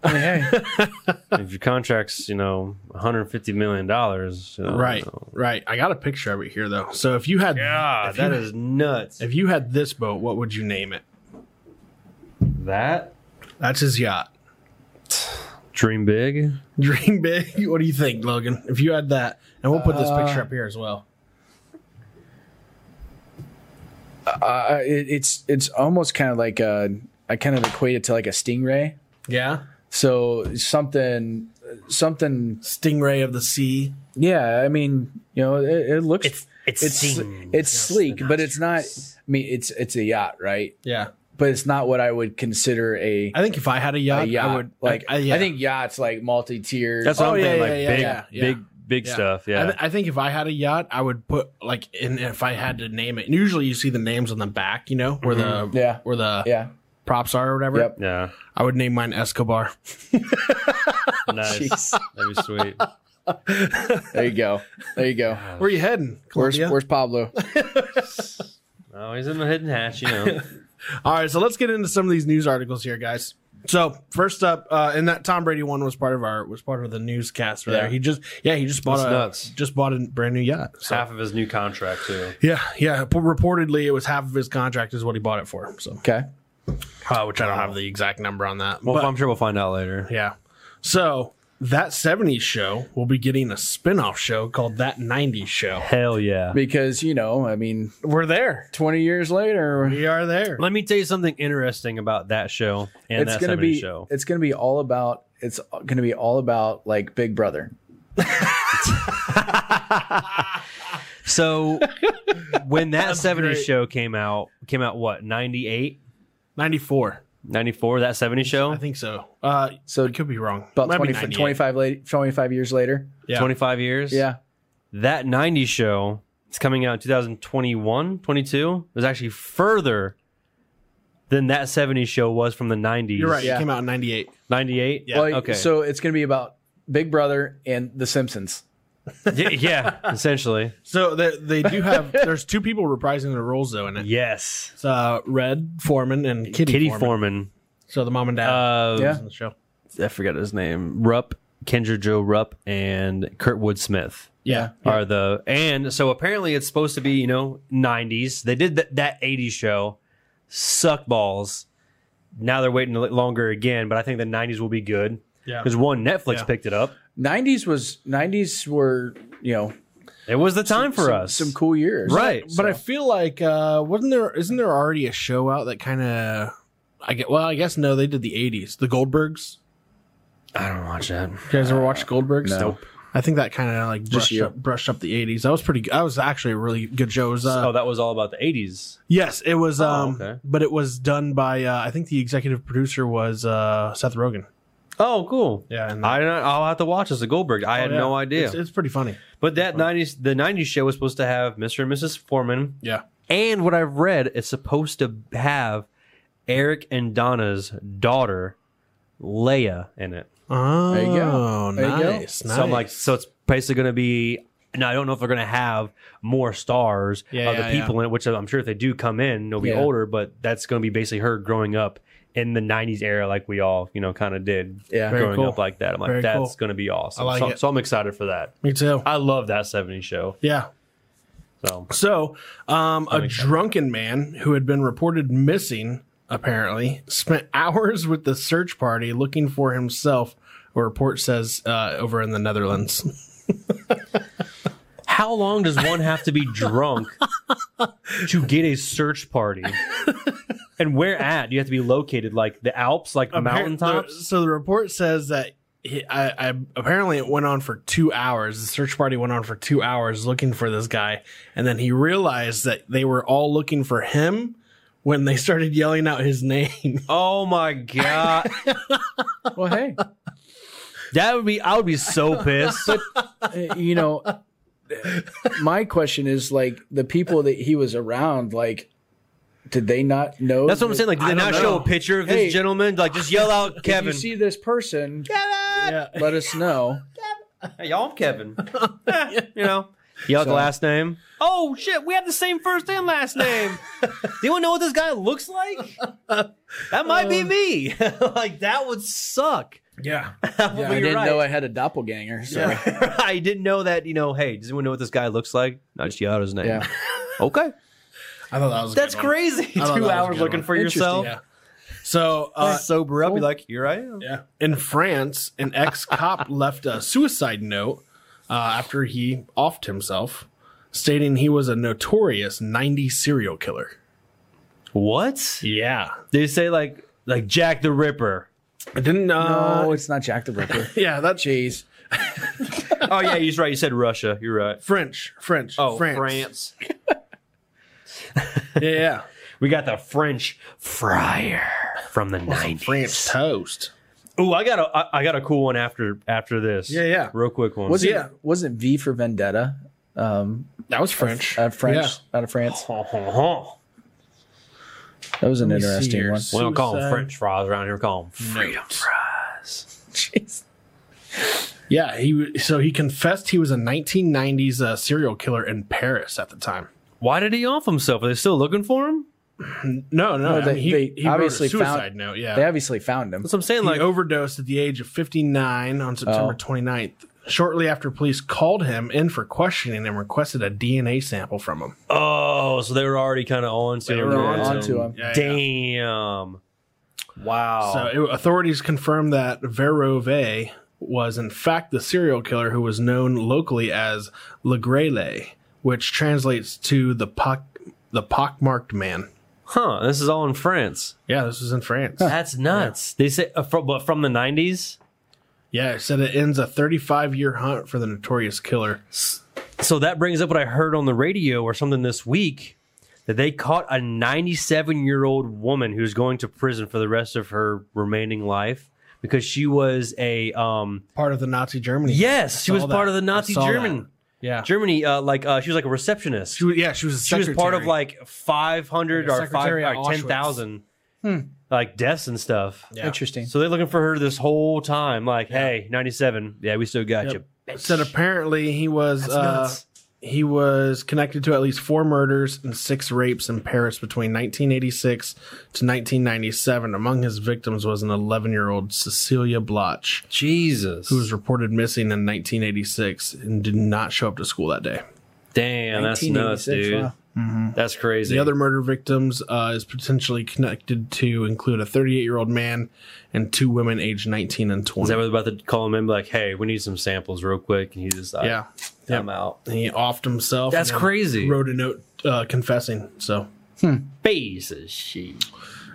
C: I mean, hey
B: if your contract's you know 150 million dollars,
A: Right,
C: Oh,
A: right. I got a picture of it here though. So if you had,
B: God,
A: if
B: Ah, that
A: you-
B: is nuts.
A: if you had this boat, what would you name it?
B: that
A: That's his yacht.
B: dream big.
A: Dream big. What do you think, Logan? If you had that, and we'll put this picture up here as well.
C: uh, it, it's it's almost kind of like a I kind of equate it to like a stingray.
A: Yeah,
C: So something something
A: stingray of the sea.
C: yeah. I mean you know it, it looks it's
B: it's
C: it's, sleek, but it's not. I mean it's it's a yacht, right?
A: Yeah,
C: But it's not what I would consider a,
A: I think if I had a yacht,
C: a yacht.
A: I would
C: like I,
A: yeah.
C: think yachts like multi tiered.
B: That's what
A: Oh,
B: I'm
A: yeah,
B: thinking.
A: yeah,
B: like
A: yeah,
B: big,
A: yeah, yeah.
B: big, big
A: Yeah.
B: stuff.
A: I,
B: Yeah.
A: th- I think if I had a yacht, I would put like in. If I had to name it, and usually you see the names on the back, you know, where the
C: Mm-hmm. Yeah.
A: where the
C: yeah.
A: props are or whatever.
C: Yep.
B: yeah.
A: I would name mine Escobar.
B: Nice.
C: Jeez.
B: That'd be sweet.
C: There you go. There you go.
A: Where you heading?
C: Where's
A: Columbia?
C: where's Pablo?
B: Oh, he's in the hidden hatch, you know.
A: All right, so let's get into some of these news articles here, guys. So first up, uh, and that Tom Brady one was part of our was part of the newscast for there.
C: Yeah.
A: He just yeah he just bought
B: That's
A: a
B: nuts.
A: just bought a brand new yacht. So
B: Half of his new contract too.
A: yeah yeah, but reportedly it was half of his contract is what he bought it for. So
C: Okay.
A: uh, which I don't have the exact number on that.
B: Well,
A: but-
B: I'm sure we'll find out later.
A: yeah, so that '70s show will be getting a spin-off show called That '90s Show.
B: Hell yeah.
C: Because you know, I mean,
A: We're there.
C: twenty years later,
A: We are there.
B: Let me tell you something interesting about that show and
C: it's
B: that
C: gonna
B: 70s
C: be
B: show.
C: it's gonna be all about it's gonna be all about like Big Brother.
B: So when that 70s
A: great.
B: show came out, came out what, 98,
A: '94,
B: 94, that 70s show?
A: I think so. Uh,
C: So
A: I could be wrong.
C: about
A: Might be
C: 20,
A: 98.
C: 25, late, 25 years later.
A: Yeah.
B: 25 years?
C: Yeah.
B: That 90s show It's coming out in 2021, 22. It was actually further than that 70s show was from the 90s.
A: You're right.
C: Yeah.
A: It came out in '98.
B: 98?
A: Yeah.
C: Well,
B: okay.
C: So it's going to be about Big Brother and The Simpsons.
B: yeah, yeah, essentially.
A: So they, they do have. there's two people reprising their roles though in it.
B: Yes.
A: It's uh, Red Foreman and Kitty,
B: Kitty
A: Foreman.
B: Foreman.
A: So the mom and dad
B: Uh,
C: Yeah.
A: on the show.
B: I forgot his name. Rupp, Kendra Joe Rupp, and Kurtwood Smith.
A: Yeah.
B: are the and so apparently it's supposed to be you know 90s they did that that 80s show suck balls now they're waiting a little longer again but i think the 90s will be good
A: Yeah.
B: because one netflix
A: Yeah.
B: picked it up
C: 90s was 90s were, you know,
B: it was the time for
C: some,
B: us
C: some cool years.
B: right
A: But I feel like uh wasn't there isn't there already a show out that kind of I get well I guess no they did the 80s the Goldbergs
B: i don't watch that
A: you guys ever watched Goldbergs
C: no. Nope.
A: I think that kind of like brushed
C: you.
A: up, brushed up the 80s that was pretty good that was actually a really good show It was, uh,
B: oh that was all about the 80s
A: yes it was um
B: Oh, okay.
A: but it was done by uh, I think the executive producer was uh Seth Rogen
B: oh cool
A: yeah and oh,
B: I don't, I'll have to watch this. The Goldberg. I had
A: yeah.
B: no idea.
A: it's, it's pretty funny
B: but that '90s, the '90s show was supposed to have Mr. and Mrs. Foreman,
A: yeah
B: And what I've read, it's supposed to have Eric and Donna's daughter, Leia, in it.
A: oh
C: you go. There you go.
A: nice nice
B: So I'm like, so it's basically going to be. Now I don't know if they're going to have more stars
A: Yeah,
B: of the
A: yeah,
B: people in it, which I'm sure if they do come in, they'll be
C: Yeah.
B: older. But that's going to be basically her growing up in the '90s era, like we all, you know, kind of did.
C: Yeah.
A: Very
B: growing
A: cool.
B: up like that. I'm like,
A: Very
B: that's
A: cool.
B: going to be awesome.
A: I like
B: so,
A: it.
B: so I'm excited for that.
A: me too
B: I love that '70s show.
A: yeah
B: So
A: So, um, a drunken man who had been reported missing, apparently, spent hours with the search party looking for himself. A report says uh, over in the Netherlands.
B: How long does one have to be drunk to get a search party? And where at? Do you have to be located like the Alps, like mountaintops?
A: So the report says that he, I, I apparently it went on for two hours. The search party went on for two hours looking for this guy, and then he realized that they were all looking for him when they started yelling out his name.
B: Oh my god.
C: Well, hey,
B: That would be I would be so pissed.
C: uh, you know, my question is like the people that he was around, like, did they not know?
B: That's what I'm
C: that-
B: saying. Like, did they
A: I don't
B: not show
A: know.
B: a picture of
C: Hey.
B: this gentleman? Like, just yell out
C: If you
B: Kevin.
C: see this person,
A: yeah.
C: let us know.
B: Hey, y'all, I'm Kevin. Eh, you know, yell out the
C: So-
B: last name. Oh shit, we have the same first and last name. Do you want to know what this guy looks like? That might be me. like, that would suck.
A: Yeah.
C: Yeah, I
B: you're
C: didn't
B: right.
C: know I had a doppelganger. So. Yeah.
B: I didn't know that, you know, hey, does anyone know what this guy looks like? Not just yell out his name.
C: Yeah.
B: Okay.
A: I thought that was a
B: That's
A: good one.
B: crazy. Two
A: thought that was a
B: hours
A: good
B: looking
A: one.
B: for yourself.
A: Yeah. So uh,
B: sober up, you're like, here I am.
A: Yeah. In France, an ex cop left a suicide note uh, after he offed himself, stating he was a notorious 90 serial killer.
B: What?
A: Yeah.
B: They say like like Jack the Ripper.
A: I didn't uh, know.
C: no, Oh, it's not Jack the Ripper.
A: yeah, that's
C: Jeez.
B: oh yeah, you're right. You said Russia. You're right.
A: French. French.
B: Oh
A: France.
B: France.
A: Yeah, yeah.
B: We got the French fryer from the nineties.
A: France toast.
B: Ooh, I got a I, I got a cool one after after this.
A: Yeah, yeah.
B: Real quick one.
C: Was it
A: Yeah.
C: wasn't V for Vendetta? Um,
A: That was French.
C: uh, French
A: Yeah.
C: out of France.
B: we
C: That was an
A: me see
C: interesting
A: here.
C: one.
B: don't call them
A: Suicide.
B: French fries around here. We call them freedom
A: Note.
B: fries.
C: Jeez.
A: Yeah, he w- so he confessed he was a 1990s uh, serial killer in Paris at the time.
B: Why did he off himself? Are they still looking for him?
A: No, no,
C: No,
A: I
C: they-
A: mean, he,
C: they
A: he
C: obviously
A: wrote a suicide
C: found-
A: note. Yeah,
C: They obviously found him.
B: That's what I'm saying. Like,
A: he overdosed at the age of 59 on September
C: Oh.
A: 29th. Shortly after police called him in for questioning and requested a DNA sample from him.
B: oh, so they were already kind of on to
A: They
B: him.
A: were
B: then.
A: on
C: to him.
A: Yeah, yeah.
B: Damn. Wow.
A: So it- authorities confirmed that Verove was in fact the serial killer who was known locally as Legrele, which translates to the pock the pockmarked man.
B: huh? This is all in France.
A: Yeah, this was in France.
B: That's nuts. They say, uh, from, but from the '90s.
A: Yeah, it said it ends a 35 year hunt for the notorious killer.
B: So that brings up what I heard on the radio or something this week that they caught a 97 year old woman who's going to prison for the rest of her remaining life because she was a um
A: Part of the Nazi Germany.
B: yes she
A: I
B: was
A: saw
B: part
A: that.
B: of the
A: I
B: Nazi
A: saw
B: German
A: Yeah.
B: Germany, uh, like uh, she was like a receptionist.
A: She was, yeah, she was a
B: She was part of
A: secretary.
B: like
D: Like
B: 500
D: a
B: or five,
D: secretary at
B: like
D: Auschwitz.
B: 10,000
D: Hmm.
B: like deaths and stuff.
A: Yeah.
D: Interesting.
B: So they're looking for her this whole time. Like, hey, 97. Yeah, we still got
A: Yep.
B: you.
A: said apparently he was
B: That's
A: uh,
B: nuts.
A: he was connected to at least four murders and six rapes in Paris between 1986 to 1997. Among his victims was an 11 year old Cecilia Bloch,
B: Jesus.
A: who was reported missing in 1986 and did not show up to school that day.
B: Damn, that's
D: 1986,
B: nuts, dude.
D: wow.
B: That's crazy.
A: The other murder victims uh, is potentially connected to include a 38 year old man and two women aged 19 and
B: Is
A: 20.
B: that what they're about to call him in? Like, hey, we need some samples real quick. And he just, like,
A: yeah,
B: I'm out.
A: he offed himself.
B: That's
A: and
B: crazy.
A: Wrote a note uh, confessing. So
B: Piece of shit.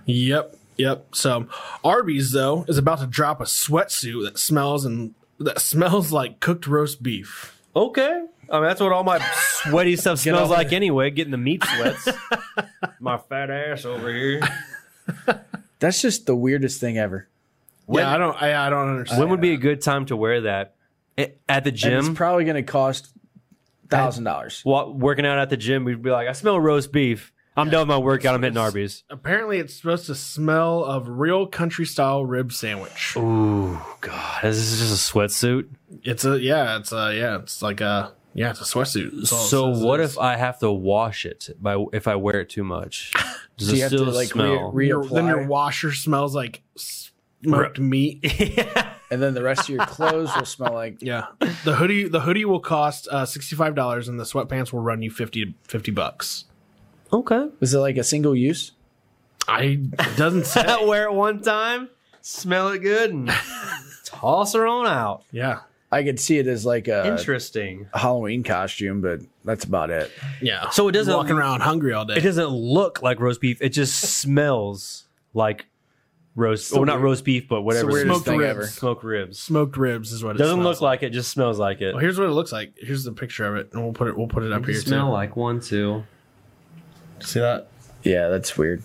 A: Yep, yep. So Arby's though is about to drop a sweatsuit that smells and that smells like cooked roast beef.
B: Okay. I mean, that's what all my sweaty stuff smells like anyway, getting the meat sweats. my fat ass over here.
C: That's just the weirdest thing ever.
A: yeah, I don't, I, I don't understand.
B: When would be a good time to wear that? A- At the
C: And
B: gym?
C: it's probably going to cost thousand dollars.
B: Wa- working out at the gym, we'd be like, I smell roast beef. I'm done with my workout. I'm hitting Arby's.
A: Apparently, it's supposed to smell of real country style rib sandwich.
B: Ooh, God. This is just a sweatsuit.
A: It's a yeah, it's a yeah, it's like a yeah, it's a sweatsuit. That's all it
B: So
A: says it
B: what
A: is.
B: if I have to wash it by if I wear it too much? Does
C: So you
B: it
C: have to
B: still
C: like
B: smell?
C: re-
A: your,
C: reapply,
A: then your washer smells like smoked meat?
C: and then the rest of your clothes will smell like.
A: Yeah, the hoodie the hoodie will cost uh, sixty five dollars, and the sweatpants will run you 50, 50 bucks.
B: okay.
C: Is it like a single use?
A: I it doesn't say.
B: wear it one time, smell it good, and toss her on out.
A: yeah,
C: I could see it as like a
B: Interesting.
C: Halloween costume, but that's about it.
A: yeah.
B: So it doesn't
A: walking around hungry all day.
B: It doesn't look like roast beef. It just smells like roast. Well, not roast beef, but
C: It's the
B: whatever.
C: weirdest
A: Smoked
C: thing
A: ribs.
C: ever.
B: smoked ribs.
A: smoked ribs is what it
B: Doesn't
A: smells
B: look like it. Just smells like it.
A: Well, here's what it looks like. Here's the picture of it, and we'll put it. We'll put it up here
B: smell like one
A: too.
B: too.
A: See that
C: Yeah, that's weird.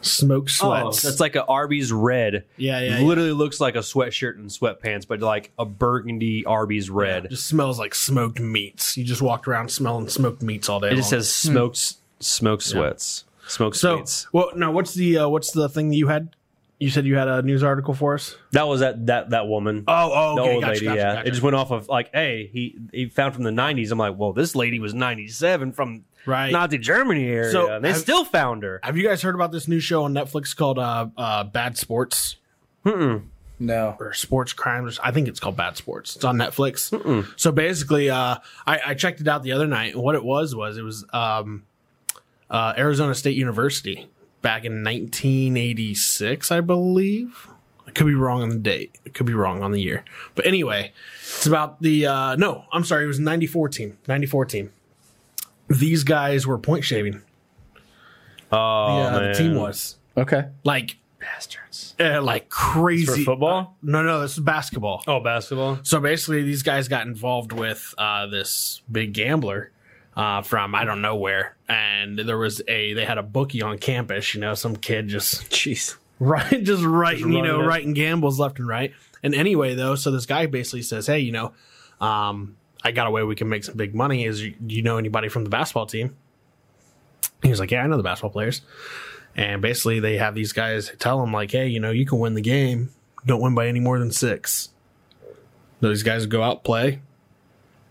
A: smoked
B: Oh,
A: sweats.
B: that's like a Arby's red.
A: yeah, yeah. yeah.
B: Literally looks like a sweatshirt and sweatpants, but like a burgundy Arby's red.
A: Just smells like smoked meats. You just walked around smelling smoked meats all day.
B: it just
A: long.
B: says smoked s smoked sweats, smoked
A: so.
B: sweets.
A: Well, no. What's the uh, what's the thing that you had? You said you had a news article for us.
B: That was that that that woman.
A: Oh, oh,
B: the
A: okay.
B: old
A: gotcha,
B: lady,
A: gotcha,
B: yeah.
A: gotcha.
B: It just went off of like, hey, he he found from the '90s. I'm like, well, this lady was '97 from
A: Right.
B: Nazi Germany area.
A: So,
B: and they
A: I've-
B: still found her.
A: Have you guys heard about this new show on Netflix called uh, uh, Bad Sports
C: No,
A: or Sports Crimes? I think it's called Bad Sports. It's on Netflix. So basically, uh, I, I checked it out the other night, and what it was was it was um, uh, Arizona State University back in 1986, I believe. I could be wrong on the date. I could be wrong on the year. But anyway, it's about the uh, no. I'm sorry, it was 94 team. 94 team. These guys were point shaving.
B: Oh
A: yeah,
B: man.
A: the team was
C: okay.
A: like
B: bastards
A: uh, like crazy
B: for football.
A: No, no, this is basketball.
B: Oh, basketball.
A: So basically, these guys got involved with uh, this big gambler uh, from I don't know where, and there was a they had a bookie on campus. You know, some kid just
C: Jeez.
A: right just writing you know
B: running it.
A: writing gambles left and right and anyway though so this guy basically says hey you know um i got a way we can make some big money is you, do you know anybody from the basketball team he was like yeah i know the basketball players and basically they have these guys tell him like hey you know you can win the game don't win by any more than six so these guys would go out play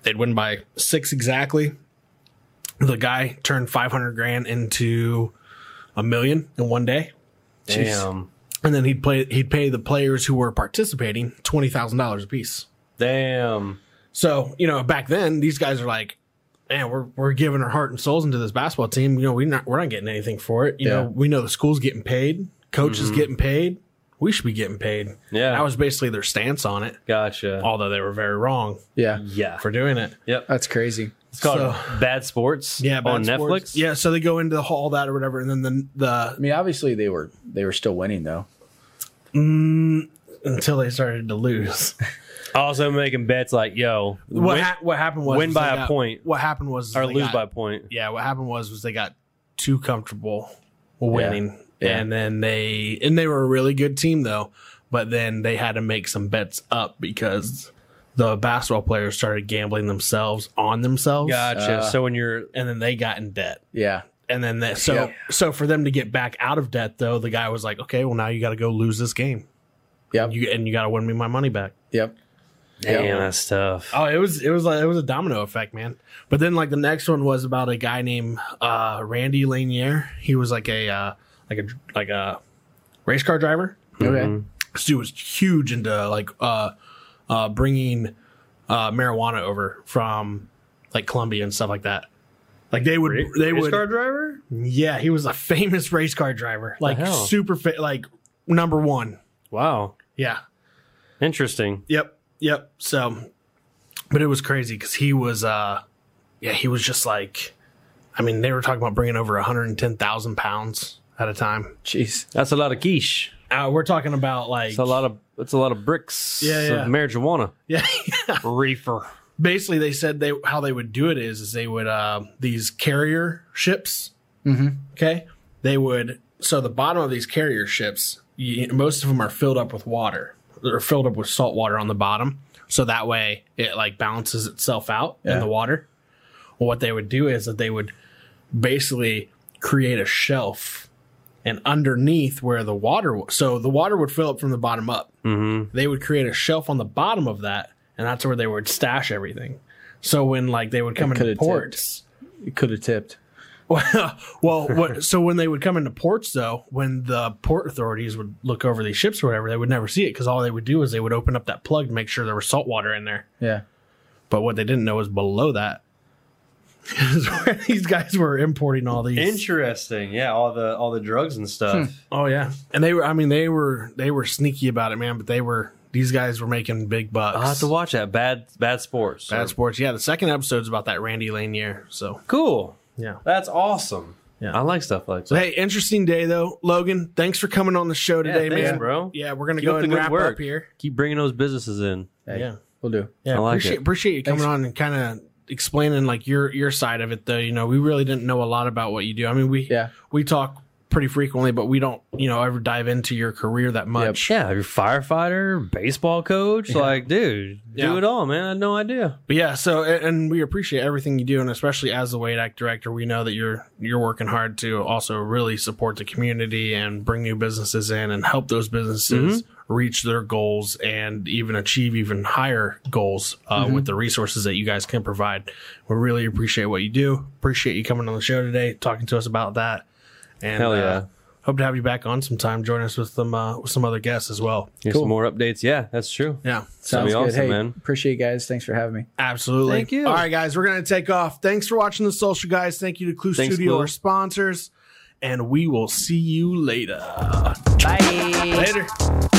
A: they'd win by six exactly the guy turned 500 grand into a million in one day
B: Damn.
A: and then he'd play he'd pay the players who were participating twenty thousand dollars a piece.
B: Damn.
A: So you know, back then these guys are like, man, we're we're giving our heart and souls into this basketball team. You know, we not we're not getting anything for it. You know,
C: Yeah.
A: we know the school's getting paid, coach is getting paid, we should be getting paid.
B: Mm-hmm. Yeah.
A: that was basically their stance on it.
B: Gotcha.
A: Although they were very wrong
C: Yeah,
B: yeah.
A: for doing it.
C: that's crazy.
B: It's called
A: So-
B: Bad Sports.
A: Yeah, bad
B: on
A: sports.
B: Netflix.
A: Yeah, so they go into the hall that or whatever, and then the
C: I
A: the
C: mean, obviously they were they were still winning though.
A: until they started to lose.
B: Also making bets like, yo,
A: What
B: win-
A: ha- what happened was
B: win
A: was
B: by
A: they
B: a
A: got-
B: point.
A: What happened was
B: or
A: they
B: lose
A: got-
B: by a point.
A: yeah, what happened was was they got too comfortable winning,
C: Yeah.
A: and then they and they were a really good team though, but then they had to make some bets up because the basketball players started gambling themselves on themselves,
B: Gotcha.
C: Uh,
B: so when you're
A: and then they got in debt.
C: Yeah.
A: And then that, so
C: Yeah.
A: so for them to get back out of debt, though, the guy was like, "Okay, well now you got to go lose this game,
C: Yep.
A: you, and you got to win me my money back."
C: Yep.
B: damn, that's tough.
A: Oh, it was it was like it was a domino effect, man. But then like the next one was about a guy named uh, Randy Lanier. He was like a uh, like a like a race car driver.
C: Okay.
A: This dude was huge into like uh, uh, bringing uh, marijuana over from like Colombia and stuff like that. Like they would they
B: Race
A: would
B: car driver.
A: yeah he was a famous race car driver like
B: hell?
A: super fa- like number one
B: Wow,
A: yeah
B: interesting.
A: Yep. Yep. So, but it was crazy because he was, uh, yeah, he was just like, I mean, they were talking about bringing over 110,000 pounds at a time.
C: Jeez.
B: That's a lot of quiche.
A: Uh, we're talking about like,
B: It's a lot of it's a lot of bricks.
A: Yeah, yeah.
B: Of marijuana.
A: yeah.
B: Reefer.
A: Basically, they said they how they would do it is is they would uh, these carrier ships. Mm-hmm. Okay, they would so the bottom of these carrier ships, you, most of them are filled up with water. They're filled up with salt water on the bottom, so that way it like balances itself out in
C: Yeah.
A: the water. Well, what they would do is that they would basically create a shelf, and underneath where the water, wa- so the water would fill up from the bottom up
B: Mm-hmm.
A: they would create a shelf on the bottom of that, and that's where they would stash everything. So when like they would come into
C: could've
A: ports,
C: You could have tipped.
A: well, what, so when they would come into ports though, when the port authorities would look over these ships or whatever, they would never see it because all they would do is they would open up that plug to make sure there was salt water in there.
C: Yeah.
A: But what they didn't know is below that is where these guys were importing all these.
B: Interesting. Yeah, all the all the drugs and stuff.
A: oh yeah, and they were. I mean, they were they were sneaky about it, man. But they were these guys were making big bucks.
B: I'll have to watch that. Bad bad sports.
A: Bad sports. Yeah, the second episode's about that Randy Lanier. So
B: Cool.
A: yeah.
B: That's awesome.
A: Yeah.
B: I like stuff like
A: So
B: that.
A: hey, interesting day though, Logan. Thanks for coming on the show
B: Yeah,
A: today,
B: thanks,
A: man.
B: bro.
A: Yeah, we're gonna
B: Keep
A: go
B: up
A: ahead
B: the
A: and wrap
B: good work.
A: up here.
B: Keep bringing those businesses in.
C: Hey,
A: Yeah,
C: We'll do.
A: yeah.
B: I like
A: appreciate
B: it.
A: appreciate you coming
C: Thanks.
A: on and kind of explaining like your your side of it though. You know, we really didn't know a lot about what you do. I mean, we
C: Yeah.
A: we talk pretty frequently, but we don't you know ever dive into your career that much.
B: Yeah, you're a firefighter, baseball coach. Like, dude,
A: Yeah.
B: do it all, man. I had no idea.
A: But yeah, so and- and we appreciate everything you do, and especially as the Wade Act director, we know that you're you're working hard to also really support the community and bring new businesses in and help those businesses
B: Mm-hmm.
A: reach their goals and even achieve even higher goals uh,
B: Mm-hmm.
A: with the resources that you guys can provide. We really appreciate what you do. Appreciate you coming on the show today, talking to us about that. And
B: Hell yeah.
A: uh, hope to have you back on sometime. Join us with some uh, with some other guests as well.
B: Here's
C: Cool.
B: some more updates. Yeah, that's true.
A: Yeah.
C: Sounds
B: That'd be
C: good.
B: awesome,
C: hey,
B: man.
C: appreciate you guys. Thanks for having me.
A: Absolutely.
B: Thank you.
A: All right, guys, we're going to take off. Thanks for watching the social, guys. Thank you to Clue
B: Thanks,
A: Studio,
B: Clue.
A: our sponsors, and we will see you later. Bye. Later.